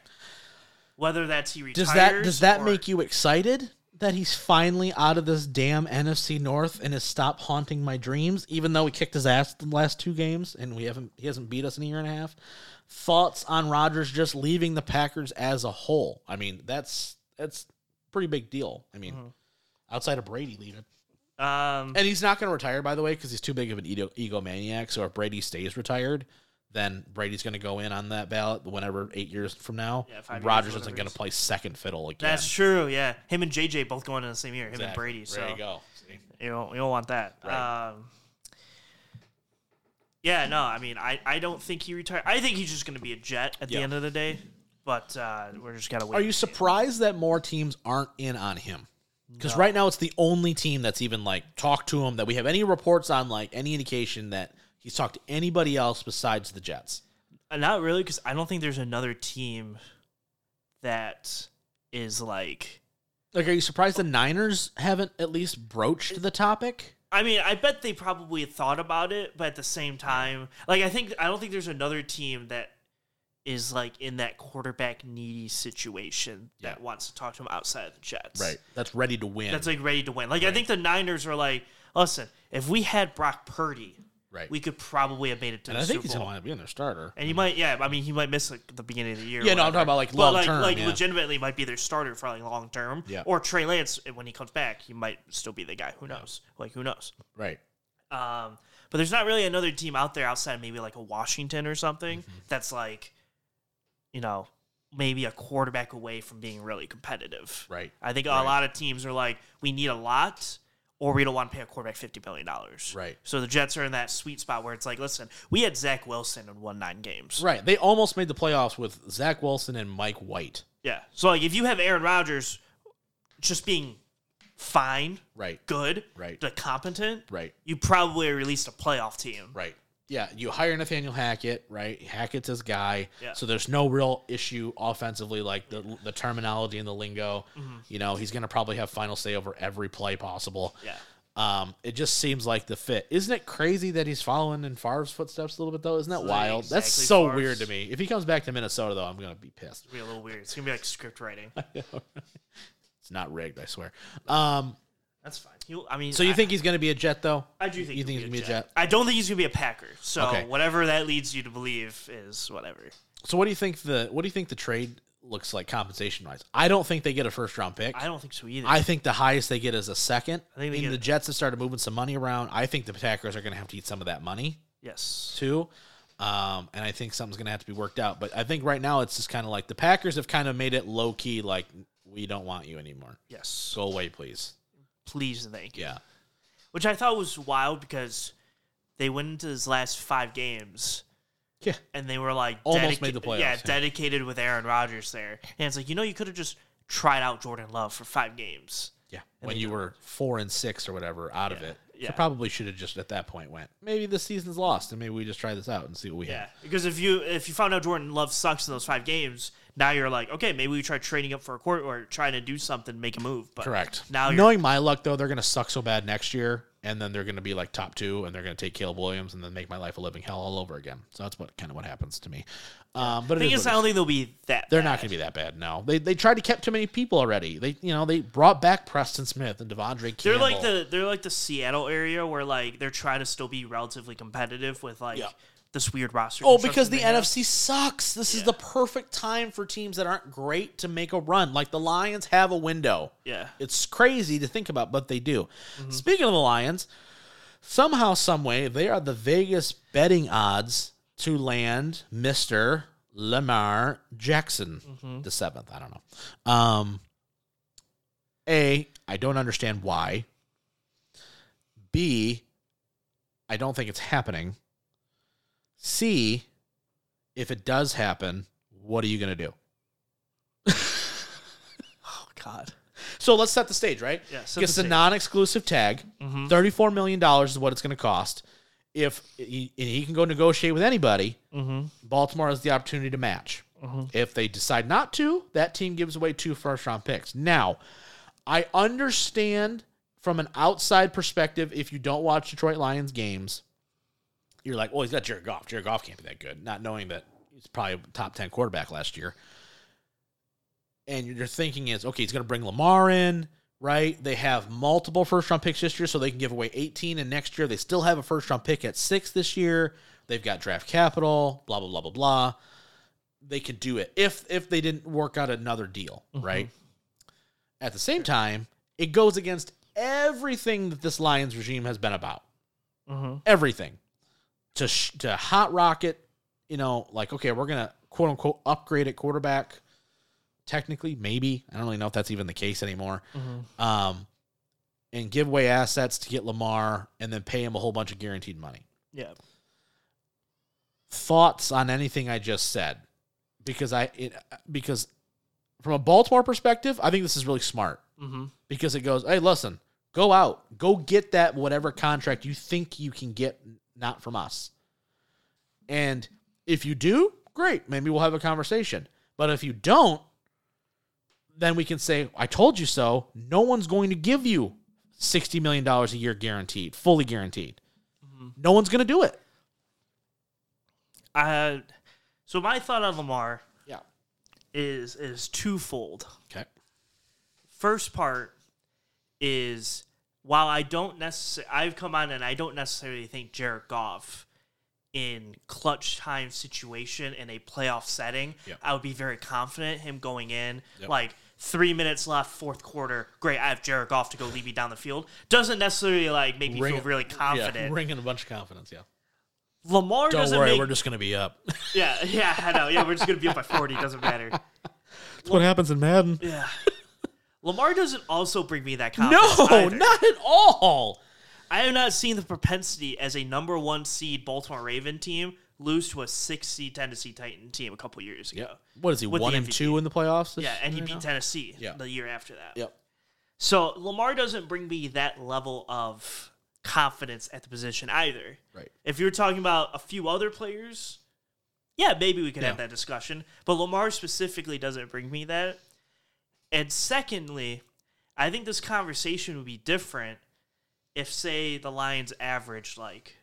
[SPEAKER 2] Whether that's he retires.
[SPEAKER 1] Does that does that
[SPEAKER 2] or-
[SPEAKER 1] make you excited that he's finally out of this damn NFC North and has stopped haunting my dreams? Even though he kicked his ass the last two games and we haven't he hasn't beat us in a year and a half. Thoughts on Rodgers just leaving the Packers as a whole? I mean, that's that's a pretty big deal. I mean,
[SPEAKER 2] Mm-hmm.
[SPEAKER 1] outside of Brady leaving,
[SPEAKER 2] Um,
[SPEAKER 1] and he's not going to retire by the way because he's too big of an ego egomaniac. So if Brady stays retired. Then Brady's going to go in on that ballot whenever eight years from now.
[SPEAKER 2] Yeah, five years,
[SPEAKER 1] Rodgers
[SPEAKER 2] whatever
[SPEAKER 1] isn't
[SPEAKER 2] it
[SPEAKER 1] going to
[SPEAKER 2] is.
[SPEAKER 1] play second fiddle again.
[SPEAKER 2] that's true. Yeah, him and JJ both going in the same year. Him and
[SPEAKER 1] Exactly.
[SPEAKER 2] Brady. So
[SPEAKER 1] There you go. See?
[SPEAKER 2] You don't, you don't want that.
[SPEAKER 1] Right.
[SPEAKER 2] Um, yeah, no, I mean, I, I don't think he retired. I think he's just going to be a Jet at the
[SPEAKER 1] Yeah.
[SPEAKER 2] end of the day, but uh, we're just going to wait.
[SPEAKER 1] Are
[SPEAKER 2] and
[SPEAKER 1] you
[SPEAKER 2] see.
[SPEAKER 1] surprised that more teams aren't in on him? Because right now it's the only team that's even like talked to him that we have any reports on, like any indication that he's talked to anybody else besides the Jets.
[SPEAKER 2] Uh, Not really, because I don't think there's another team that is like.
[SPEAKER 1] Like, are you surprised the Niners haven't at least broached the topic?
[SPEAKER 2] I mean, I bet they probably thought about it, but at the same time, like I think I don't think there's another team that is like in that quarterback needy situation that
[SPEAKER 1] Yeah.
[SPEAKER 2] wants to talk to him outside of the Jets.
[SPEAKER 1] That's ready to win.
[SPEAKER 2] that's like ready to win. Like I think the Niners are like, listen, if we had Brock Purdy,
[SPEAKER 1] Right.
[SPEAKER 2] we could probably have made it to
[SPEAKER 1] and
[SPEAKER 2] the
[SPEAKER 1] I think
[SPEAKER 2] Super
[SPEAKER 1] he's
[SPEAKER 2] Bowl.
[SPEAKER 1] going to wind up being their starter.
[SPEAKER 2] And you might, yeah, I mean, he might miss like the beginning of the year. or
[SPEAKER 1] Yeah, no, I'm talking
[SPEAKER 2] whatever.
[SPEAKER 1] about like
[SPEAKER 2] But
[SPEAKER 1] long
[SPEAKER 2] like,
[SPEAKER 1] term.
[SPEAKER 2] like
[SPEAKER 1] yeah.
[SPEAKER 2] legitimately might be their starter for like long term.
[SPEAKER 1] Yeah.
[SPEAKER 2] Or Trey Lance when he comes back, he might still be the guy. Who knows? Like who knows?
[SPEAKER 1] right.
[SPEAKER 2] Um, but there's not really another team out there outside of maybe like a Washington or something
[SPEAKER 1] Mm-hmm.
[SPEAKER 2] that's like, you know, maybe a quarterback away from being really competitive.
[SPEAKER 1] Right.
[SPEAKER 2] I think
[SPEAKER 1] Right.
[SPEAKER 2] a lot of teams are like, we need a lot, or we don't want to pay a quarterback fifty billion dollars.
[SPEAKER 1] Right.
[SPEAKER 2] So the Jets are in that sweet spot where it's like, listen, we had Zach Wilson and won nine games.
[SPEAKER 1] Right. They almost made the playoffs with Zach Wilson and Mike White.
[SPEAKER 2] Yeah. So like, if you have Aaron Rodgers, just being fine,
[SPEAKER 1] Right.
[SPEAKER 2] good,
[SPEAKER 1] Right.
[SPEAKER 2] the competent,
[SPEAKER 1] Right.
[SPEAKER 2] you probably released a playoff team.
[SPEAKER 1] Right. Yeah, you hire Nathaniel Hackett, right? Hackett's his guy,
[SPEAKER 2] Yeah.
[SPEAKER 1] so there's no real issue offensively, like the the terminology and the lingo.
[SPEAKER 2] Mm-hmm.
[SPEAKER 1] You know, he's going to probably have final say over every play possible.
[SPEAKER 2] Yeah.
[SPEAKER 1] Um, it just seems like the fit. Isn't it crazy that he's following in Favre's footsteps a little bit though? Isn't that
[SPEAKER 2] Like,
[SPEAKER 1] wild? That's
[SPEAKER 2] exactly
[SPEAKER 1] so
[SPEAKER 2] Favre's-
[SPEAKER 1] weird to me. If he comes back to Minnesota though, I'm going to be pissed.
[SPEAKER 2] It's gonna be a little weird. It's gonna be like script writing.
[SPEAKER 1] It's not rigged, I swear. Um,
[SPEAKER 2] That's fine. You, I mean,
[SPEAKER 1] so you
[SPEAKER 2] I,
[SPEAKER 1] think he's going to be a Jet though?
[SPEAKER 2] I do think
[SPEAKER 1] you think he's
[SPEAKER 2] he'll
[SPEAKER 1] going to be a Jet?
[SPEAKER 2] I don't think he's gonna be a Packer. So
[SPEAKER 1] Okay.
[SPEAKER 2] whatever that leads you to believe is whatever.
[SPEAKER 1] So what do you think the what do you think the trade looks like compensation wise? I don't think they get a first round pick.
[SPEAKER 2] I don't think so either.
[SPEAKER 1] I think the highest they get is a second. I
[SPEAKER 2] I think they
[SPEAKER 1] mean,
[SPEAKER 2] get-
[SPEAKER 1] the Jets have started moving some money around. I think the Packers are going to have to eat some of that money
[SPEAKER 2] yes.
[SPEAKER 1] too. Um, and I think something's going to have to be worked out. But I think right now it's just kind of like the Packers have kind of made it low key, like we don't want you anymore.
[SPEAKER 2] Yes.
[SPEAKER 1] Go away, please.
[SPEAKER 2] Please and thank you.
[SPEAKER 1] Yeah,
[SPEAKER 2] Which I thought was wild because they went into his last five games
[SPEAKER 1] yeah,
[SPEAKER 2] and they were like
[SPEAKER 1] Almost
[SPEAKER 2] dedica-
[SPEAKER 1] made the playoffs,
[SPEAKER 2] Yeah,
[SPEAKER 1] yeah.
[SPEAKER 2] dedicated with Aaron Rodgers there, and it's like you know you could have just tried out Jordan Love for five games.
[SPEAKER 1] yeah. When you were four and six or whatever out of it,
[SPEAKER 2] yeah.
[SPEAKER 1] so probably should have just at that point went. Maybe this season's lost, and maybe we just try this out and see what we
[SPEAKER 2] Yeah,
[SPEAKER 1] have.
[SPEAKER 2] because if you if you found out Jordan Love sucks in those five games, now you're like, okay, maybe we try trading up for a court or trying to do something, make a move. But
[SPEAKER 1] Correct.
[SPEAKER 2] Now you're
[SPEAKER 1] knowing my luck though, they're going to suck so bad next year, and then they're going to be like top two, and they're going to take Caleb Williams, and then make my life a living hell all over again. So that's what kind of what happens to me. Um, but it
[SPEAKER 2] the thing
[SPEAKER 1] is
[SPEAKER 2] is,
[SPEAKER 1] what it
[SPEAKER 2] I don't
[SPEAKER 1] is.
[SPEAKER 2] think they'll be that.
[SPEAKER 1] they're
[SPEAKER 2] bad.
[SPEAKER 1] not going to be that bad. No, they they tried to keep too many people already. They you know they brought back Preston Smith and Devondre.
[SPEAKER 2] They're
[SPEAKER 1] Campbell.
[SPEAKER 2] like the they're like the Seattle area where like they're trying to still be relatively competitive with like
[SPEAKER 1] Yeah.
[SPEAKER 2] this weird roster.
[SPEAKER 1] Oh, because
[SPEAKER 2] construction
[SPEAKER 1] the
[SPEAKER 2] they have.
[SPEAKER 1] NFC sucks. This is the perfect time for teams that aren't great to make a run. Like the Lions have a window.
[SPEAKER 2] Yeah.
[SPEAKER 1] It's crazy to think about, but they do. Speaking of the Lions, somehow, some way, they are the Vegas betting odds to land Mister Lamar Jackson
[SPEAKER 2] Mm-hmm,
[SPEAKER 1] the seventh. I don't know. Um, a, I don't understand why. B, I don't think it's happening. C, if it does happen, what are you going to do?
[SPEAKER 2] Oh God.
[SPEAKER 1] So let's set the stage, right?
[SPEAKER 2] Yeah, set
[SPEAKER 1] Gets
[SPEAKER 2] the
[SPEAKER 1] a
[SPEAKER 2] stage. Mm-hmm.
[SPEAKER 1] non-exclusive tag. $34 million is what it's going to cost. If he, and he can go negotiate with anybody,
[SPEAKER 2] mm-hmm,
[SPEAKER 1] Baltimore has the opportunity to match. If they decide not to, that team gives away two first-round picks. Now, I understand from an outside perspective if you don't watch Detroit Lions games, you're like, "Oh, he's got Jared Goff. Jared Goff can't be that good," not knowing that he's probably a top ten quarterback last year and your thinking is, okay, he's going to bring Lamar in, right? They have multiple first round picks this year, so they can give away 18, and next year they still have a first round pick at six this year. They've got draft capital, blah blah blah blah blah. They could do it if if they didn't work out another deal, right? At the same time, it goes against everything that this Lions regime has been about
[SPEAKER 2] Mm-hmm.
[SPEAKER 1] everything to sh- to hot rocket you know like okay we're gonna quote unquote upgrade at quarterback technically maybe i don't really know if that's even the case anymore
[SPEAKER 2] mm-hmm.
[SPEAKER 1] um and give away assets to get lamar and then pay him a whole bunch of guaranteed money
[SPEAKER 2] Yeah.
[SPEAKER 1] thoughts on anything i just said because i it because from a baltimore perspective i think this is really smart
[SPEAKER 2] Mm-hmm.
[SPEAKER 1] because it goes, hey, listen, go out, go get that whatever contract you think you can get, not from us. And if you do, great, maybe we'll have a conversation. But if you don't, then we can say, I told you so. No one's going to give you $60 million a year guaranteed, fully guaranteed.
[SPEAKER 2] Mm-hmm.
[SPEAKER 1] No one's going to do it.
[SPEAKER 2] Uh, so my thought on Lamar
[SPEAKER 1] Yeah.
[SPEAKER 2] is is twofold.
[SPEAKER 1] Okay.
[SPEAKER 2] First part is while I don't necessarily, I've come on and I don't necessarily think Jared Goff in clutch time situation in a playoff setting,
[SPEAKER 1] Yep.
[SPEAKER 2] I would be very confident him going in
[SPEAKER 1] Yep.
[SPEAKER 2] like three minutes left, fourth quarter. Great, I have Jared Goff to go lead me down the field. Doesn't necessarily like make me
[SPEAKER 1] Ring-
[SPEAKER 2] feel really confident.
[SPEAKER 1] Yeah, ringing a bunch of confidence. Yeah.
[SPEAKER 2] Lamar
[SPEAKER 1] Don't
[SPEAKER 2] doesn't
[SPEAKER 1] worry,
[SPEAKER 2] make.
[SPEAKER 1] we're just gonna be up. That's
[SPEAKER 2] yeah, yeah, I know. Yeah, we're just gonna be up by forty. Doesn't matter.
[SPEAKER 1] what happens in Madden.
[SPEAKER 2] Yeah. Lamar doesn't also bring me that confidence.
[SPEAKER 1] No,
[SPEAKER 2] either.
[SPEAKER 1] not at all.
[SPEAKER 2] I have not seen the propensity as a number one seed Baltimore Raven team lose to a six seed Tennessee Titan team a couple years ago.
[SPEAKER 1] What is he?
[SPEAKER 2] With the
[SPEAKER 1] one and
[SPEAKER 2] MVP.
[SPEAKER 1] two in the playoffs. this
[SPEAKER 2] Yeah, and he
[SPEAKER 1] year
[SPEAKER 2] beat
[SPEAKER 1] now?
[SPEAKER 2] Tennessee
[SPEAKER 1] Yeah.
[SPEAKER 2] the year after that.
[SPEAKER 1] Yep.
[SPEAKER 2] So Lamar doesn't bring me that level of confidence at the position either.
[SPEAKER 1] Right.
[SPEAKER 2] If you're talking about a few other players, yeah, maybe we could have
[SPEAKER 1] Yeah.
[SPEAKER 2] that discussion. But Lamar specifically doesn't bring me that. And secondly, I think this conversation would be different if, say, the Lions averaged like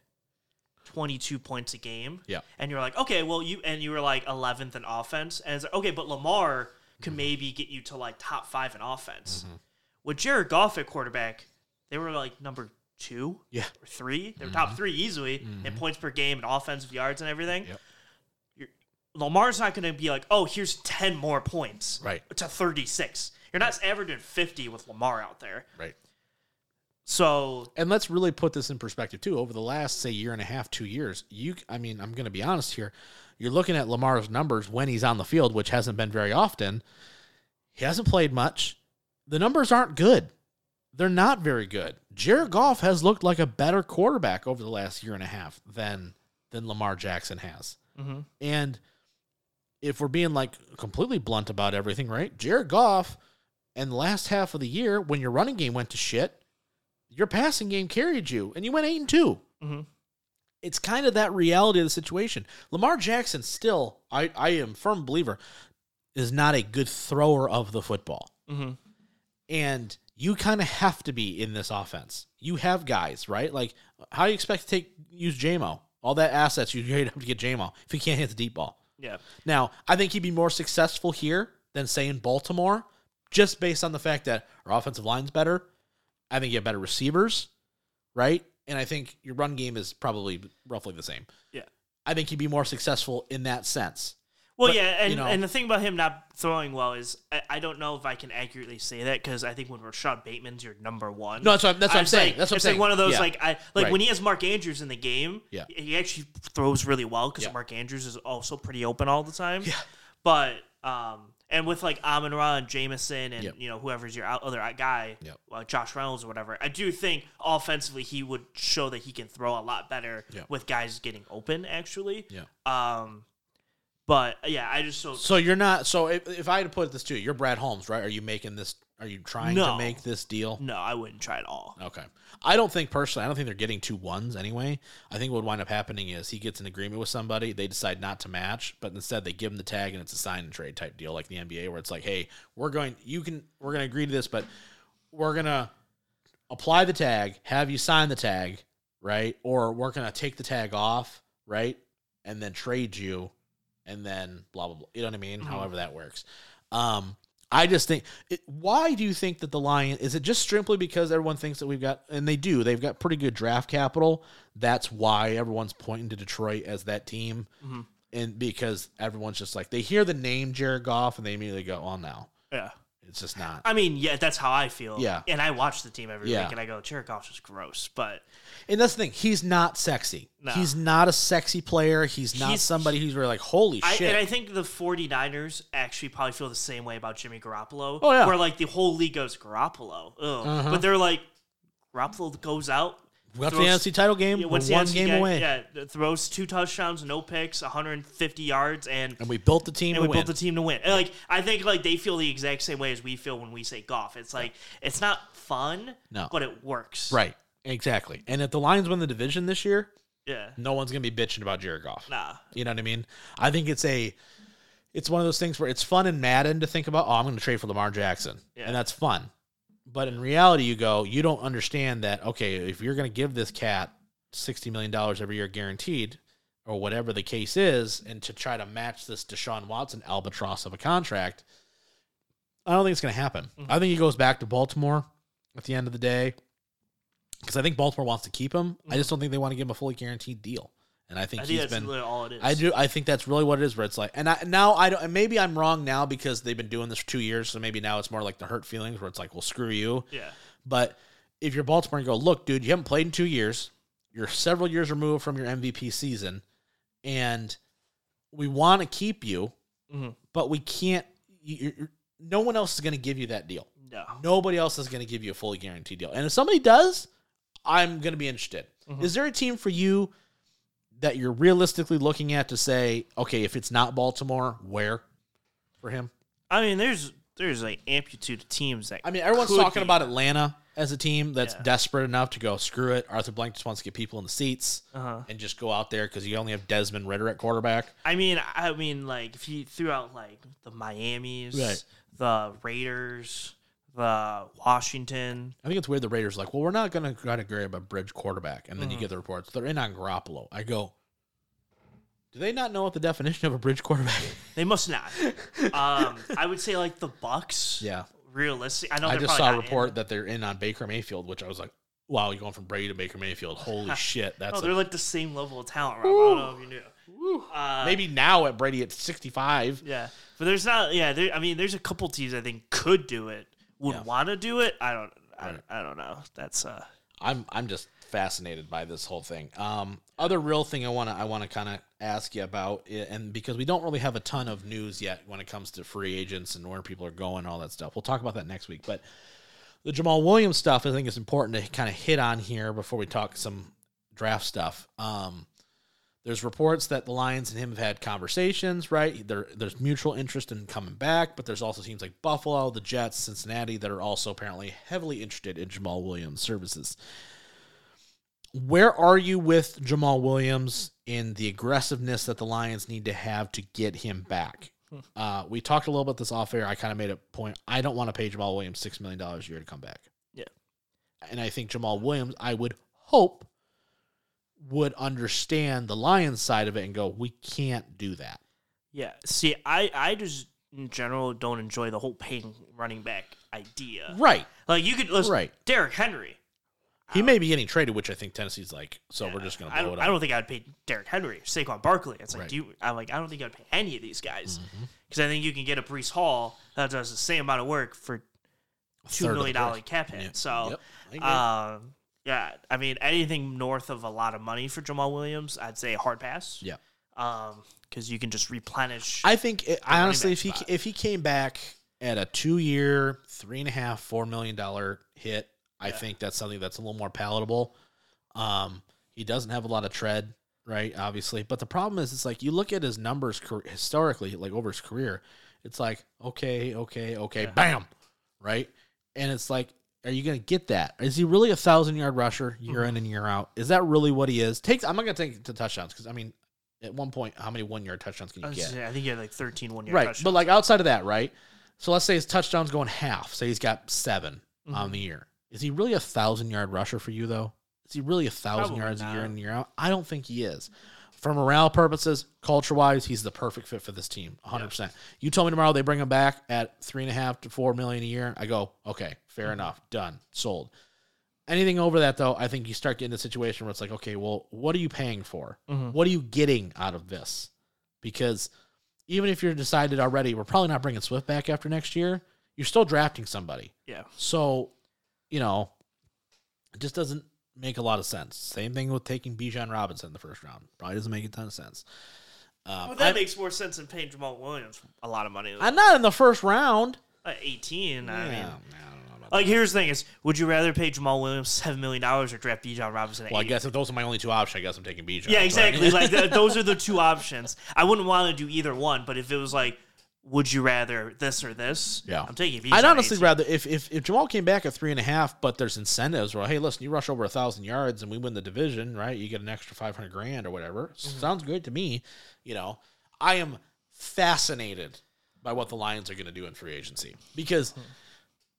[SPEAKER 2] 22 points a game.
[SPEAKER 1] Yeah.
[SPEAKER 2] And you're like, okay, well, you and you were like 11th in offense, and it's like, okay, but Lamar could
[SPEAKER 1] Mm-hmm.
[SPEAKER 2] maybe get you to like top five in offense. With Jared Goff at quarterback, they were like number two
[SPEAKER 1] Yeah. Mm-hmm.
[SPEAKER 2] or three. They're top three easily in points per game and offensive yards and everything.
[SPEAKER 1] Yep.
[SPEAKER 2] You're, Lamar's not going to be like, oh, here's 10 more points
[SPEAKER 1] Right.
[SPEAKER 2] to 36. You're not averaging 50 with Lamar out there.
[SPEAKER 1] Right.
[SPEAKER 2] So,
[SPEAKER 1] And let's really put this in perspective too. Over the last say year and a half, two years, you. I mean, I'm gonna be honest here. You're looking at Lamar's numbers when he's on the field, which hasn't been very often. He hasn't played much. The numbers aren't good. They're not very good. Jared Goff has looked like a better quarterback over the last year and a half than than Lamar Jackson has.
[SPEAKER 2] mhm.
[SPEAKER 1] And if we're being like completely blunt about everything, right? Jared Goff and the last half of the year, when your running game went to shit, your passing game carried you and you went eight and 2
[SPEAKER 2] Mhm.
[SPEAKER 1] It's kind of that reality of the situation. Lamar Jackson still, I, I am firm believer, is not a good thrower of the football.
[SPEAKER 2] Mhm.
[SPEAKER 1] And you kind of have to be in this offense. You have guys, right? Like, how do you expect to take use JMO? All that assets you trade up to get JMO if he can't hit the deep ball.
[SPEAKER 2] yeah.
[SPEAKER 1] Now, I think he'd be more successful here than say in Baltimore, just based on the fact that our offensive line's better. I think you have better receivers, right? And I think your run game is probably roughly the same.
[SPEAKER 2] Yeah.
[SPEAKER 1] I think he'd be more successful in that sense.
[SPEAKER 2] Well,
[SPEAKER 1] But,
[SPEAKER 2] yeah, and,
[SPEAKER 1] you know-
[SPEAKER 2] and the thing about him not throwing well is I, I don't know if I can accurately say that because I think when Rashad Bateman's your number one.
[SPEAKER 1] No, that's what I'm- that's what I'm
[SPEAKER 2] it's
[SPEAKER 1] saying.
[SPEAKER 2] like-
[SPEAKER 1] That's what I'm
[SPEAKER 2] it's
[SPEAKER 1] saying.
[SPEAKER 2] like one of those
[SPEAKER 1] Yeah.
[SPEAKER 2] like I like
[SPEAKER 1] Right.
[SPEAKER 2] when he has Mark Andrews in the game.
[SPEAKER 1] Yeah.
[SPEAKER 2] he actually throws really well because
[SPEAKER 1] Yeah.
[SPEAKER 2] Mark Andrews is also pretty open all the time.
[SPEAKER 1] Yeah.
[SPEAKER 2] but um, and with like Amon Ra and Jamison and
[SPEAKER 1] Yep.
[SPEAKER 2] you know whoever's your out- other guy,
[SPEAKER 1] Yep.
[SPEAKER 2] uh, Josh Reynolds or whatever, I do think offensively he would show that he can throw a lot better
[SPEAKER 1] Yeah.
[SPEAKER 2] with guys getting open actually.
[SPEAKER 1] Yeah.
[SPEAKER 2] Um, but yeah, I just don't.
[SPEAKER 1] So you're not. So if, if I had to put this to you, you're Brad Holmes, right? Are you making this? Are you trying
[SPEAKER 2] No.
[SPEAKER 1] to make this deal?
[SPEAKER 2] No, I wouldn't try at all.
[SPEAKER 1] Okay. I don't think personally, I don't think they're getting two ones anyway. I think what would wind up happening is he gets an agreement with somebody, they decide not to match, but instead they give him the tag and it's a sign and trade type deal like the NBA where it's like, hey, we're going you can we're gonna agree to this, but we're gonna apply the tag, have you sign the tag, right? Or we're gonna take the tag off, right? And then trade you and then blah blah blah. You know what I mean?
[SPEAKER 2] Mhm.
[SPEAKER 1] However that works. Um I just think. It, why do you think that the Lion? Is it just simply because everyone thinks that we've got, and they do, they've got pretty good draft capital. That's why everyone's pointing to Detroit as that team,
[SPEAKER 2] Mhm.
[SPEAKER 1] and because everyone's just like they hear the name Jared Goff and they immediately go, "Well, no,
[SPEAKER 2] Yeah.
[SPEAKER 1] it's just not."
[SPEAKER 2] I mean, yeah, that's how I feel.
[SPEAKER 1] Yeah.
[SPEAKER 2] And I watch the team every
[SPEAKER 1] Yeah.
[SPEAKER 2] week and I go, Cherikov's just gross. But
[SPEAKER 1] And that's the thing. He's not sexy.
[SPEAKER 2] No.
[SPEAKER 1] He's not a sexy player. He's not
[SPEAKER 2] He's-
[SPEAKER 1] somebody who's really like, "Holy
[SPEAKER 2] I,
[SPEAKER 1] shit!"
[SPEAKER 2] and I think the 49ers actually probably feel the same way about Jimmy Garoppolo.
[SPEAKER 1] Oh, yeah.
[SPEAKER 2] Where like the whole league goes, Garoppolo. Ugh.
[SPEAKER 1] Uh-huh.
[SPEAKER 2] But they're like, Garoppolo goes out.
[SPEAKER 1] we got to the
[SPEAKER 2] throws-
[SPEAKER 1] NFC title game.
[SPEAKER 2] yeah,
[SPEAKER 1] we're
[SPEAKER 2] what's the
[SPEAKER 1] one
[SPEAKER 2] NFC
[SPEAKER 1] game
[SPEAKER 2] guy?
[SPEAKER 1] away,
[SPEAKER 2] Yeah. Throws two touchdowns, no picks, 150 yards, and
[SPEAKER 1] and we built the team.
[SPEAKER 2] and we
[SPEAKER 1] to win.
[SPEAKER 2] built the team to win. And, like I think like they feel the exact same way as we feel when we say golf. It's like it's not fun,
[SPEAKER 1] No.
[SPEAKER 2] but it works.
[SPEAKER 1] right. Exactly. And if the Lions win the division this year,
[SPEAKER 2] Yeah.
[SPEAKER 1] no one's gonna be bitching about Jared Goff.
[SPEAKER 2] Nah.
[SPEAKER 1] You know what I mean? I think it's a it's one of those things where it's fun and Madden to think about, oh, I'm gonna trade for Lamar Jackson.
[SPEAKER 2] Yeah.
[SPEAKER 1] And that's fun. But in reality, you go, you don't understand that, okay, if you're gonna give this cat sixty million dollars every year guaranteed, or whatever the case is, and to try to match this Deshaun Watson albatross of a contract,
[SPEAKER 2] Mm-hmm.
[SPEAKER 1] I don't think it's gonna happen. I think he goes back to Baltimore at the end of the day. because I think Baltimore wants to keep him. I just don't think they want to give him a fully guaranteed deal. And I think
[SPEAKER 2] Mm-hmm. I think
[SPEAKER 1] he's
[SPEAKER 2] that's
[SPEAKER 1] been.
[SPEAKER 2] literally all it is.
[SPEAKER 1] I do. I think that's really what it is. Where it's like, and I, now I don't. and Maybe I'm wrong now because they've been doing this for two years, so maybe now it's more like the hurt feelings where it's like, well, screw you.
[SPEAKER 2] Yeah.
[SPEAKER 1] But if you're Baltimore and go, look, dude, you haven't played in two years. You're several years removed from your MVP season, and we want to keep you,
[SPEAKER 2] Mhm.
[SPEAKER 1] but we can't. You, you're, you're- no one else is going to give you that deal.
[SPEAKER 2] No.
[SPEAKER 1] Nobody else is going to give you a fully guaranteed deal. And if somebody does, I'm going to be interested.
[SPEAKER 2] Mhm.
[SPEAKER 1] Is there a team for you that you're realistically looking at to say, okay, if it's not Baltimore, where for him?
[SPEAKER 2] I mean, there's there's like amplitude of teams that
[SPEAKER 1] I mean, everyone's
[SPEAKER 2] could
[SPEAKER 1] talking
[SPEAKER 2] be.
[SPEAKER 1] about Atlanta as a team that's
[SPEAKER 2] Yeah.
[SPEAKER 1] desperate enough to go screw it. Arthur Blank just wants to get people in the seats
[SPEAKER 2] Uh-huh.
[SPEAKER 1] and just go out there because you only have Desmond Ritter at quarterback.
[SPEAKER 2] I mean, I mean, like if you threw out like the Miami's,
[SPEAKER 1] Right.
[SPEAKER 2] the Raiders, the Washington.
[SPEAKER 1] I think it's weird the Raiders are like, well, we're not going to try to grab a bridge quarterback, and
[SPEAKER 2] Mm.
[SPEAKER 1] then you get the reports they're in on Garoppolo. I go, do they not know what the definition of a bridge quarterback? is?
[SPEAKER 2] They must not. um, I would say like the Bucks.
[SPEAKER 1] yeah,
[SPEAKER 2] Realistic. I know.
[SPEAKER 1] I
[SPEAKER 2] they're
[SPEAKER 1] just
[SPEAKER 2] probably
[SPEAKER 1] saw a
[SPEAKER 2] not in.
[SPEAKER 1] report that they're in on Baker Mayfield, which I was like, wow, you're going from Brady to Baker Mayfield. Holy shit,
[SPEAKER 2] No,
[SPEAKER 1] that's
[SPEAKER 2] they're
[SPEAKER 1] a,
[SPEAKER 2] like the same level of talent, Rob. I don't know if you knew. Uh,
[SPEAKER 1] maybe now at Brady at 65.
[SPEAKER 2] Yeah, but there's not. Yeah, there, I mean, there's a couple teams I think could do it, would
[SPEAKER 1] Yeah.
[SPEAKER 2] want to do it. I don't. I,
[SPEAKER 1] Right.
[SPEAKER 2] I don't know. That's uh.
[SPEAKER 1] I'm I'm just fascinated by this whole thing. Um, other real thing I wanna I wanna kind of ask you about, i- and because we don't really have a ton of news yet when it comes to free agents and where people are going, all that stuff. We'll talk about that next week. But the Jamal Williams stuff, I think, is important to kind of hit on here before we talk some draft stuff. Um, there's reports that the Lions and him have had conversations, right? There, there's mutual interest in coming back, but there's also teams like Buffalo, the Jets, Cincinnati that are also apparently heavily interested in Jamal Williams' services where are you with Jamal Williams in the aggressiveness that the Lions need to have to get him back?
[SPEAKER 2] Hmm.
[SPEAKER 1] Uh, we talked a little about this off air. I kind of made a point. I don't want to pay Jamal Williams six million dollars a year to come back.
[SPEAKER 2] Yeah.
[SPEAKER 1] and I think Jamal Williams, I would hope, would understand the Lions side of it and go, "We can't do that."
[SPEAKER 2] Yeah. See, I I just in general don't enjoy the whole paying running back idea.
[SPEAKER 1] Right.
[SPEAKER 2] Like you could listen,
[SPEAKER 1] Right.
[SPEAKER 2] Derrick Henry.
[SPEAKER 1] He may be getting traded, which I think Tennessee's like. So we're just going to
[SPEAKER 2] I
[SPEAKER 1] blow it
[SPEAKER 2] don't,
[SPEAKER 1] Oh, up.
[SPEAKER 2] I don't think I'd pay Derrick Henry, Saquon Barkley. It's like,
[SPEAKER 1] Right. Mm-hmm.
[SPEAKER 2] do you, I'm like, I don't think I'd pay any of these guys because I think you can get a Brees Hall that does the same amount of work for two
[SPEAKER 1] third of
[SPEAKER 2] million
[SPEAKER 1] the
[SPEAKER 2] dollar
[SPEAKER 1] price.
[SPEAKER 2] cap hit.
[SPEAKER 1] Yeah.
[SPEAKER 2] So,
[SPEAKER 1] Yep. I agree.
[SPEAKER 2] um, yeah, I mean, anything north of a lot of money for Jamal Williams, I'd say hard pass.
[SPEAKER 1] yeah.
[SPEAKER 2] Um, because you can just replenish.
[SPEAKER 1] I think it, I
[SPEAKER 2] running
[SPEAKER 1] honestly,
[SPEAKER 2] back
[SPEAKER 1] if he
[SPEAKER 2] spot.
[SPEAKER 1] if he came back at a two year, three and a half, four million dollar hit, I think that's something that's a little more palatable. Um, he doesn't have a lot of tread, right? Obviously, but the problem is, it's like you look at his numbers car- historically, like over his career, it's like okay, okay, okay,
[SPEAKER 2] Yeah.
[SPEAKER 1] bam, right? And it's like. Are you going to get that? Is he really a thousand yard rusher year in and year out? Is that really what he is? Takes. I'm not going to take it to touchdowns because I mean, at one point, how many one yard touchdowns can
[SPEAKER 2] I
[SPEAKER 1] you
[SPEAKER 2] was
[SPEAKER 1] get?
[SPEAKER 2] gonna say, I think you had like 13 one year
[SPEAKER 1] right
[SPEAKER 2] touchdowns.
[SPEAKER 1] but like outside of that right so let's say his touchdowns going half say he's got 7
[SPEAKER 2] Mm-hmm.
[SPEAKER 1] on the year is he really a thousand yard rusher for you though is he really a thousand
[SPEAKER 2] Probably
[SPEAKER 1] yards a year
[SPEAKER 2] not.
[SPEAKER 1] in and year out i don't think he is for morale purposes culture wise he's the perfect fit for this team 100% you told me tomorrow they bring him back at three and a half to four million a year i go okay fair
[SPEAKER 2] Mm-hmm.
[SPEAKER 1] enough done sold anything over that though i think you start getting a situation where it's like okay well what are you paying for
[SPEAKER 2] Mhm.
[SPEAKER 1] what are you getting out of this because even if you're decided already we're probably not bringing swift back after next year you're still drafting somebody
[SPEAKER 2] yeah.
[SPEAKER 1] so you know it just doesn't make a lot of sense same thing with taking Bijan Robinson in the first round probably doesn't make a ton of sense uh,
[SPEAKER 2] Well, Oh, that
[SPEAKER 1] I-
[SPEAKER 2] makes more sense than paying Jamal Williams a lot of money.
[SPEAKER 1] I'm not in the first round
[SPEAKER 2] Uh, 18. I mean,
[SPEAKER 1] Yeah, I don't know about
[SPEAKER 2] like here's the thing: is would you rather pay Jamal Williams seven million dollars or draft Bijan Robinson? At
[SPEAKER 1] well I
[SPEAKER 2] 80?
[SPEAKER 1] guess if those are my only two options I guess I'm taking Bijan
[SPEAKER 2] Yeah,
[SPEAKER 1] but-
[SPEAKER 2] exactly. like th- those are the two options. I wouldn't want to do either one, but if it was like, would you rather this or this?
[SPEAKER 1] Yeah.
[SPEAKER 2] I'm taking Bijan.
[SPEAKER 1] I'd
[SPEAKER 2] at
[SPEAKER 1] honestly
[SPEAKER 2] 18.
[SPEAKER 1] rather if, if if Jamal came back at three and a half, but there's incentives where hey, listen, you rush over a thousand yards and we win the division, right? You get an extra five hundred grand or whatever. Sounds good to me. You know, I am fascinated by what the Lions are going to do in free agency because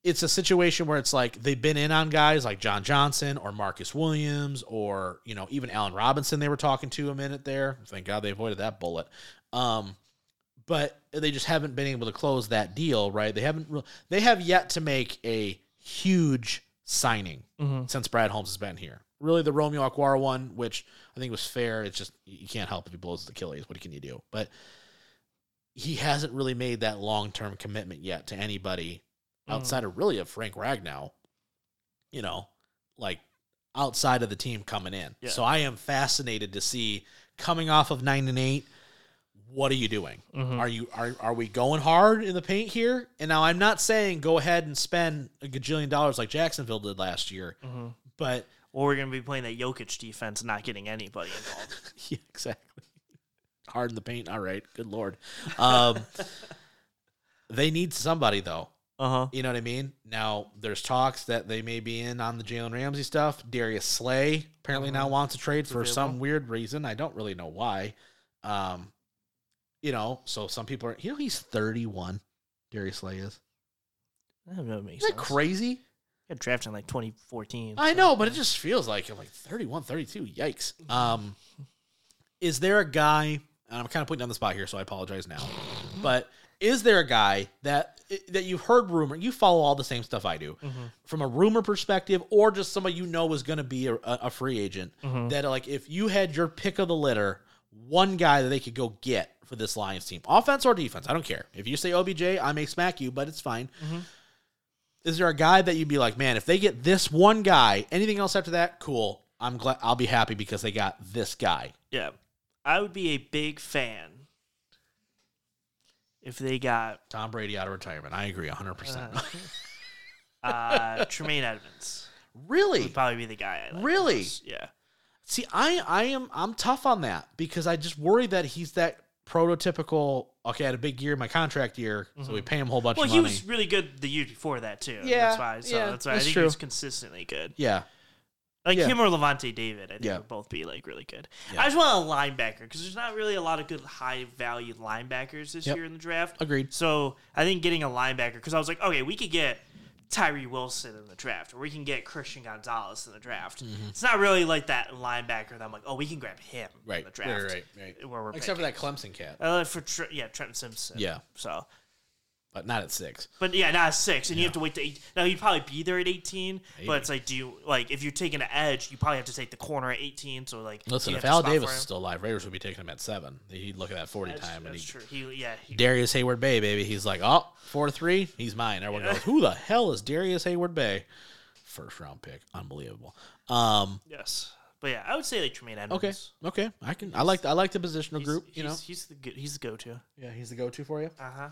[SPEAKER 1] it's a situation where it's like they've been in on guys like John Johnson or Marcus Williams or you know even Allen Robinson they were talking to a minute there. Thank God they avoided that bullet. Um, but they just haven't been able to close that deal, right? They haven't. Re- they have yet to make a huge signing since Brad Holmes has been here. Really, the Romeo Aquara one, which I think was fair. It's just you can't help if he blows his Achilles. What can you do? But he hasn't really made that long term commitment yet to anybody
[SPEAKER 2] Mhm.
[SPEAKER 1] outside of really of Frank Ragnow. You know, like outside of the team coming in.
[SPEAKER 2] Yeah.
[SPEAKER 1] So I am fascinated to see coming off of nine and eight. What are you doing?
[SPEAKER 2] Mhm.
[SPEAKER 1] Are you are are we going hard in the paint here? And now I'm not saying go ahead and spend a gajillion dollars like Jacksonville did last year,
[SPEAKER 2] Mhm.
[SPEAKER 1] but
[SPEAKER 2] Or we're going to be playing that Jokic defense and not getting anybody involved.
[SPEAKER 1] yeah, exactly. Hard in the paint. All right. Good lord. Um, they need somebody though.
[SPEAKER 2] uh huh.
[SPEAKER 1] You know what I mean? Now there's talks that they may be in on the Jalen Ramsey stuff. Darius Slay apparently now wants a trade for some
[SPEAKER 2] available.
[SPEAKER 1] weird reason. I don't really know why. Um, you know, so some people are. You know, he's 31. Darius Slay is.
[SPEAKER 2] I don't know. It makes
[SPEAKER 1] Isn't that
[SPEAKER 2] sense.
[SPEAKER 1] crazy?
[SPEAKER 2] Got drafted in like 2014.
[SPEAKER 1] I
[SPEAKER 2] so-
[SPEAKER 1] know, but it just feels like I'm like 31, 32. Yikes. Um, is there a guy? And I'm kind of putting you on the spot here, so I apologize now. But is there a guy that that you've heard rumor? You follow all the same stuff I do
[SPEAKER 2] Mhm.
[SPEAKER 1] from a rumor perspective, or just somebody you know is going to be a, a a free agent.
[SPEAKER 2] Mhm.
[SPEAKER 1] That like if you had your pick of the litter, one guy that they could go get for this Lions team, offense or defense, I don't care. If you say OBJ, I may smack you, but it's fine is there a guy that you'd be like, man, if they get this one guy, anything else after that, cool. I'm glad I'll be happy because they got this guy.
[SPEAKER 2] Yeah. I would be a big fan if they got
[SPEAKER 1] Tom Brady out of retirement. I agree 100%.
[SPEAKER 2] uh, uh, Tremaine Edmonds.
[SPEAKER 1] really?
[SPEAKER 2] Would probably be the guy. I like the
[SPEAKER 1] Really?
[SPEAKER 2] most, Yeah.
[SPEAKER 1] See, I I am I'm tough on that because I just worry that he's that prototypical okay, I had a big year in my contract year, so we pay him a whole bunch
[SPEAKER 2] Mm-hmm. Well,
[SPEAKER 1] of
[SPEAKER 2] he
[SPEAKER 1] money.
[SPEAKER 2] was really good the year before that too.
[SPEAKER 1] Yeah,
[SPEAKER 2] That's why. So
[SPEAKER 1] yeah,
[SPEAKER 2] that's why
[SPEAKER 1] that's
[SPEAKER 2] I think
[SPEAKER 1] true.
[SPEAKER 2] he's consistently good.
[SPEAKER 1] yeah.
[SPEAKER 2] Like
[SPEAKER 1] Yeah.
[SPEAKER 2] him or Levante David, I think
[SPEAKER 1] Yeah.
[SPEAKER 2] would both be like really good.
[SPEAKER 1] Yeah.
[SPEAKER 2] I just want a linebacker because there's not really a lot of good high value linebackers this
[SPEAKER 1] Yep.
[SPEAKER 2] year in the draft.
[SPEAKER 1] Agreed.
[SPEAKER 2] So I think getting a linebacker because I was like, okay, we could get Tyree Wilson in the draft, or we can get Christian Gonzalez in the draft.
[SPEAKER 1] Mm-hmm.
[SPEAKER 2] It's not really like that linebacker that I'm like, oh, we can grab him in
[SPEAKER 1] Right.
[SPEAKER 2] the draft.
[SPEAKER 1] Right, right, right.
[SPEAKER 2] Where we're
[SPEAKER 1] Except for
[SPEAKER 2] picking.
[SPEAKER 1] that Clemson cat.
[SPEAKER 2] Uh, for Tre- yeah, Trenton Simpson.
[SPEAKER 1] Yeah.
[SPEAKER 2] So
[SPEAKER 1] But not at 6.
[SPEAKER 2] but yeah, not at six, and you have to wait to eight. Now he'd probably be there at eighteen, but it's like, do you like if you're taking an edge, you probably have to take the corner at eighteen. So like,
[SPEAKER 1] Listen,
[SPEAKER 2] you
[SPEAKER 1] if
[SPEAKER 2] have to
[SPEAKER 1] Al
[SPEAKER 2] spot
[SPEAKER 1] Davis
[SPEAKER 2] for
[SPEAKER 1] is
[SPEAKER 2] him.
[SPEAKER 1] still alive, Raiders would be taking him at 7. He'd look at that 40
[SPEAKER 2] that's,
[SPEAKER 1] time and
[SPEAKER 2] that's
[SPEAKER 1] he
[SPEAKER 2] true. He yeah, he,
[SPEAKER 1] Darius Hayward Bay, baby. He's like, oh, 4 3, he's mine. Everyone goes, who the hell is Darius Hayward Bay? First round pick. Unbelievable. Um,
[SPEAKER 2] yes, but yeah, I would say like Tremaine Edmonds.
[SPEAKER 1] okay. Okay. I can I like I like the positional
[SPEAKER 2] He's-
[SPEAKER 1] group, you know.
[SPEAKER 2] he's- he's the good, he's the go-to.
[SPEAKER 1] Yeah, he's the go to for you.
[SPEAKER 2] Uh huh.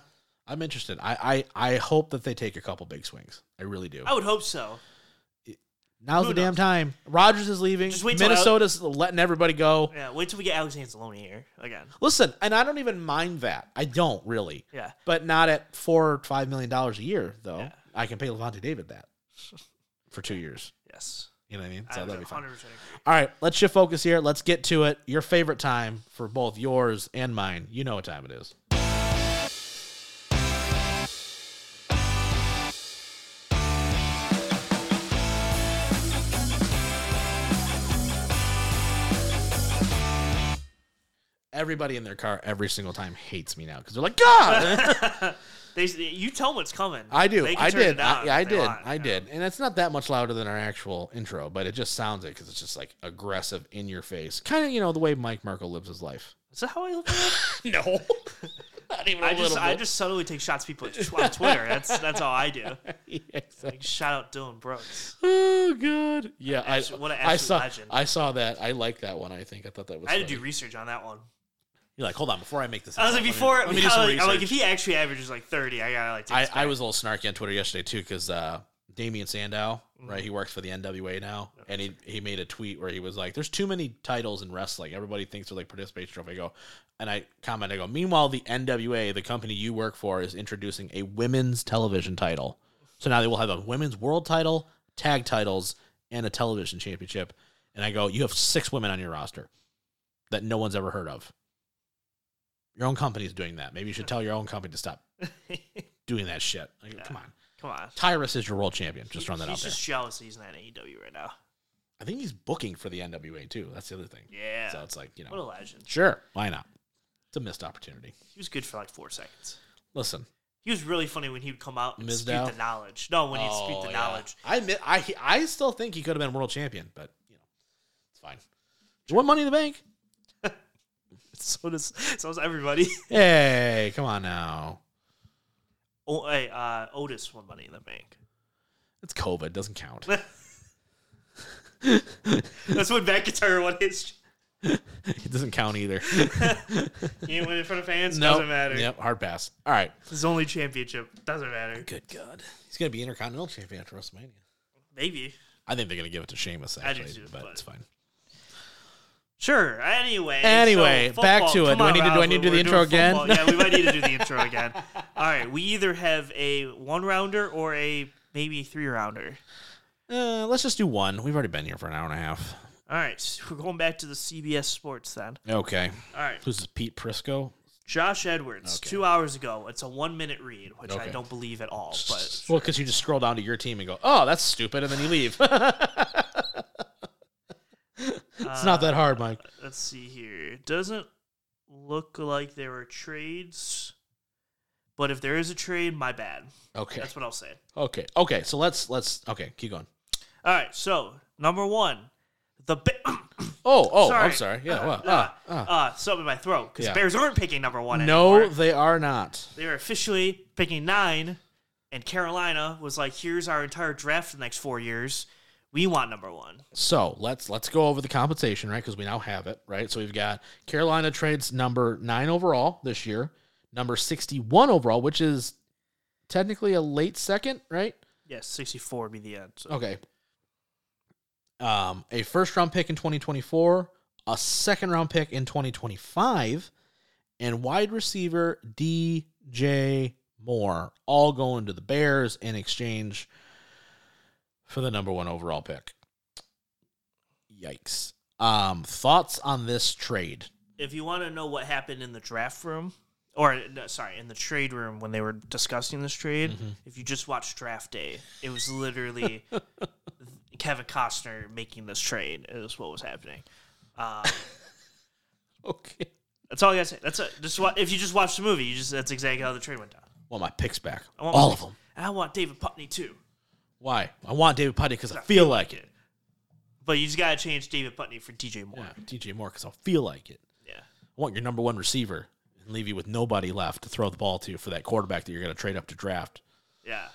[SPEAKER 1] I'm interested. I, I I hope that they take a couple big swings. I really do.
[SPEAKER 2] I would hope so.
[SPEAKER 1] Now's
[SPEAKER 2] Oh, who
[SPEAKER 1] the damn time. Rogers is leaving.
[SPEAKER 2] Just wait till
[SPEAKER 1] Minnesota's letting everybody go.
[SPEAKER 2] Yeah, wait till we get Alex Anzalone here again.
[SPEAKER 1] Listen, and I don't even mind that. I don't really.
[SPEAKER 2] Yeah,
[SPEAKER 1] But not at four or five million dollars a year, though.
[SPEAKER 2] Yeah.
[SPEAKER 1] I can pay Levante David that for two years.
[SPEAKER 2] yes.
[SPEAKER 1] You know what I mean?
[SPEAKER 2] I
[SPEAKER 1] So
[SPEAKER 2] would
[SPEAKER 1] that'd be fun.
[SPEAKER 2] 100% agree.
[SPEAKER 1] All right, let's shift focus here. Let's get to it. Your favorite time for both yours and mine. You know what time it is. Everybody in their car every single time hates me now because they're like, God!
[SPEAKER 2] They, you tell them what's coming.
[SPEAKER 1] I do.
[SPEAKER 2] They can
[SPEAKER 1] I
[SPEAKER 2] turn it
[SPEAKER 1] did. I,
[SPEAKER 2] down
[SPEAKER 1] yeah,
[SPEAKER 2] if
[SPEAKER 1] I
[SPEAKER 2] they
[SPEAKER 1] did.
[SPEAKER 2] want,
[SPEAKER 1] I
[SPEAKER 2] you know.
[SPEAKER 1] did. And it's not that much louder than our actual intro, but it just sounds it because it's just like aggressive in your face. Kind of, you know, the way Mike Merkel lives his life.
[SPEAKER 2] Is that how I look?
[SPEAKER 1] No. not even a
[SPEAKER 2] I just
[SPEAKER 1] little
[SPEAKER 2] I
[SPEAKER 1] bit.
[SPEAKER 2] just subtly take shots at people tw- on Twitter. That's that's all I do.
[SPEAKER 1] Yeah, exactly.
[SPEAKER 2] Like, shout out Dylan Brooks.
[SPEAKER 1] Oh, God. Yeah, I,
[SPEAKER 2] Actually- what an
[SPEAKER 1] I
[SPEAKER 2] absolute
[SPEAKER 1] saw
[SPEAKER 2] legend.
[SPEAKER 1] I saw that. I like that one, I think. I thought that was
[SPEAKER 2] I had to
[SPEAKER 1] funny.
[SPEAKER 2] do research on that one.
[SPEAKER 1] You're like, hold on, before I make this
[SPEAKER 2] I
[SPEAKER 1] up,
[SPEAKER 2] was like,
[SPEAKER 1] let me-
[SPEAKER 2] before
[SPEAKER 1] let me do some
[SPEAKER 2] I was like- I'm like,
[SPEAKER 1] research.
[SPEAKER 2] if he actually averages like 30, I gotta like. Take
[SPEAKER 1] I,
[SPEAKER 2] this
[SPEAKER 1] I
[SPEAKER 2] back.
[SPEAKER 1] was a little snarky on Twitter yesterday too because uh, Damian Sandow, right? He works for the NWA now, and he he made a tweet where he was like, "There's too many titles in wrestling. Everybody thinks they're like participation trophy." I go, and I comment, I go, "Meanwhile, the NWA, the company you work for, is introducing a women's television title. So now they will have a women's world title, tag titles, and a television championship." And I go, "You have six women on your roster that no one's ever heard of." Your own company's doing that. Maybe you should tell your own company to stop doing that shit. Like, Come on.
[SPEAKER 2] Come on.
[SPEAKER 1] Tyrus is your world champion. Just throwing that out
[SPEAKER 2] He's
[SPEAKER 1] there.
[SPEAKER 2] just jealous he's not in AEW right now.
[SPEAKER 1] I think he's booking for the NWA too. That's the other thing.
[SPEAKER 2] Yeah.
[SPEAKER 1] So it's like, you know,
[SPEAKER 2] What a legend.
[SPEAKER 1] sure, why not? It's a missed opportunity.
[SPEAKER 2] He was good for like four seconds.
[SPEAKER 1] Listen,
[SPEAKER 2] He was really funny when he would come out and
[SPEAKER 1] Mizdow?
[SPEAKER 2] dispute the knowledge. No, when he'd dispute
[SPEAKER 1] Oh,
[SPEAKER 2] the
[SPEAKER 1] yeah.
[SPEAKER 2] knowledge.
[SPEAKER 1] I, mi- I I still think he could have been world champion, but you know, it's fine. He won Money in the Bank.
[SPEAKER 2] So does so does everybody.
[SPEAKER 1] Hey, come on now.
[SPEAKER 2] Oh, hey, uh, Otis won Money in the Bank.
[SPEAKER 1] It's COVID. Doesn't count.
[SPEAKER 2] That's when McIntyre won his.
[SPEAKER 1] it doesn't count either.
[SPEAKER 2] He didn't win in front of fans.
[SPEAKER 1] Nope.
[SPEAKER 2] Doesn't matter.
[SPEAKER 1] Yep. Hard pass. All right.
[SPEAKER 2] His only championship doesn't matter.
[SPEAKER 1] Good God. He's gonna be Intercontinental Champion after WrestleMania.
[SPEAKER 2] Maybe.
[SPEAKER 1] I think they're gonna give it to Sheamus
[SPEAKER 2] I do
[SPEAKER 1] actually,
[SPEAKER 2] too,
[SPEAKER 1] but
[SPEAKER 2] but-
[SPEAKER 1] it's fine.
[SPEAKER 2] Sure. Anyway.
[SPEAKER 1] Anyway,
[SPEAKER 2] so
[SPEAKER 1] back
[SPEAKER 2] football.
[SPEAKER 1] to it.
[SPEAKER 2] Come
[SPEAKER 1] Do I
[SPEAKER 2] on,
[SPEAKER 1] need to- do I
[SPEAKER 2] Rob,
[SPEAKER 1] need to do the
[SPEAKER 2] we're
[SPEAKER 1] intro
[SPEAKER 2] doing football.
[SPEAKER 1] again?
[SPEAKER 2] yeah, we might need to do the intro again. All right. We either have a one rounder or a maybe three rounder.
[SPEAKER 1] Uh, let's just do one. We've already been here for an hour and a half.
[SPEAKER 2] All right. so we're going back to the CBS Sports then.
[SPEAKER 1] Okay.
[SPEAKER 2] All right.
[SPEAKER 1] Who's this? Pete Prisco?
[SPEAKER 2] Josh Edwards,
[SPEAKER 1] Okay.
[SPEAKER 2] two hours ago. It's a one minute read, which I
[SPEAKER 1] Okay.
[SPEAKER 2] don't believe at all. But
[SPEAKER 1] Well, because you just scroll down to your team and go, "Oh, that's stupid," and then you leave. it's not that hard, Mike.
[SPEAKER 2] uh, let's see here. Doesn't look like there are trades. But if there is a trade, my bad.
[SPEAKER 1] Okay.
[SPEAKER 2] That's what I'll say.
[SPEAKER 1] Okay. Okay. So let's let's okay. Keep going.
[SPEAKER 2] All right. So number one, the ba-
[SPEAKER 1] Oh oh,
[SPEAKER 2] sorry.
[SPEAKER 1] I'm sorry. Yeah.
[SPEAKER 2] Uh,
[SPEAKER 1] Well,
[SPEAKER 2] uh,
[SPEAKER 1] ah, ah.
[SPEAKER 2] uh, something in my throat because
[SPEAKER 1] Yeah.
[SPEAKER 2] the Bears aren't picking number one.
[SPEAKER 1] No,
[SPEAKER 2] anymore.
[SPEAKER 1] they are not.
[SPEAKER 2] they are officially picking nine, and Carolina was like, "Here's our entire draft for the next four years. We want number one."
[SPEAKER 1] So let's let's go over the compensation, right? Because we now have it, right? So we've got Carolina trades number nine overall this year, number sixty-one overall, which is technically a late second, right?
[SPEAKER 2] Yes, sixty-four would be the end. So.
[SPEAKER 1] Okay. Um, a first round pick in 2024, a second round pick in 2025, and wide receiver DJ Moore all going to the Bears in exchange for the number one overall pick. Yikes. Um, thoughts on this trade?
[SPEAKER 2] If you want to know what happened in the draft room, or no, sorry, in the trade room when they were discussing this trade,
[SPEAKER 1] Mm-hmm.
[SPEAKER 2] if you just watch draft day, it was literally Kevin Costner making this trade is what was happening. Um,
[SPEAKER 1] Okay.
[SPEAKER 2] That's all I gotta say. That's it. Just wa- if you just watch the movie, you just that's exactly how the trade went down.
[SPEAKER 1] Want my picks back.
[SPEAKER 2] want
[SPEAKER 1] All
[SPEAKER 2] my-
[SPEAKER 1] of them.
[SPEAKER 2] And I want David Putney too,
[SPEAKER 1] Why? I want David Putty because I feel like it.
[SPEAKER 2] but you just gotta change David Putney for DJ Moore.
[SPEAKER 1] Yeah, DJ Moore because I feel like it.
[SPEAKER 2] Yeah.
[SPEAKER 1] I want your number one receiver and leave you with nobody left to throw the ball to for that quarterback that you're going to trade up to draft.
[SPEAKER 2] Yeah.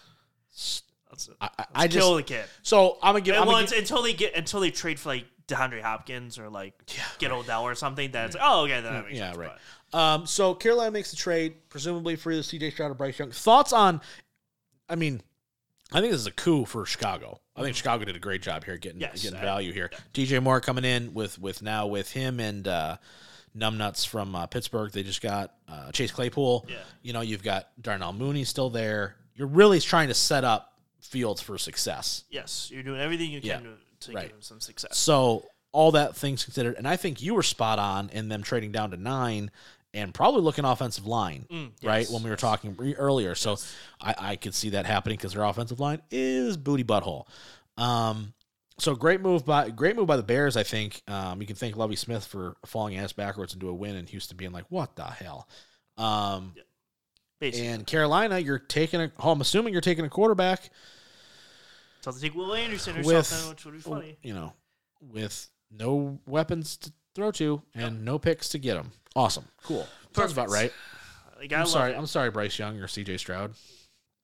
[SPEAKER 2] That's it.
[SPEAKER 1] I, I, I just
[SPEAKER 2] Kill the kid.
[SPEAKER 1] so I'm gonna give. I'm
[SPEAKER 2] Well,
[SPEAKER 1] gonna
[SPEAKER 2] it's,
[SPEAKER 1] give
[SPEAKER 2] until they get until they trade for like DeAndre Hopkins or like get Odell or something, then it's like, oh okay, then that makes
[SPEAKER 1] yeah,
[SPEAKER 2] sense.
[SPEAKER 1] right.
[SPEAKER 2] but-
[SPEAKER 1] Um, so Carolina makes the trade, presumably for the C.J. Stroud or Bryce Young. Thoughts on? I mean, I think this is a coup for Chicago. I think Chicago did a great job here getting
[SPEAKER 2] Mm-hmm. Yes, uh,
[SPEAKER 1] getting
[SPEAKER 2] I-
[SPEAKER 1] value here. DJ Moore coming in with with now with him and uh, numbnuts from uh, Pittsburgh. They just got uh, Chase Claypool.
[SPEAKER 2] Yeah.
[SPEAKER 1] You know, you've got Darnell Mooney still there. You're really trying to set up Fields for success.
[SPEAKER 2] Yes, you're doing everything you can to, to
[SPEAKER 1] right.
[SPEAKER 2] give him some success.
[SPEAKER 1] So all that things considered, and I think you were spot on in them trading down to nine and probably looking offensive line, right? When we were talking re- earlier, so I, I could see that happening because their offensive line is booty butthole. Um, so great move by great move by the Bears. I think um, you can thank Lovey Smith for falling ass backwards into a win and Houston being like, "What the hell." Um,
[SPEAKER 2] Basically,
[SPEAKER 1] and Carolina, you're taking a. Oh, I'm assuming you're taking a quarterback
[SPEAKER 2] until they take Will Anderson or
[SPEAKER 1] with
[SPEAKER 2] something, which would be funny.
[SPEAKER 1] you know, with no weapons to throw to and no picks to get them. Awesome, cool. Sounds about right.
[SPEAKER 2] Perfect. Like, I
[SPEAKER 1] I'm
[SPEAKER 2] love
[SPEAKER 1] sorry.
[SPEAKER 2] it.
[SPEAKER 1] I'm sorry, Bryce Young or C.J. Stroud.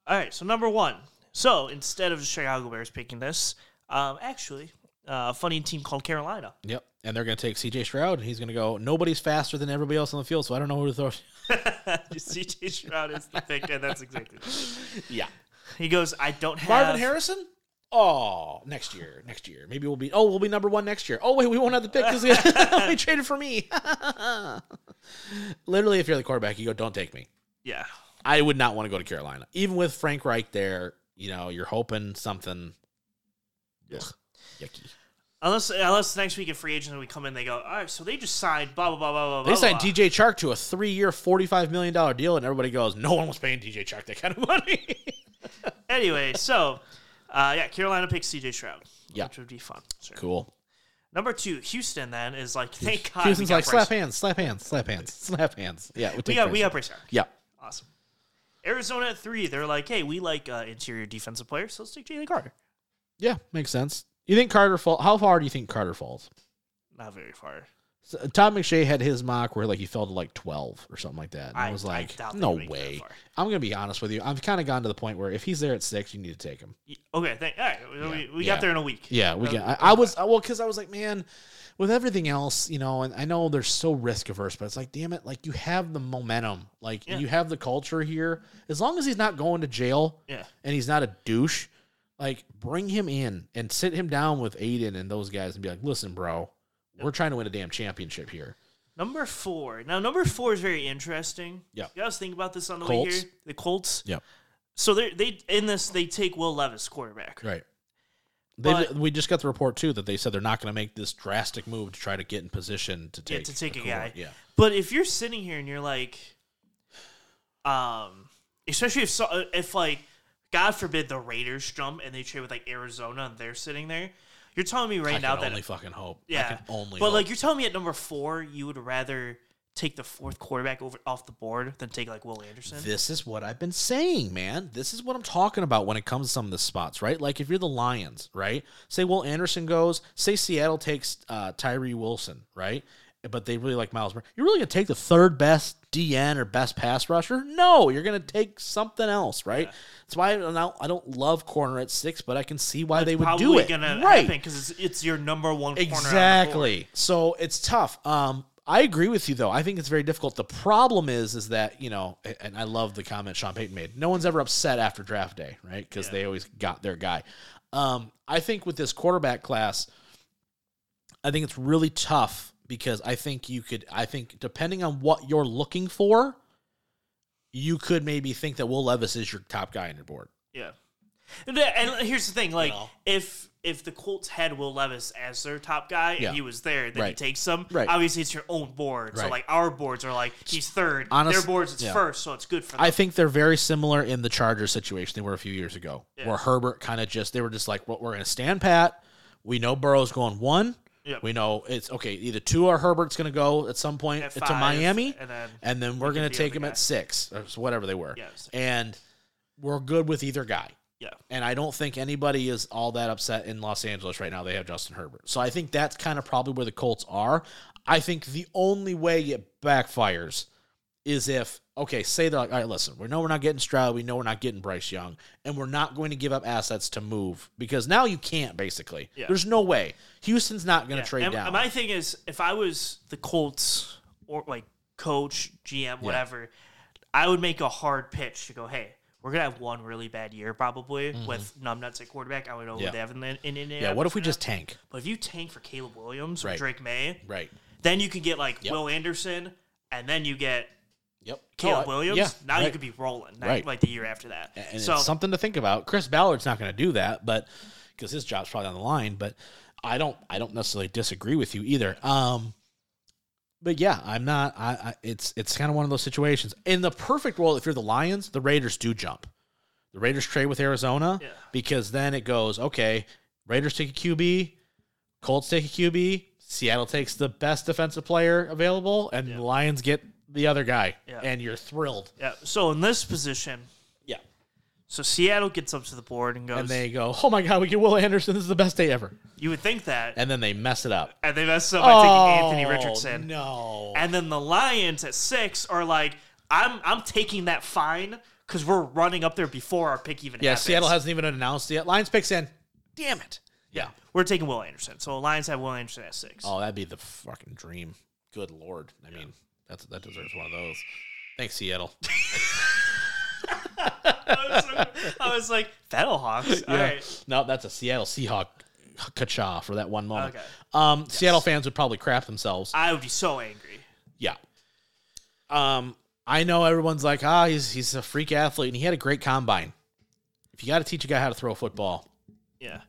[SPEAKER 2] All right, so number one. So instead of the Chicago Bears picking this, um, actually, uh, a funny team called Carolina.
[SPEAKER 1] Yep, and they're going to take C.J. Stroud, and he's going to go. Nobody's faster than everybody else on the field, so I don't know who to throw. to."
[SPEAKER 2] CJ Stroud is the pick, and that's exactly.
[SPEAKER 1] yeah,
[SPEAKER 2] He goes, I don't have.
[SPEAKER 1] Marvin Harrison. Oh, next year, next year, maybe we'll be. Oh, we'll be number one next year. Oh wait, we won't have the pick because they traded for me. Literally, if you're the quarterback, you go, "Don't take me."
[SPEAKER 2] Yeah,
[SPEAKER 1] I would not want to go to Carolina, even with Frank Reich there. You know, you're hoping something. Yeah. Yucky.
[SPEAKER 2] unless unless next week at free agent and we come in, they go, all right, so they just signed blah blah blah blah blah.
[SPEAKER 1] They
[SPEAKER 2] blah,
[SPEAKER 1] signed
[SPEAKER 2] blah."
[SPEAKER 1] DJ Chark to a three-year, forty-five million dollar deal, and everybody goes, "No one was paying DJ Chark that kind of money."
[SPEAKER 2] Anyway, so uh, yeah, Carolina picks CJ Stroud.
[SPEAKER 1] Yeah.
[SPEAKER 2] which would be fun. Sure.
[SPEAKER 1] cool.
[SPEAKER 2] Number two, Houston. Then is like, thank God.
[SPEAKER 1] Houston's
[SPEAKER 2] we got
[SPEAKER 1] like
[SPEAKER 2] Bryce-
[SPEAKER 1] slap hands, slap hands, slap hands, slap hands. Yeah, we'll
[SPEAKER 2] We
[SPEAKER 1] take
[SPEAKER 2] got
[SPEAKER 1] Bryce.
[SPEAKER 2] we got Bryce Young.
[SPEAKER 1] Yeah,
[SPEAKER 2] Awesome. Arizona at three, they're like, hey, we like uh, interior defensive players, so let's take Jalen Carter.
[SPEAKER 1] Yeah, makes sense. You think Carter fall? How far do you think Carter falls?
[SPEAKER 2] Not very far.
[SPEAKER 1] So, Tom McShay had his mock where like he fell to like twelve or something like that. And I, was like,
[SPEAKER 2] doubt they
[SPEAKER 1] no
[SPEAKER 2] make it that
[SPEAKER 1] way.
[SPEAKER 2] far.
[SPEAKER 1] I'm gonna be honest with you. I've kind of gone to the point where if he's there at six, you need to take him.
[SPEAKER 2] Y- Okay, thank, all right, we- we, we
[SPEAKER 1] Yeah.
[SPEAKER 2] got there in a week.
[SPEAKER 1] Yeah, we
[SPEAKER 2] Uh,
[SPEAKER 1] can. I, I was I- well because I was like, man, with everything else, you know, and I know they're so risk averse, but it's like, damn it, like you have the momentum, like
[SPEAKER 2] Yeah.
[SPEAKER 1] you have the culture here. As long as he's not going to jail
[SPEAKER 2] Yeah,
[SPEAKER 1] and he's not a douche, like bring him in and sit him down with Aiden and those guys and be like, listen, bro, we're trying to win a damn championship here.
[SPEAKER 2] number four. Now, number four is very interesting.
[SPEAKER 1] Yeah.
[SPEAKER 2] you guys think about this on the way
[SPEAKER 1] Colts.
[SPEAKER 2] here. The Colts.
[SPEAKER 1] Yeah,
[SPEAKER 2] So they they in this they take Will Levis quarterback.
[SPEAKER 1] right. They,
[SPEAKER 2] But-
[SPEAKER 1] we just got the report too that they said they're not going to make this drastic move to try to get in position to
[SPEAKER 2] Yeah,
[SPEAKER 1] take
[SPEAKER 2] to take a
[SPEAKER 1] quarter-
[SPEAKER 2] guy.
[SPEAKER 1] Yeah,
[SPEAKER 2] But if you're sitting here and you're like, um, especially if so, uh, if like, God forbid the Raiders jump and they trade with like Arizona and they're sitting there, you're telling me right
[SPEAKER 1] I
[SPEAKER 2] now
[SPEAKER 1] can
[SPEAKER 2] that
[SPEAKER 1] only fucking hope. I
[SPEAKER 2] yeah,
[SPEAKER 1] can only.
[SPEAKER 2] but
[SPEAKER 1] hope.
[SPEAKER 2] like you're telling me at number four you would rather take the fourth quarterback over off the board than take like Will Anderson.
[SPEAKER 1] This is what I've been saying, man. This is what I'm talking about when it comes to some of the spots, right? Like if you're the Lions, right? Say Will Anderson goes, say Seattle takes uh, Tyree Wilson, right? But they really like Miles Murray. You're really gonna take the third best DN or best pass rusher? No, you're gonna take something else, right? That's why I don't, I don't love corner at six, but I can see why they would
[SPEAKER 2] Probably
[SPEAKER 1] do it.
[SPEAKER 2] gonna
[SPEAKER 1] right?
[SPEAKER 2] happen because it's, it's your number one corner on the board.
[SPEAKER 1] Exactly. So it's tough. Um, I agree with you though. I think it's very difficult. The problem is, is that you know, a- and I love the comment Sean Payton made. No one's ever upset after draft day, right? Because they always got their guy. Um, I think with this quarterback class, I think it's really tough because I think you could. I think depending on what you're looking for, you could maybe think that Will Levis is your top guy on your board.
[SPEAKER 2] Yeah. And, th- and here's the thing, like
[SPEAKER 1] know?
[SPEAKER 2] if if the Colts had Will Levis as their top guy and
[SPEAKER 1] Yeah.
[SPEAKER 2] he was there, then he
[SPEAKER 1] Right.
[SPEAKER 2] takes them.
[SPEAKER 1] Right.
[SPEAKER 2] Obviously it's your own board. So
[SPEAKER 1] Right.
[SPEAKER 2] like our boards are like he's third.
[SPEAKER 1] Honest-
[SPEAKER 2] their boards it's
[SPEAKER 1] yeah.
[SPEAKER 2] first, so it's good for them.
[SPEAKER 1] I think they're very similar in the Chargers situation they were a few years ago, where Herbert kind of just they were just like, well, we're going to stand pat. We know Burrow's going one.
[SPEAKER 2] Yep.
[SPEAKER 1] We know it's okay. Either two or Herbert's going to go at some point
[SPEAKER 2] At
[SPEAKER 1] to
[SPEAKER 2] five,
[SPEAKER 1] Miami,
[SPEAKER 2] and then
[SPEAKER 1] and then we're going
[SPEAKER 2] the
[SPEAKER 1] to take
[SPEAKER 2] other
[SPEAKER 1] him
[SPEAKER 2] guy.
[SPEAKER 1] at six or whatever they were.
[SPEAKER 2] Yeah, six.
[SPEAKER 1] and we're good with either guy.
[SPEAKER 2] yeah.
[SPEAKER 1] And I don't think anybody is all that upset in Los Angeles right now. They have Justin Herbert. So I think that's kind of probably where the Colts are. I think the only way it backfires is if, okay, say they're like, all right, listen, we know we're not getting Stroud. We know we're not getting Bryce Young. And we're not going to give up assets to move because now you can't, basically.
[SPEAKER 2] Yeah.
[SPEAKER 1] There's no way. Houston's not going to trade
[SPEAKER 2] and,
[SPEAKER 1] down.
[SPEAKER 2] and my thing is if I was the Colts or like coach, GM, whatever, I would make a hard pitch to go, Hey, we're gonna have one really bad year probably with numbnuts at quarterback. I would know
[SPEAKER 1] Mm-hmm. Yeah.
[SPEAKER 2] who they have in, in, in
[SPEAKER 1] yeah, what if we just tank?
[SPEAKER 2] But if you tank for Caleb Williams or
[SPEAKER 1] Right.
[SPEAKER 2] Drake May,
[SPEAKER 1] Right.
[SPEAKER 2] then you can get like
[SPEAKER 1] Yep.
[SPEAKER 2] Will Anderson, and then you get
[SPEAKER 1] Yep.
[SPEAKER 2] Caleb
[SPEAKER 1] Oh, I-
[SPEAKER 2] Williams.
[SPEAKER 1] Yeah,
[SPEAKER 2] now you
[SPEAKER 1] right.
[SPEAKER 2] could be rolling, not
[SPEAKER 1] Right.
[SPEAKER 2] like the year after that.
[SPEAKER 1] and
[SPEAKER 2] so
[SPEAKER 1] it's something to think about. Chris Ballard's not going to do that, but because his job's probably on the line. But I don't, I don't necessarily disagree with you either. Um, but yeah, I'm not. I, I it's it's kind of one of those situations. In the perfect world, if you're the Lions, the Raiders do jump. The Raiders trade with Arizona
[SPEAKER 2] Yeah.
[SPEAKER 1] because then it goes okay. Raiders take a QB, Colts take a QB, Seattle takes the best defensive player available, and the Lions get the other guy,
[SPEAKER 2] Yeah.
[SPEAKER 1] and you're thrilled.
[SPEAKER 2] yeah, so in this position,
[SPEAKER 1] Yeah.
[SPEAKER 2] so Seattle gets up to the board and goes,
[SPEAKER 1] And they go, oh my God, we get Will Anderson. This is the best day ever.
[SPEAKER 2] "You would think that," and,
[SPEAKER 1] and then they mess it up.
[SPEAKER 2] they mess up by taking Anthony Richardson,
[SPEAKER 1] Oh, No.
[SPEAKER 2] and then the Lions at six are like, "I'm I'm taking that fine." Because we're running up there before our pick even
[SPEAKER 1] yeah,
[SPEAKER 2] happens.
[SPEAKER 1] Seattle hasn't even announced yet. Lions picks in. Damn it. Yeah.
[SPEAKER 2] We're taking Will Anderson. So Lions have Will Anderson at six.
[SPEAKER 1] Oh, that'd be the fucking dream. Good lord. I mean, that's that deserves one of those. Thanks, Seattle.
[SPEAKER 2] I, was like, I was like, "That'll Hawks." All right.
[SPEAKER 1] No, that's a Seattle Seahawk kacha for that one moment.
[SPEAKER 2] Okay.
[SPEAKER 1] Um, Seattle fans would probably crap themselves.
[SPEAKER 2] I would be so angry.
[SPEAKER 1] Yeah. Um, I know everyone's like, ah, he's he's a freak athlete, and he had a great combine. If you got to teach a guy how to throw a football,
[SPEAKER 2] Yeah.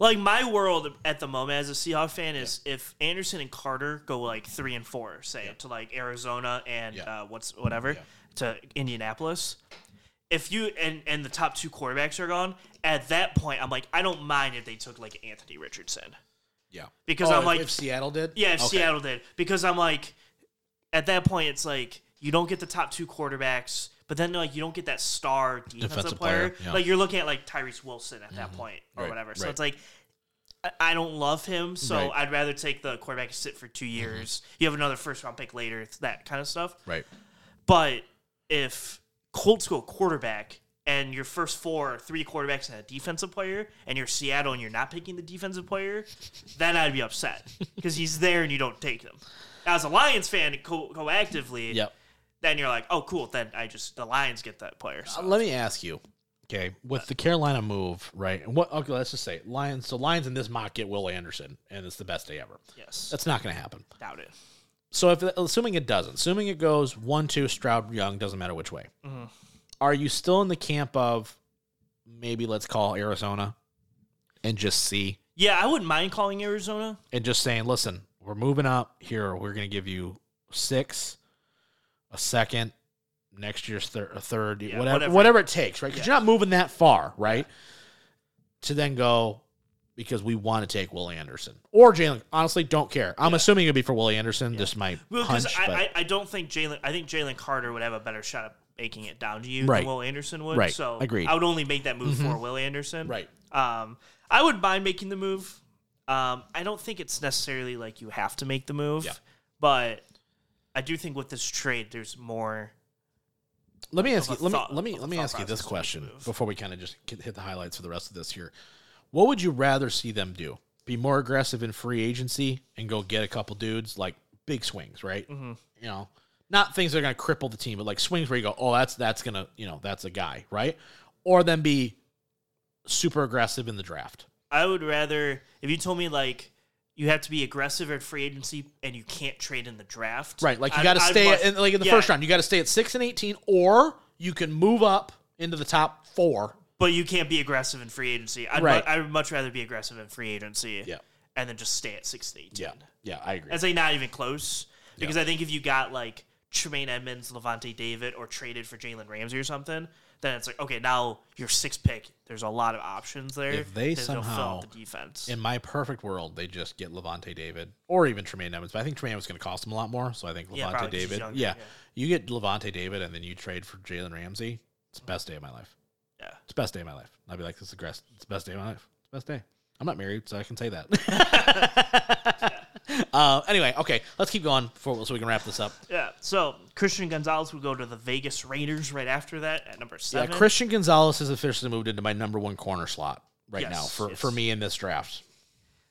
[SPEAKER 2] Like my world at the moment as a Seahawks fan is if Anderson and Carter go like three and four, say to like Arizona and
[SPEAKER 1] Yeah.
[SPEAKER 2] uh, what's whatever to Indianapolis. If you and and the top two quarterbacks are gone, at that point I'm like I don't mind if they took like Anthony Richardson
[SPEAKER 1] yeah,
[SPEAKER 2] because I'm like
[SPEAKER 1] Oh, if Seattle did,
[SPEAKER 2] yeah if
[SPEAKER 1] Okay.
[SPEAKER 2] Seattle did because I'm like at that point it's like you don't get the top two quarterbacks But then like you don't get that star defensive,
[SPEAKER 1] Defensive
[SPEAKER 2] player.
[SPEAKER 1] player, yeah. Mm-hmm.
[SPEAKER 2] Like you're looking at like Tyrese Wilson at that point or
[SPEAKER 1] Right,
[SPEAKER 2] whatever. So
[SPEAKER 1] right.
[SPEAKER 2] it's like I- I don't love him, so
[SPEAKER 1] Right.
[SPEAKER 2] I'd rather take the quarterback and sit for two years. You have another first round pick later, it's that kind of stuff.
[SPEAKER 1] Right.
[SPEAKER 2] But if Colts go quarterback and your first four, are three quarterbacks and a defensive player, and you're Seattle and you're not picking the defensive player, then I'd be upset because he's there and you don't take him. As a Lions fan, co- coactively,
[SPEAKER 1] Yep.
[SPEAKER 2] then you're like, oh, cool. Then I just the Lions get that player. So.
[SPEAKER 1] Uh, let me ask you. Okay, with the Carolina move, right? And what? Okay, let's just say Lions. So Lions in this mock get Will Anderson, and it's the best day ever.
[SPEAKER 2] yes,
[SPEAKER 1] That's not going to happen.
[SPEAKER 2] doubt it.
[SPEAKER 1] So if assuming it doesn't, assuming it goes one, two, Stroud, Young, doesn't matter which way.
[SPEAKER 2] Mhm.
[SPEAKER 1] Are you still in the camp of maybe let's call Arizona and just see
[SPEAKER 2] Yeah, I wouldn't mind calling Arizona.
[SPEAKER 1] and just saying, listen, we're moving up here. We're going to give you six, a second, next year's thir- a third,
[SPEAKER 2] Yeah,
[SPEAKER 1] whatever,
[SPEAKER 2] whatever.
[SPEAKER 1] whatever, it takes, right? Because
[SPEAKER 2] Yeah.
[SPEAKER 1] you're not moving that far, right? To then go because we want to take Willie Anderson or Jalen. Honestly, don't care. I'm assuming it'd be for Willie Anderson. This might
[SPEAKER 2] Well, because
[SPEAKER 1] hunch, but-
[SPEAKER 2] I, I, I don't think Jalen. I think Jalen Carter would have a better shot at making it down to you
[SPEAKER 1] Right.
[SPEAKER 2] than Will Anderson would.
[SPEAKER 1] Right.
[SPEAKER 2] So
[SPEAKER 1] Agreed. Mm-hmm.
[SPEAKER 2] I would only make that move for Will Anderson.
[SPEAKER 1] right.
[SPEAKER 2] Um, I would mind making the move. Um, I don't think it's necessarily like you have to make the move,
[SPEAKER 1] Yeah.
[SPEAKER 2] but I do think with this trade, there's more.
[SPEAKER 1] Let me ask you.
[SPEAKER 2] of a
[SPEAKER 1] Let me
[SPEAKER 2] thought-
[SPEAKER 1] let me
[SPEAKER 2] of a
[SPEAKER 1] let me
[SPEAKER 2] thought
[SPEAKER 1] ask you this
[SPEAKER 2] process would
[SPEAKER 1] question
[SPEAKER 2] move.
[SPEAKER 1] before we kind of just get- hit the highlights for the rest of this here. What would you rather see them do? Be more aggressive in free agency and go get a couple dudes like big swings, right?
[SPEAKER 2] Mm-hmm.
[SPEAKER 1] You know, not things that are going to cripple the team, but like swings where you go, oh, that's that's gonna, you know, that's a guy, right? Or then be super aggressive in the draft.
[SPEAKER 2] I would rather if you told me like you have to be aggressive at free agency and you can't trade in the draft,
[SPEAKER 1] Right. Like you
[SPEAKER 2] I'd-
[SPEAKER 1] got to
[SPEAKER 2] I'd
[SPEAKER 1] stay
[SPEAKER 2] much-
[SPEAKER 1] in, like in the
[SPEAKER 2] yeah,
[SPEAKER 1] first round, you got to stay at 6 and 18 or you can move up into the top 4.
[SPEAKER 2] but you can't be aggressive in free agency. I'd,
[SPEAKER 1] Right.
[SPEAKER 2] mu- I would much rather be aggressive in free agency,
[SPEAKER 1] Yeah.
[SPEAKER 2] and then just stay at six to eighteen.
[SPEAKER 1] Yeah. Yeah, I agree.
[SPEAKER 2] I'd say not even close because I think if you got like Tremaine Edmonds, Levante David, or traded for Jalen Ramsey or something, then it's like okay, now your sixth pick. There's a lot of options there.
[SPEAKER 1] If they
[SPEAKER 2] then they'll fill
[SPEAKER 1] somehow-
[SPEAKER 2] out the defense,
[SPEAKER 1] In my perfect world, they just get Levante David or even Tremaine Edmonds. But I think Tremaine was going to cost them a lot more. So I think
[SPEAKER 2] Yeah,
[SPEAKER 1] Levante
[SPEAKER 2] probably 'cause he's
[SPEAKER 1] David.
[SPEAKER 2] younger,
[SPEAKER 1] Yeah.
[SPEAKER 2] yeah.
[SPEAKER 1] You get Levante David and then you trade for Jalen Ramsey. It's the best day of my life.
[SPEAKER 2] yeah.
[SPEAKER 1] It's the best day of my life. I'd be like, this is the best, it's the best day of my life. It's the best day. I'm not married, so I can say that. uh, anyway, okay, let's keep going before, so we can wrap this up.
[SPEAKER 2] Yeah, so Christian Gonzalez would go to the Vegas Raiders right after that at number
[SPEAKER 1] Yeah,
[SPEAKER 2] seven.
[SPEAKER 1] Uh, Christian Gonzalez has officially moved into my number one corner slot right
[SPEAKER 2] Yes,
[SPEAKER 1] now for,
[SPEAKER 2] yes.
[SPEAKER 1] for me in this draft.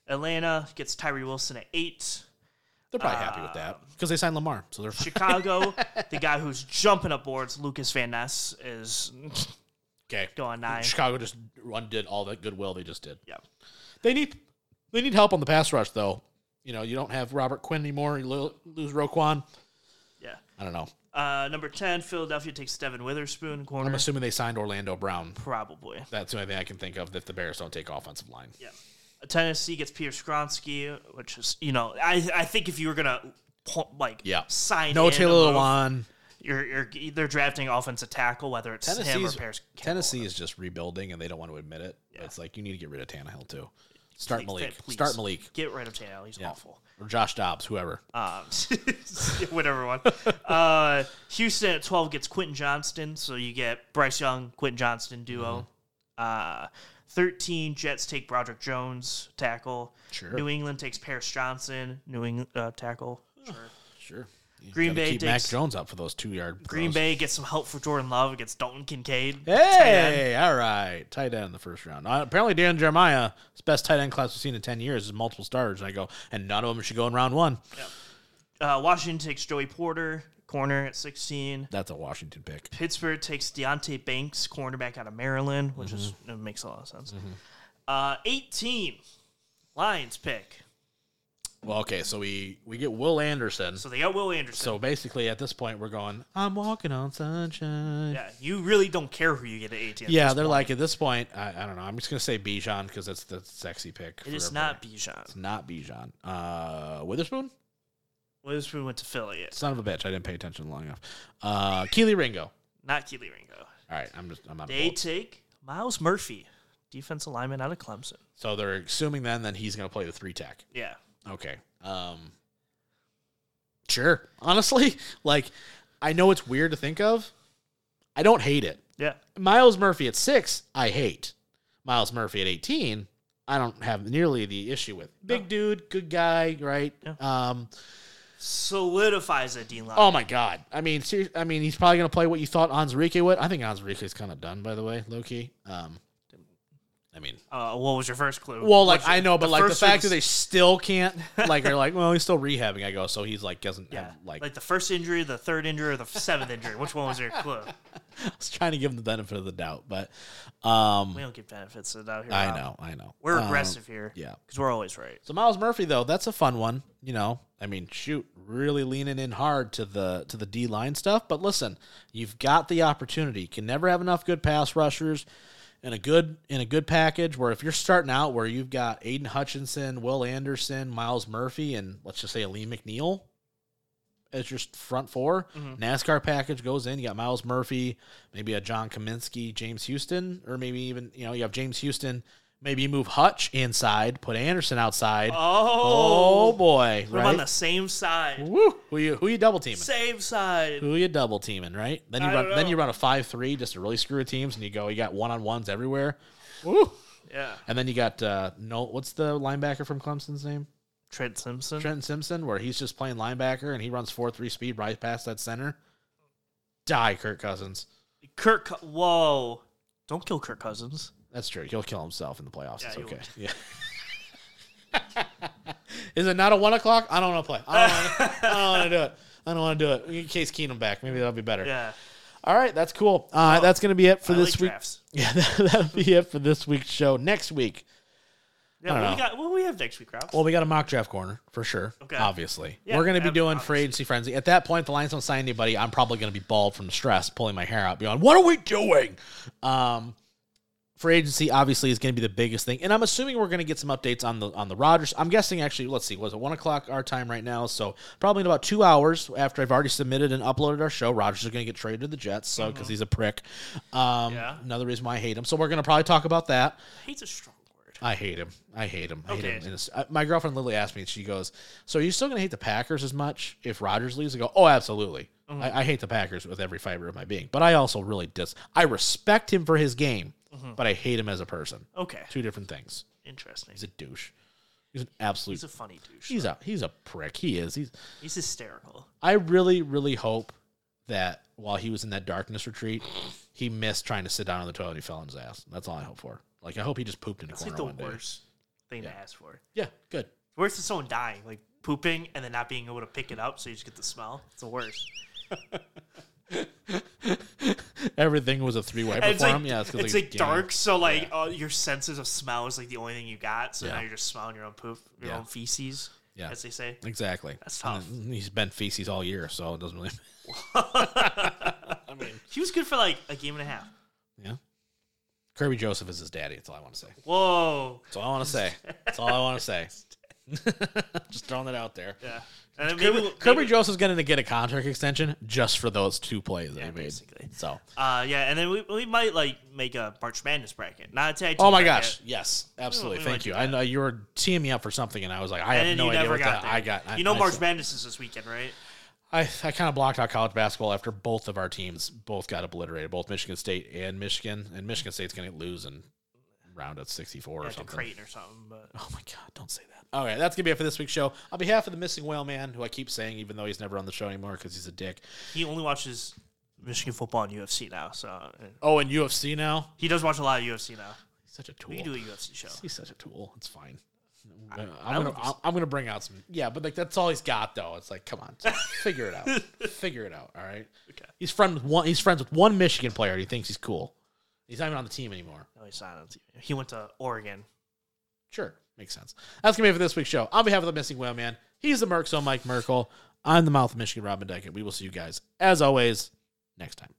[SPEAKER 2] Atlanta gets Tyree Wilson at eight.
[SPEAKER 1] They're probably happy with that because they signed Lamar, so they're
[SPEAKER 2] Uh, Chicago, the guy who's jumping up boards, Lucas Van Ness, is
[SPEAKER 1] okay.
[SPEAKER 2] going nine.
[SPEAKER 1] Chicago just undid all that goodwill they just did.
[SPEAKER 2] Yeah.
[SPEAKER 1] They need they need help on the pass rush though. You know, you don't have Robert Quinn anymore. You lo- lose Roquan.
[SPEAKER 2] Yeah.
[SPEAKER 1] I don't know.
[SPEAKER 2] Uh, number 10, Philadelphia takes Devin Witherspoon, corner.
[SPEAKER 1] I'm assuming they signed Orlando Brown.
[SPEAKER 2] Probably.
[SPEAKER 1] That's the only thing I can think of if the Bears don't take offensive line.
[SPEAKER 2] Yeah. Tennessee gets Peter Skronsky, which is, you know, I I think if you were going to, like,
[SPEAKER 1] Yeah.
[SPEAKER 2] sign
[SPEAKER 1] No
[SPEAKER 2] in a
[SPEAKER 1] Taylor
[SPEAKER 2] move,
[SPEAKER 1] Lewan.
[SPEAKER 2] You're, you're, they're drafting offensive tackle, whether it's him or
[SPEAKER 1] Tennessee's,
[SPEAKER 2] Paris Campbell.
[SPEAKER 1] Tennessee is just rebuilding and they don't want to admit it. But It's like you need to get rid of Tannehill too. Start
[SPEAKER 2] Please,
[SPEAKER 1] Malik.
[SPEAKER 2] please.
[SPEAKER 1] Start Malik
[SPEAKER 2] Get rid of Tannehill. He's awful.
[SPEAKER 1] or Josh Dobbs, whoever.
[SPEAKER 2] Um, whatever one. Uh, Houston at 12 gets Quentin Johnston. So you get Bryce Young, Quentin Johnston duo.
[SPEAKER 1] Mm-hmm.
[SPEAKER 2] Uh, 13, Jets take Broderick Jones, tackle.
[SPEAKER 1] Sure.
[SPEAKER 2] New England takes Paris Johnson, New England uh, tackle.
[SPEAKER 1] Sure. You
[SPEAKER 2] Green
[SPEAKER 1] gotta
[SPEAKER 2] Bay
[SPEAKER 1] keep Mac
[SPEAKER 2] takes-
[SPEAKER 1] Jones up for those two yard.
[SPEAKER 2] Green Bay gets some help for Jordan Love against Dalton Kincaid. tight end.
[SPEAKER 1] Hey, all right. Tight end in the first round. Uh, apparently, Dan Jeremiah's best tight end class we've seen in 10 years is multiple starters. And I go, and none of them should go in round one.
[SPEAKER 2] Uh, Washington takes Joey Porter, corner at 16.
[SPEAKER 1] That's a Washington pick.
[SPEAKER 2] Pittsburgh takes Deontay Banks, cornerback out of Maryland, which is
[SPEAKER 1] Mm-hmm.
[SPEAKER 2] it makes a lot of sense. Uh, 18, Lions pick.
[SPEAKER 1] Well, okay. So we, we get Will Anderson.
[SPEAKER 2] So they got Will Anderson.
[SPEAKER 1] So basically, at this point, we're going, I'm walking on sunshine. Yeah.
[SPEAKER 2] yeah, you really don't care who you get at 18.
[SPEAKER 1] they're like at this point. I, I don't know. I'm just gonna say Bijan because that's the sexy pick.
[SPEAKER 2] it is
[SPEAKER 1] for
[SPEAKER 2] not
[SPEAKER 1] everybody.
[SPEAKER 2] Bijan.
[SPEAKER 1] It's not Bijan. Uh, Witherspoon,
[SPEAKER 2] Witherspoon went to Philly. It's
[SPEAKER 1] son of a bitch. I didn't pay attention long enough. Uh, Keely Ringo.
[SPEAKER 2] not Keely Ringo.
[SPEAKER 1] All right, I'm just I'm not.
[SPEAKER 2] They take Miles Murphy, defensive lineman out of Clemson.
[SPEAKER 1] So they're assuming then that he's going to play the three tech.
[SPEAKER 2] Yeah,
[SPEAKER 1] Okay. Um. Sure. Honestly, like I know it's weird to think of. I don't hate it.
[SPEAKER 2] Yeah.
[SPEAKER 1] Miles Murphy at six, I hate. Miles Murphy at 18, I don't have nearly the issue with. Big
[SPEAKER 2] No.
[SPEAKER 1] dude, good guy, right?
[SPEAKER 2] Yeah.
[SPEAKER 1] Um,
[SPEAKER 2] Solidifies that D line.
[SPEAKER 1] oh my God. I mean, ser- I mean, he's probably going to play what you thought Anzarike would. I think Anzarike's kind of done, by the way, low key. Um, I mean,
[SPEAKER 2] Uh, what was your first clue?
[SPEAKER 1] well, like
[SPEAKER 2] What's your-
[SPEAKER 1] I know, but like the
[SPEAKER 2] first
[SPEAKER 1] fact that
[SPEAKER 2] ins-
[SPEAKER 1] they still can't, like, are like, well, he's still rehabbing. I go, so he's like, doesn't
[SPEAKER 2] yeah,
[SPEAKER 1] have
[SPEAKER 2] like,
[SPEAKER 1] like,
[SPEAKER 2] the first injury, the third injury, or the seventh injury. Which one was your clue?
[SPEAKER 1] I was trying to give him the benefit of the doubt, but um,
[SPEAKER 2] We don't get benefits of doubt here.
[SPEAKER 1] I
[SPEAKER 2] Rob.
[SPEAKER 1] know, I know,
[SPEAKER 2] We're
[SPEAKER 1] Um,
[SPEAKER 2] aggressive here.
[SPEAKER 1] yeah.
[SPEAKER 2] because we're always right.
[SPEAKER 1] So Miles Murphy though, that's a fun one. You know, I mean, shoot, really leaning in hard to the to the D line stuff. But listen, you've got the opportunity. You can never have enough good pass rushers in a good in a good package. Where if you're starting out, where you've got Aiden Hutchinson, Will Anderson, Miles Murphy, and let's just say Lee McNeil as your front 4
[SPEAKER 2] Mm-hmm.
[SPEAKER 1] NASCAR package goes in. You got Miles Murphy, maybe a John Kaminsky, James Houston, or maybe even you know you have James Houston. Maybe you move Hutch inside, put Anderson outside. Oh
[SPEAKER 2] Oh,
[SPEAKER 1] boy,
[SPEAKER 2] we're on the
[SPEAKER 1] right?
[SPEAKER 2] same side.
[SPEAKER 1] Woo. Who you who you double teaming?
[SPEAKER 2] Same side.
[SPEAKER 1] Who you double teaming, right? Then you
[SPEAKER 2] I
[SPEAKER 1] run
[SPEAKER 2] don't
[SPEAKER 1] then
[SPEAKER 2] know.
[SPEAKER 1] you run a five three just to really screw with teams, and you go you got one on ones everywhere. Woo.
[SPEAKER 2] Yeah,
[SPEAKER 1] And then you got uh, no, what's the linebacker from Clemson's name?
[SPEAKER 2] Trent Simpson.
[SPEAKER 1] Trenton Simpson, where he's just playing linebacker and he runs four three speed right past that center. Die, Kirk Cousins.
[SPEAKER 2] Kirk. Cou- Whoa! Don't kill Kirk Cousins.
[SPEAKER 1] That's true. He'll kill himself in the playoffs. it's
[SPEAKER 2] he
[SPEAKER 1] okay.
[SPEAKER 2] would.
[SPEAKER 1] Yeah. Is it not a one o'clock? I don't want to play. I don't want to do it. I don't want to do it. We can case Keenum back. Maybe that'll be better.
[SPEAKER 2] Yeah,
[SPEAKER 1] All right, that's cool. Uh, that's going to be it for
[SPEAKER 2] I
[SPEAKER 1] this
[SPEAKER 2] like
[SPEAKER 1] week.
[SPEAKER 2] drafts.
[SPEAKER 1] Yeah, that, that'll be it for this week's show. Next week, I
[SPEAKER 2] Yeah, what
[SPEAKER 1] don't
[SPEAKER 2] do we got? What do we have next week, Rob?
[SPEAKER 1] well, we got a mock draft corner for sure.
[SPEAKER 2] Okay.
[SPEAKER 1] Obviously,
[SPEAKER 2] Yeah,
[SPEAKER 1] we're going to be
[SPEAKER 2] ob-
[SPEAKER 1] doing free agency frenzy. At that point, if the Lions don't sign anybody. I'm probably going to be bald from the stress, pulling my hair out, beyond. What are we doing? Um, free agency obviously is going to be the biggest thing, and I'm assuming we're going to get some updates on the on the Rodgers. I'm guessing actually, let's see, was it one o'clock our time right now? So probably in about two hours after I've already submitted and uploaded our show, Rodgers is going to get traded to the Jets. So because he's a prick, um,
[SPEAKER 2] Mm-hmm. Yeah.
[SPEAKER 1] another reason why I hate him. So we're going to probably talk about that.
[SPEAKER 2] Hate's a strong word.
[SPEAKER 1] I hate him. I hate him. I hate
[SPEAKER 2] Okay.
[SPEAKER 1] him. And it's- uh, my girlfriend literally asked me, she goes, "So are you still going to hate the Packers as much if Rodgers leaves?" I go, "Oh, absolutely.
[SPEAKER 2] Uh-huh.
[SPEAKER 1] I, I hate the Packers with every fiber of my being, but I also really dis. I respect him for his game,
[SPEAKER 2] Uh-huh.
[SPEAKER 1] but I hate him as a person.
[SPEAKER 2] Okay,
[SPEAKER 1] Two different things.
[SPEAKER 2] interesting.
[SPEAKER 1] He's a douche. He's an absolute.
[SPEAKER 2] He's a funny douche.
[SPEAKER 1] he's a he's a prick. He is. He's.
[SPEAKER 2] He's hysterical.
[SPEAKER 1] I really, really hope that while he was in that darkness retreat, he missed trying to sit down on the toilet and he fell on his ass. That's all I hope for. Like I hope he just pooped in a
[SPEAKER 2] It's
[SPEAKER 1] corner
[SPEAKER 2] like the
[SPEAKER 1] one day.
[SPEAKER 2] worst thing to ask for.
[SPEAKER 1] Yeah, good.
[SPEAKER 2] Worse than someone dying, like pooping and then not being able to pick it up, so you just get the smell. It's the worst.
[SPEAKER 1] Everything was a three way
[SPEAKER 2] And it's
[SPEAKER 1] for
[SPEAKER 2] like,
[SPEAKER 1] him. Yeah, it's, 'cause
[SPEAKER 2] it's
[SPEAKER 1] they-
[SPEAKER 2] like
[SPEAKER 1] yeah.
[SPEAKER 2] dark, so like all your senses of smell is like the only thing you got. So
[SPEAKER 1] Yeah.
[SPEAKER 2] now you're just smelling your own poop, your
[SPEAKER 1] Yeah.
[SPEAKER 2] own feces,
[SPEAKER 1] Yeah.
[SPEAKER 2] as they say.
[SPEAKER 1] Exactly.
[SPEAKER 2] That's
[SPEAKER 1] And
[SPEAKER 2] tough.
[SPEAKER 1] then He's been feces all year, so it doesn't really.
[SPEAKER 2] He was good for like a game and a half.
[SPEAKER 1] Yeah. Kirby Joseph is his daddy. That's all I want to say.
[SPEAKER 2] Whoa.
[SPEAKER 1] That's all I want to say. That's all I want to say. just throwing that out there.
[SPEAKER 2] Yeah. And then maybe,
[SPEAKER 1] Kirby,
[SPEAKER 2] we'll-
[SPEAKER 1] Kirby
[SPEAKER 2] maybe-
[SPEAKER 1] Joseph's going to get a contract extension just for those two plays that he made.
[SPEAKER 2] basically.
[SPEAKER 1] So.
[SPEAKER 2] uh, yeah, and then we, we might like make a March Madness bracket, not a tag team.
[SPEAKER 1] Oh my
[SPEAKER 2] bracket.
[SPEAKER 1] gosh! Yes, absolutely.
[SPEAKER 2] we might
[SPEAKER 1] Thank
[SPEAKER 2] do
[SPEAKER 1] you. I know you were teeing me up for something, and I was like, I
[SPEAKER 2] Oh, And
[SPEAKER 1] have
[SPEAKER 2] then
[SPEAKER 1] no
[SPEAKER 2] you
[SPEAKER 1] idea
[SPEAKER 2] never
[SPEAKER 1] what
[SPEAKER 2] got
[SPEAKER 1] the-
[SPEAKER 2] there.
[SPEAKER 1] I got. I,
[SPEAKER 2] you know,
[SPEAKER 1] I
[SPEAKER 2] March
[SPEAKER 1] saw-
[SPEAKER 2] Madness is this weekend, right?
[SPEAKER 1] I, I kind of blocked out college basketball after both of our teams both got obliterated, both Michigan State and Michigan, and Michigan State's going to lose in round of 64 or
[SPEAKER 2] Like a
[SPEAKER 1] something.
[SPEAKER 2] Creighton or something. But
[SPEAKER 1] Oh my God, don't say that. All right, that's going to be it for this week's show. On behalf of the missing whale man, who I keep saying, even though he's never on the show anymore because he's a dick.
[SPEAKER 2] he only watches Michigan football and UFC now, so uh,
[SPEAKER 1] Oh, and UFC now?
[SPEAKER 2] he does watch a lot of UFC now.
[SPEAKER 1] He's such a tool.
[SPEAKER 2] We can do a UFC show.
[SPEAKER 1] He's such a tool. It's fine. I, am gonna, I'm- I'm gonna bring out some. Yeah, but like that's all he's got though. It's like, come on, figure it out. figure it out. All right.
[SPEAKER 2] Okay.
[SPEAKER 1] He's friend with one. He's friends with one Michigan player. who He thinks he's cool. He's not even on the team anymore.
[SPEAKER 2] No, he's not on TV. He went to Oregon.
[SPEAKER 1] Sure, makes sense. That's gonna be it for this week's show. On behalf of the missing whale man, he's the Merc, so Mike Merkel. I'm the mouth of Michigan, Robin Deckett. We will see you guys as always next time.